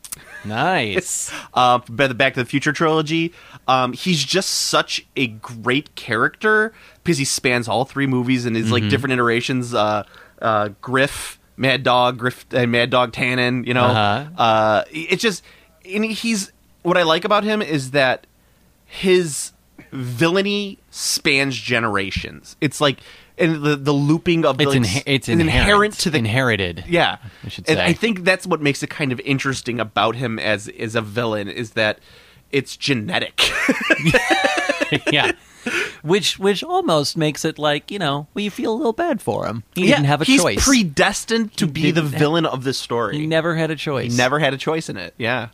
S7: Nice.
S6: uh, by the Back to the Future trilogy. Um, he's just such a great character because he spans all three movies and is like
S7: Mm-hmm.
S12: Mhm.
S6: different iterations. Uh, uh, Griff, Mad Dog, Griff, and Mad Dog Tannen. You know,
S12: Uh-huh.
S6: Uh, it's just and he's what I like about him is that his villainy spans generations. It's like and the the looping of the,
S7: It's
S6: like,
S7: inhe- it's
S6: an
S7: inherent
S6: to the
S7: inherited.
S6: yeah,
S7: I should
S6: and
S7: say.
S6: I think that's what makes it kind of interesting about him as as a villain is that it's genetic.
S7: yeah. Which which almost makes it like, you know, well you feel a little bad for him. He
S6: Yeah,
S7: didn't have a
S6: he's
S7: choice.
S6: predestined to be the
S7: didn't-
S6: villain of this story.
S7: He never had a choice.
S6: He never had a choice in it. Yeah.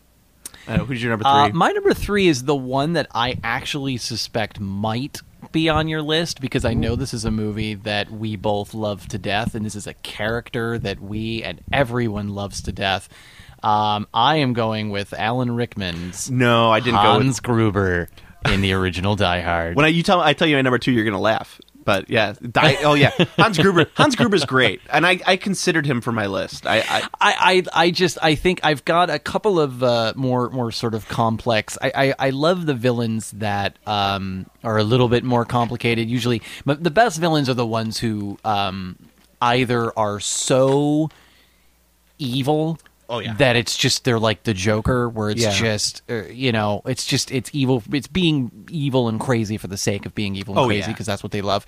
S6: Uh, who's your number three?
S7: Uh, my number three is the one that I actually suspect might be on your list because I know this is a movie that we both love to death, and this is a character that we and everyone loves to death. Um, I am going with Alan Rickman's.
S6: No, I didn't go with-
S7: Hans Gruber in the original Die Hard.
S6: when I, you tell I tell you my number two, you're gonna laugh. But yeah, die, oh yeah, Hans Gruber. Hans Gruber's great, and I, I considered him for my list. I, I
S7: I, I I just I think I've got a couple of uh, more more sort of complex. I, I, I love the villains that um, are a little bit more complicated. Usually, but the best villains are the ones who um, either are so evil.
S6: Oh, yeah.
S7: That it's just they're like the Joker, where it's
S6: Yeah.
S7: just uh, you know, it's just it's evil. It's being evil and crazy for the sake of being evil and
S6: Oh,
S7: crazy
S6: yeah.
S7: because that's what they love.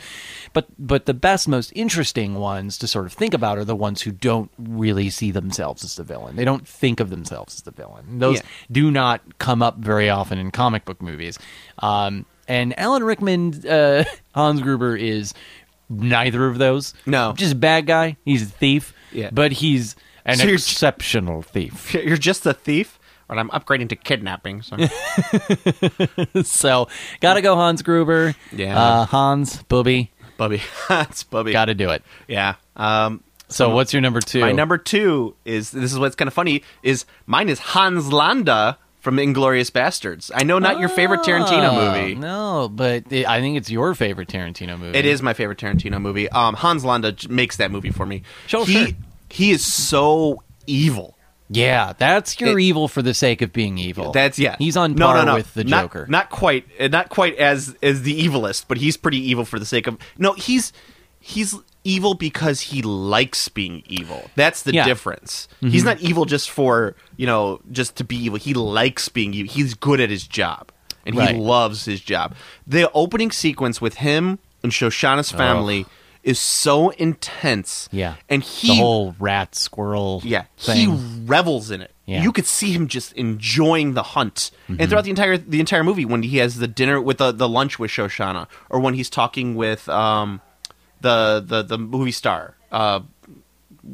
S7: But but the best, most interesting ones to sort of think about are the ones who don't really see themselves as the villain. They don't think of themselves as the villain. Those
S6: Yeah.
S7: do not come up very often in comic book movies. Um, and Alan Rickman, uh, Hans Gruber is neither of those. No, just a bad guy. He's a thief.
S6: Yeah.
S7: but he's an
S6: So you're-
S7: exceptional thief.
S6: you're just a thief, and I'm upgrading to kidnapping. So.
S7: so gotta go Hans Gruber.
S6: Yeah.
S7: uh, Hans Bubby.
S6: Bubby, Hans Bubby.
S7: Gotta do it.
S6: Yeah. Um,
S7: So what's your number two?
S6: My number two is this is what's kind of funny is mine is Hans Landa from Inglorious Bastards. I know not your favorite Tarantino
S7: Oh,
S6: movie.
S7: No, but it, I think it's your favorite Tarantino movie.
S6: It is my favorite Tarantino movie. Um, Hans Landa j- makes that movie for me.
S7: Sure,
S6: he,
S7: sure.
S6: he is so evil.
S7: Yeah, that's your
S6: It-
S7: evil for the sake of being evil.
S6: That's yeah.
S7: He's on
S6: no,
S7: par
S6: no, no.
S7: with the
S6: Not-
S7: Joker.
S6: Not quite. uh, Not quite as as the evilest, but he's pretty evil for the sake of. No, he's he's evil because he likes being evil. That's the
S12: Yeah.
S6: difference.
S7: Mm-hmm.
S6: He's
S12: Mhm.
S6: not evil just for you know just to be evil. He likes being evil. He's good at his job, and
S12: Right.
S6: he loves his job. The opening sequence with him and Shoshana's
S7: Oh.
S6: family is so intense.
S7: Yeah.
S6: and
S7: the
S6: he
S7: whole rat squirrel.
S6: yeah,
S7: thing.
S6: he revels in it.
S7: Yeah.
S6: You could see him just enjoying the hunt,
S7: Mhm.
S6: and throughout the entire the entire movie, when he has the dinner with the, the lunch with Shoshana, or when he's talking with um, the the the movie star, uh,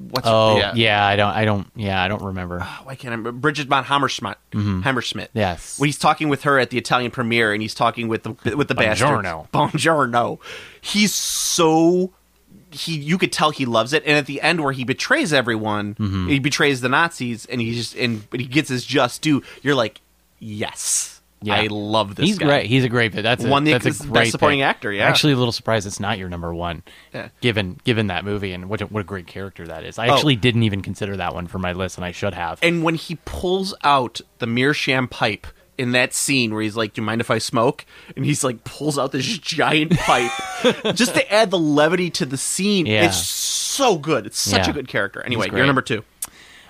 S6: what's
S7: oh yeah. I don't, I don't, yeah, I don't remember.
S6: why can't I remember? Bridget von Hammerschmidt.
S7: Mhm.
S6: Hammerschmidt.
S7: Yes.
S6: When he's talking with her at the Italian premiere, and he's talking with the with the bastards.
S7: Buongiorno.
S6: Buongiorno. He's so he. You could tell he loves it. And at the end, where he betrays everyone,
S7: Mhm.
S6: he betrays the Nazis, and he just and but he gets his just due. You're like, yes, I love this.
S7: He's
S6: guy.
S7: great. He's a great fit. That's a,
S6: Won the
S7: that's a
S6: best
S7: great
S6: supporting
S7: pick.
S6: actor, yeah.
S7: Actually, a little surprised it's not your number one,
S6: Yeah.
S7: given given that movie and what a, what a great character that is. I
S6: Oh.
S7: actually didn't even consider that one for my list, and I should have.
S6: And when he pulls out the meerschaum pipe in that scene where he's like, "Do you mind if I smoke?" and he's like pulls out this giant pipe just to add the levity to the scene.
S7: Yeah.
S6: It's so good. It's such
S7: Yeah.
S6: a good character.
S7: He's
S6: Anyway,
S7: great.
S6: you're number two.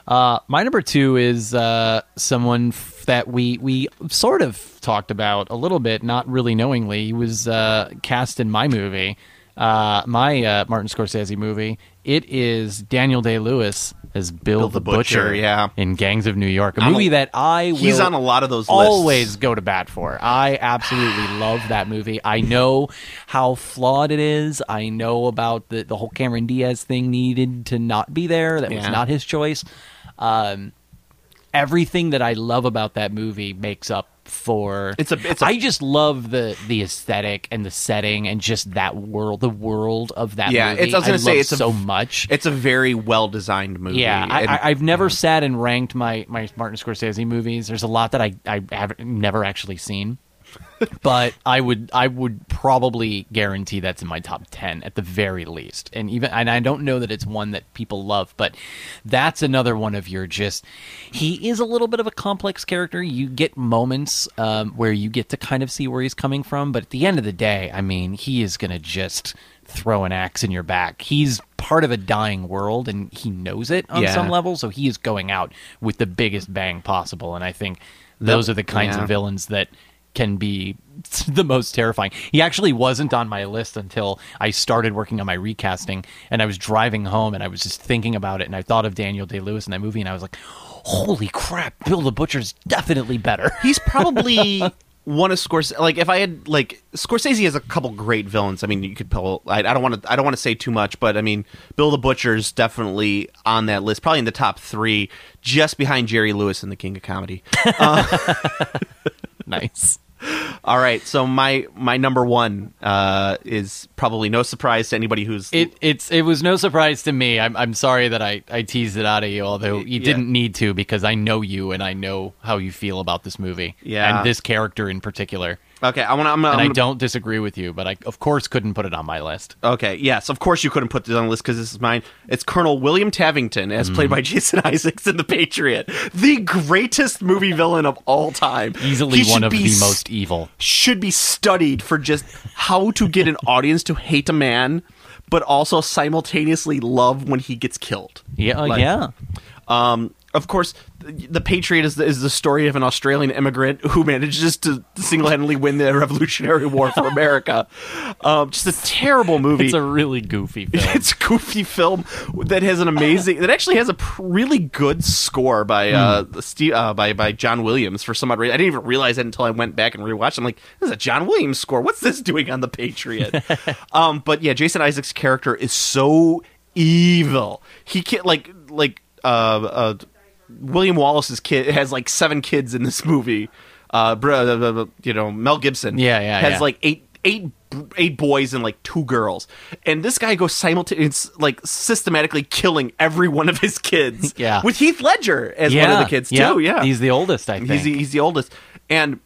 S7: Uh, my number two is uh, someone f- that we we sort of talked about a little bit, not really knowingly. He was uh, cast in my movie, uh, my uh, Martin Scorsese movie. It is Daniel Day Lewis as Bill, the, Butcher, yeah, in Gangs of New York, a
S6: I'm a-
S7: movie that I will
S6: He's on a lot of those
S7: always
S6: lists.
S7: go to bat for. I absolutely love that movie. I know how flawed it is. I know about the the whole Cameron Diaz thing needed to not be there. That was
S6: Yeah.
S7: not his choice. Um, everything that I love about that movie makes up for it's a, it's I just love the the aesthetic and the setting and just that world the world of that
S6: yeah,
S7: movie.
S6: it's, I was
S7: I
S6: gonna
S7: love
S6: say it's
S7: so
S6: a,
S7: much.
S6: It's a very well designed movie.
S7: yeah, I,
S6: and-
S7: I, I've never sat and ranked my my Martin Scorsese movies. There's a lot that I I have never actually seen, but I would I would probably guarantee that's in my top ten at the very least. And even and I don't know that it's one that people love, but that's another one of your just. He is a little bit of a complex character. You get moments um, where you get to kind of see where he's coming from, but at the end of the day, I mean, he is gonna just throw an axe in your back. He's part of a dying world and he knows it on
S6: Yeah.
S7: some level, so he is going out with the biggest bang possible. And I think those
S6: That-
S7: are the kinds
S6: yeah.
S7: of villains that can be the most terrifying. He actually wasn't on my list until I started working on my recasting and I was driving home and I was just thinking about it and I thought of Daniel Day-Lewis in that movie and I was like, "Holy crap, Bill the Butcher's definitely better."
S6: He's probably one of Scorsese. Like if I had like Scorsese has a couple great villains. I mean, you could pull. I, I don't want to. I don't want to say too much, but I mean, Bill the Butcher's definitely on that list, probably in the top three, just behind Jerry Lewis in The King of Comedy.
S7: nice.
S6: All right, so my my number one uh, is probably no surprise to anybody who's
S7: It it's it was no surprise to me. I'm I'm sorry that I I teased it out of you, although you
S6: Yeah.
S7: didn't need to because I know you and I know how you feel about this movie.
S6: Yeah.
S7: and this character in particular.
S6: okay. I want to. I'm,
S7: and
S6: gonna- I'm
S7: I
S6: gonna-
S7: don't disagree with you, but I of course couldn't put it on my list.
S6: Okay, yes, of course you couldn't put this on the list because this is mine. It's Colonel William Tavington, as played
S7: Mm.
S6: by Jason Isaacs in The Patriot, the greatest movie villain of all time.
S7: Easily
S6: He should
S7: one of
S6: be
S7: the
S6: s-
S7: most e- evil.
S6: should be studied for just how to get an audience to hate a man, but also simultaneously love when he gets killed.
S7: Yeah, uh,
S6: Like,
S7: yeah.
S6: Um, of course, th- the Patriot is the, is the story of an Australian immigrant who manages to single handedly win the Revolutionary War for America. Um, just a terrible movie.
S7: It's a really goofy film.
S6: It's a goofy film that has an amazing that actually has a pr- really good score by uh,
S7: Hmm.
S6: Steve, uh by by John Williams for some odd reason. I didn't even realize that until I went back and rewatched. I'm like, this is a John Williams score. What's this doing on the Patriot? um, but yeah, Jason Isaac's character is so evil. He can't like like uh, uh, William Wallace's kid has like seven kids in this movie. Uh, br- uh, you know Mel Gibson.
S7: Yeah, yeah,
S6: has
S7: yeah.
S6: like eight eight eight boys and like two girls and this guy goes simultaneously like systematically killing every one of his kids
S7: Yeah.
S6: with heath ledger as one of the kids too yeah
S7: he's the oldest. I think
S6: he's the, he's the oldest and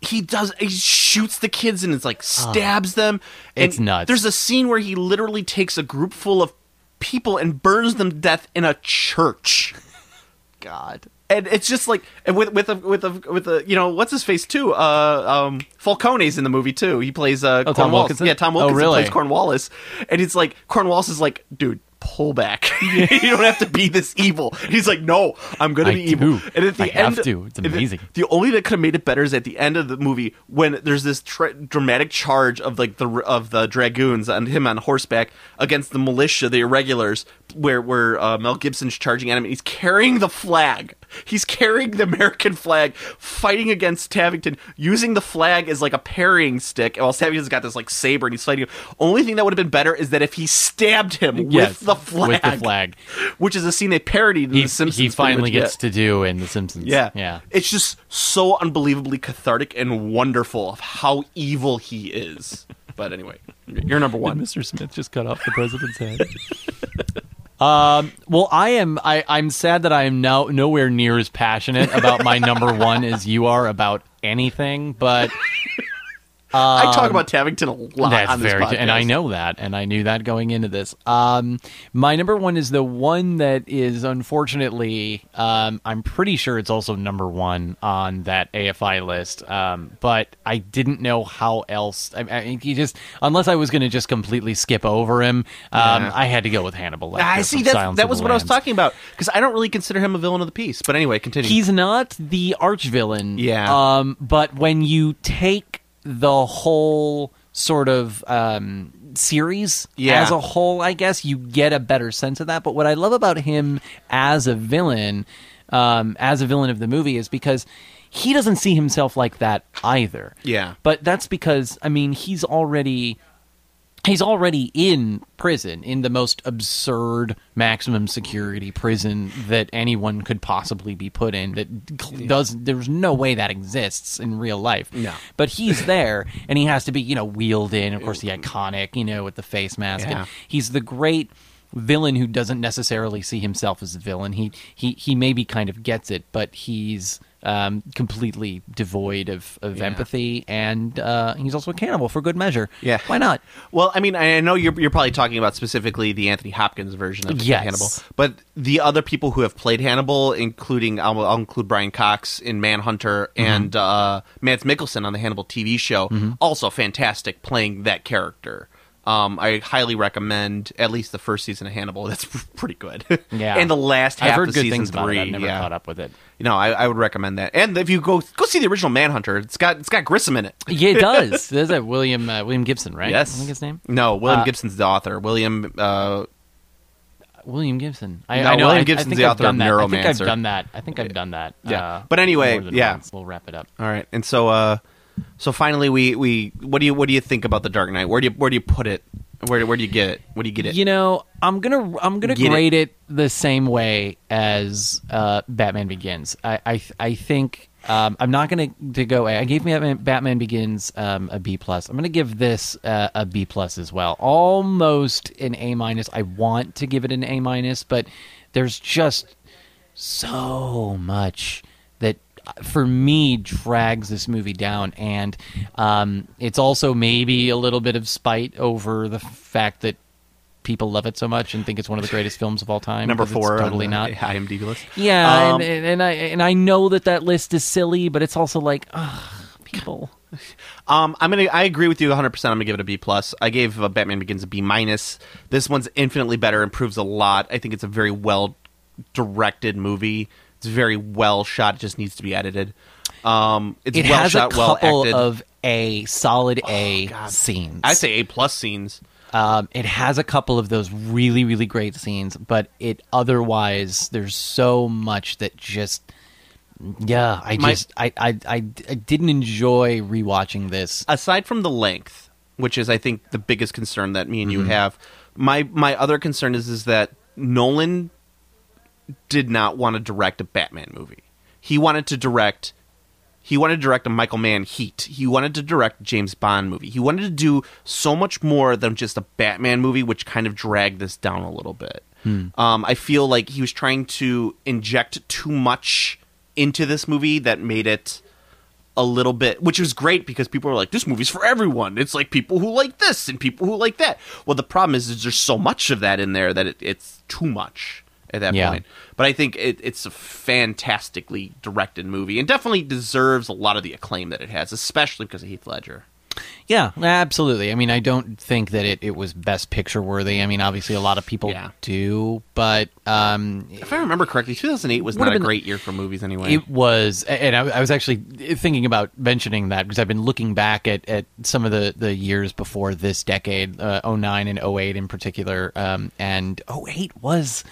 S6: he does he shoots the kids and it's like stabs them and
S7: It's nuts.
S6: there's a scene where he literally takes a group full of people and burns them to death in a church god and it's just like and with with a with a with a you know what's his face too uh um Falcone's in the movie too he plays uh
S7: Oh, Tom
S6: Cornwallis
S7: Wilkinson?
S6: yeah Tom
S7: Oh,
S6: Wilkinson
S7: really?
S6: plays Cornwallis and it's like Cornwallis is like dude pull back you don't have to be this evil he's like no I'm gonna
S7: I
S6: be evil
S7: do.
S6: and at the
S7: I
S6: end
S7: have to. It's
S6: and the-
S7: amazing.
S6: the only that could have made it better is at the end of the movie when there's this tra- dramatic charge of like the of the dragoons and him on horseback against the militia, the irregulars, where where uh, Mel Gibson's charging at him. and He's carrying the flag. He's carrying the American flag, fighting against Tavington, using the flag as like a parrying stick. While Tavington's got this like saber and he's fighting him. Only thing that would have been better is that if he stabbed him with
S7: Yes.
S6: the flag.
S7: With the flag.
S6: Which is a scene they parodied in
S7: He,
S6: The Simpsons.
S7: he
S6: pretty
S7: finally
S6: much,
S7: gets
S6: yeah.
S7: to do in The Simpsons.
S6: Yeah.
S7: Yeah.
S6: It's just so unbelievably cathartic and wonderful of how evil he is. But anyway, you're number one.
S7: Mr. Smith just cut off the president's head. Um, well, I am. I, I'm sad that I am now nowhere near as passionate about my number one as you are about anything. But
S6: I talk
S7: um,
S6: about Tavington a lot
S7: That's
S6: on this
S7: very,
S6: podcast.
S7: and I know that, and I knew that going into this. Um, my number one is the one that is unfortunately, um, I'm pretty sure it's also number one on that AFI list. Um, but I didn't know how else. I, I think you just unless I was going to just completely skip over him. Um,
S6: Yeah.
S7: I had to go with Hannibal. Lecter
S6: I
S7: from
S6: Ah, see that.
S7: Silence
S6: That
S7: of
S6: was
S7: the
S6: what I was
S7: Lambs.
S6: talking about because I don't really consider him a villain of the piece. But anyway, continue.
S7: He's not the arch villain.
S6: Yeah.
S7: Um, but when you take the whole sort of um, series
S6: Yeah.
S7: as a whole, I guess you get a better sense of that. But what I love about him as a villain, um, as a villain of the movie, is because he doesn't see himself like that either.
S6: Yeah.
S7: But that's because I mean he's already he's already in prison in the most absurd maximum security prison that anyone could possibly be put in that cl- does there's no way that exists in real life
S6: No.
S7: but he's there and he has to be you know wheeled in of course the iconic you know with the face mask
S6: Yeah.
S7: and he's the great villain who doesn't necessarily see himself as a villain he he he maybe kind of gets it but he's um, completely devoid of, of
S6: Yeah.
S7: empathy and uh, he's also a cannibal for good measure
S6: Yeah.
S7: why not
S6: Well, I mean, I I know you're you're probably talking about specifically the Anthony Hopkins version of
S7: Yes.
S6: Hannibal, but the other people who have played Hannibal, including I'll, I'll include Brian Cox in Manhunter and
S7: Mm-hmm.
S6: uh, Mads Mikkelsen on the Hannibal TV show, also fantastic playing that character. Um, I highly recommend at least the first season of Hannibal. That's pretty good.
S7: Yeah,
S6: and the last half
S7: I've heard
S6: of
S7: good
S6: season
S7: things
S6: three.
S7: About it. I've never
S6: yeah.
S7: caught up with it.
S6: You know, I, I would recommend that. And if you go go see the original Manhunter, it's got it's got Grissom in it.
S7: Yeah, it does. There's a William uh, William Gibson, right?
S6: Yes.
S7: I think his name
S6: No, William
S7: Uh,
S6: Gibson's the author. William. Uh,
S7: William Gibson. I,
S6: No,
S7: I know,
S6: William
S7: I- I
S6: Gibson's
S7: think
S6: the
S7: I've
S6: author of
S7: done that. I think
S6: Neuromancer.
S7: I've done that. I think I've done that.
S6: Yeah.
S7: uh,
S6: But anyway,
S7: more than
S6: yeah.
S7: once. We'll wrap it up.
S6: all right, and so uh, so finally, we we what do you what do you think about the Dark Knight? Where do you where do you put it? Where do- where do you get it? Where do you get it?
S7: You know, I'm gonna I'm gonna
S6: Get it.
S7: grade it. the same way as uh, Batman Begins. I I, I think um, I'm not gonna to go. A. I gave Batman, Batman Begins um, a B plus. I'm gonna give this uh, a B plus as well, almost an A minus. I want to give it an A minus, but there's just so much that uh, for me drags this movie down and um, it's also maybe a little bit of spite over the fact that people love it so much and think it's one of the greatest films of all time
S6: number
S7: because it's
S6: four, on
S7: totally
S6: the
S7: not
S6: IMDb list.
S7: yeah
S6: Um,
S7: and, and, and i and i know that that list is silly but it's also like ugh, people
S6: Um, I'm gonna. I agree with you 100. percent I'm gonna give it a B plus. I gave uh, Batman Begins a B minus. This one's infinitely better. Improves a lot. I think it's a very well directed movie. It's very well shot. It just needs to be edited. Um, it's
S7: it
S6: well
S7: has
S6: shot,
S7: a
S6: well
S7: couple
S6: acted. Oh,
S7: of a solid a scenes
S6: I say A plus scenes.
S7: Um, it has a couple of those really, really great scenes, but it otherwise there's so much that just yeah, I
S6: My-
S7: just I, I I I didn't enjoy rewatching this.
S6: aside from the length, which is I think the biggest concern that me and you have, my my other concern is is that Nolan did not want to direct a Batman movie. He wanted to direct he wanted to direct a Michael Mann Heat. He wanted to direct a James Bond movie. He wanted to do so much more than just a Batman movie, which kind of dragged this down a little bit. Um, I feel like he was trying to inject too much into this movie that made it a little bit, which was great because people were like, "This movie's for everyone." It's like people who like this and people who like that. Well, the problem is, is there's so much of that in there that it, it's too much at that
S7: Yeah.
S6: point. But I think it, it's a fantastically directed movie and definitely deserves a lot of the acclaim that it has, especially because of Heath Ledger.
S7: Yeah, absolutely. I mean, I don't think that it, it was best picture worthy. I mean, obviously a lot of people
S6: Yeah.
S7: do, but um,
S6: If I remember correctly, 2008 was
S7: Would've
S6: not a
S7: been-
S6: great year for movies anyway.
S7: It was, and I, I was actually thinking about mentioning that because I've been looking back at, at some of the, the years before this decade, uh, 09 and 08 in particular, um, and 08 was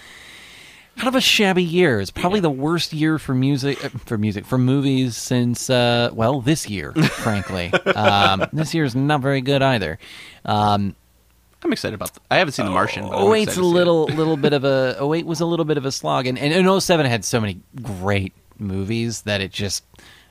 S7: kind of a shabby year. It's probably the worst year for music, uh, for music, for movies since uh, well, this year, frankly. um, this year's not very good either. Um,
S6: I'm excited about. th- I haven't seen The Martian. But I'm
S7: Oh eight's
S6: excited to
S7: a
S6: see it.
S7: little little bit of a oh eight was a little bit of a slog, and and, and 07 had so many great movies that it just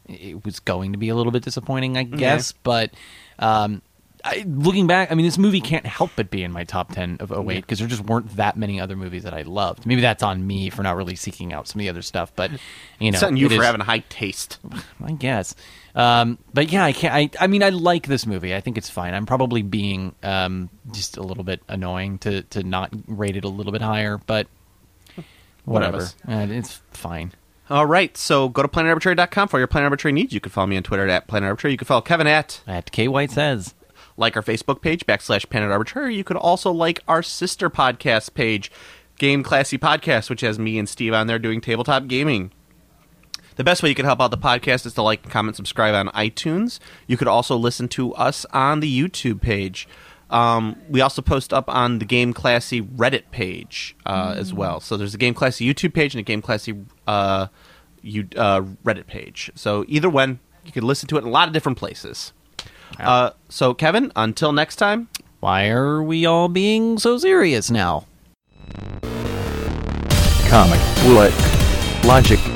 S7: it was going to be a little bit disappointing, I
S6: Mm-hmm.
S7: guess. But um, I, looking back, I mean, this movie can't help but be in my top ten of 08 because there just weren't that many other movies that I loved. Maybe that's on me for not really seeking out some of the other stuff, but you know,
S6: it's on you
S7: it
S6: for
S7: is-
S6: having high taste.
S7: I guess. Um, but yeah, I can't. I, I mean, I like this movie. I think it's fine. I'm probably being um, just a little bit annoying to to not rate it a little bit higher, but
S6: One of
S7: whatever.
S6: us.
S7: Uh, it's fine.
S6: All right, so go to planetarbitrary.com for your Planet Arbitrary needs. You can follow me on Twitter at Planet Arbitrary. You can follow Kevin at
S7: at K White Says.
S6: Like our Facebook page backslash Planet Arbitrary. You could also like our sister podcast page, Game Classy Podcast, which has me and Steve on there doing tabletop gaming. The best way you can help out the podcast is to like, comment, subscribe on iTunes. You could also listen to us on the YouTube page. Um, we also post up on the Game Classy Reddit page uh, as well. So there's a Game Classy YouTube page and a Game Classy uh, you, uh, Reddit page. So either one, you can listen to it in a lot of different places. Uh, so, Kevin, until next time.
S7: Why are we all being so serious now?
S1: Comic Book Logic.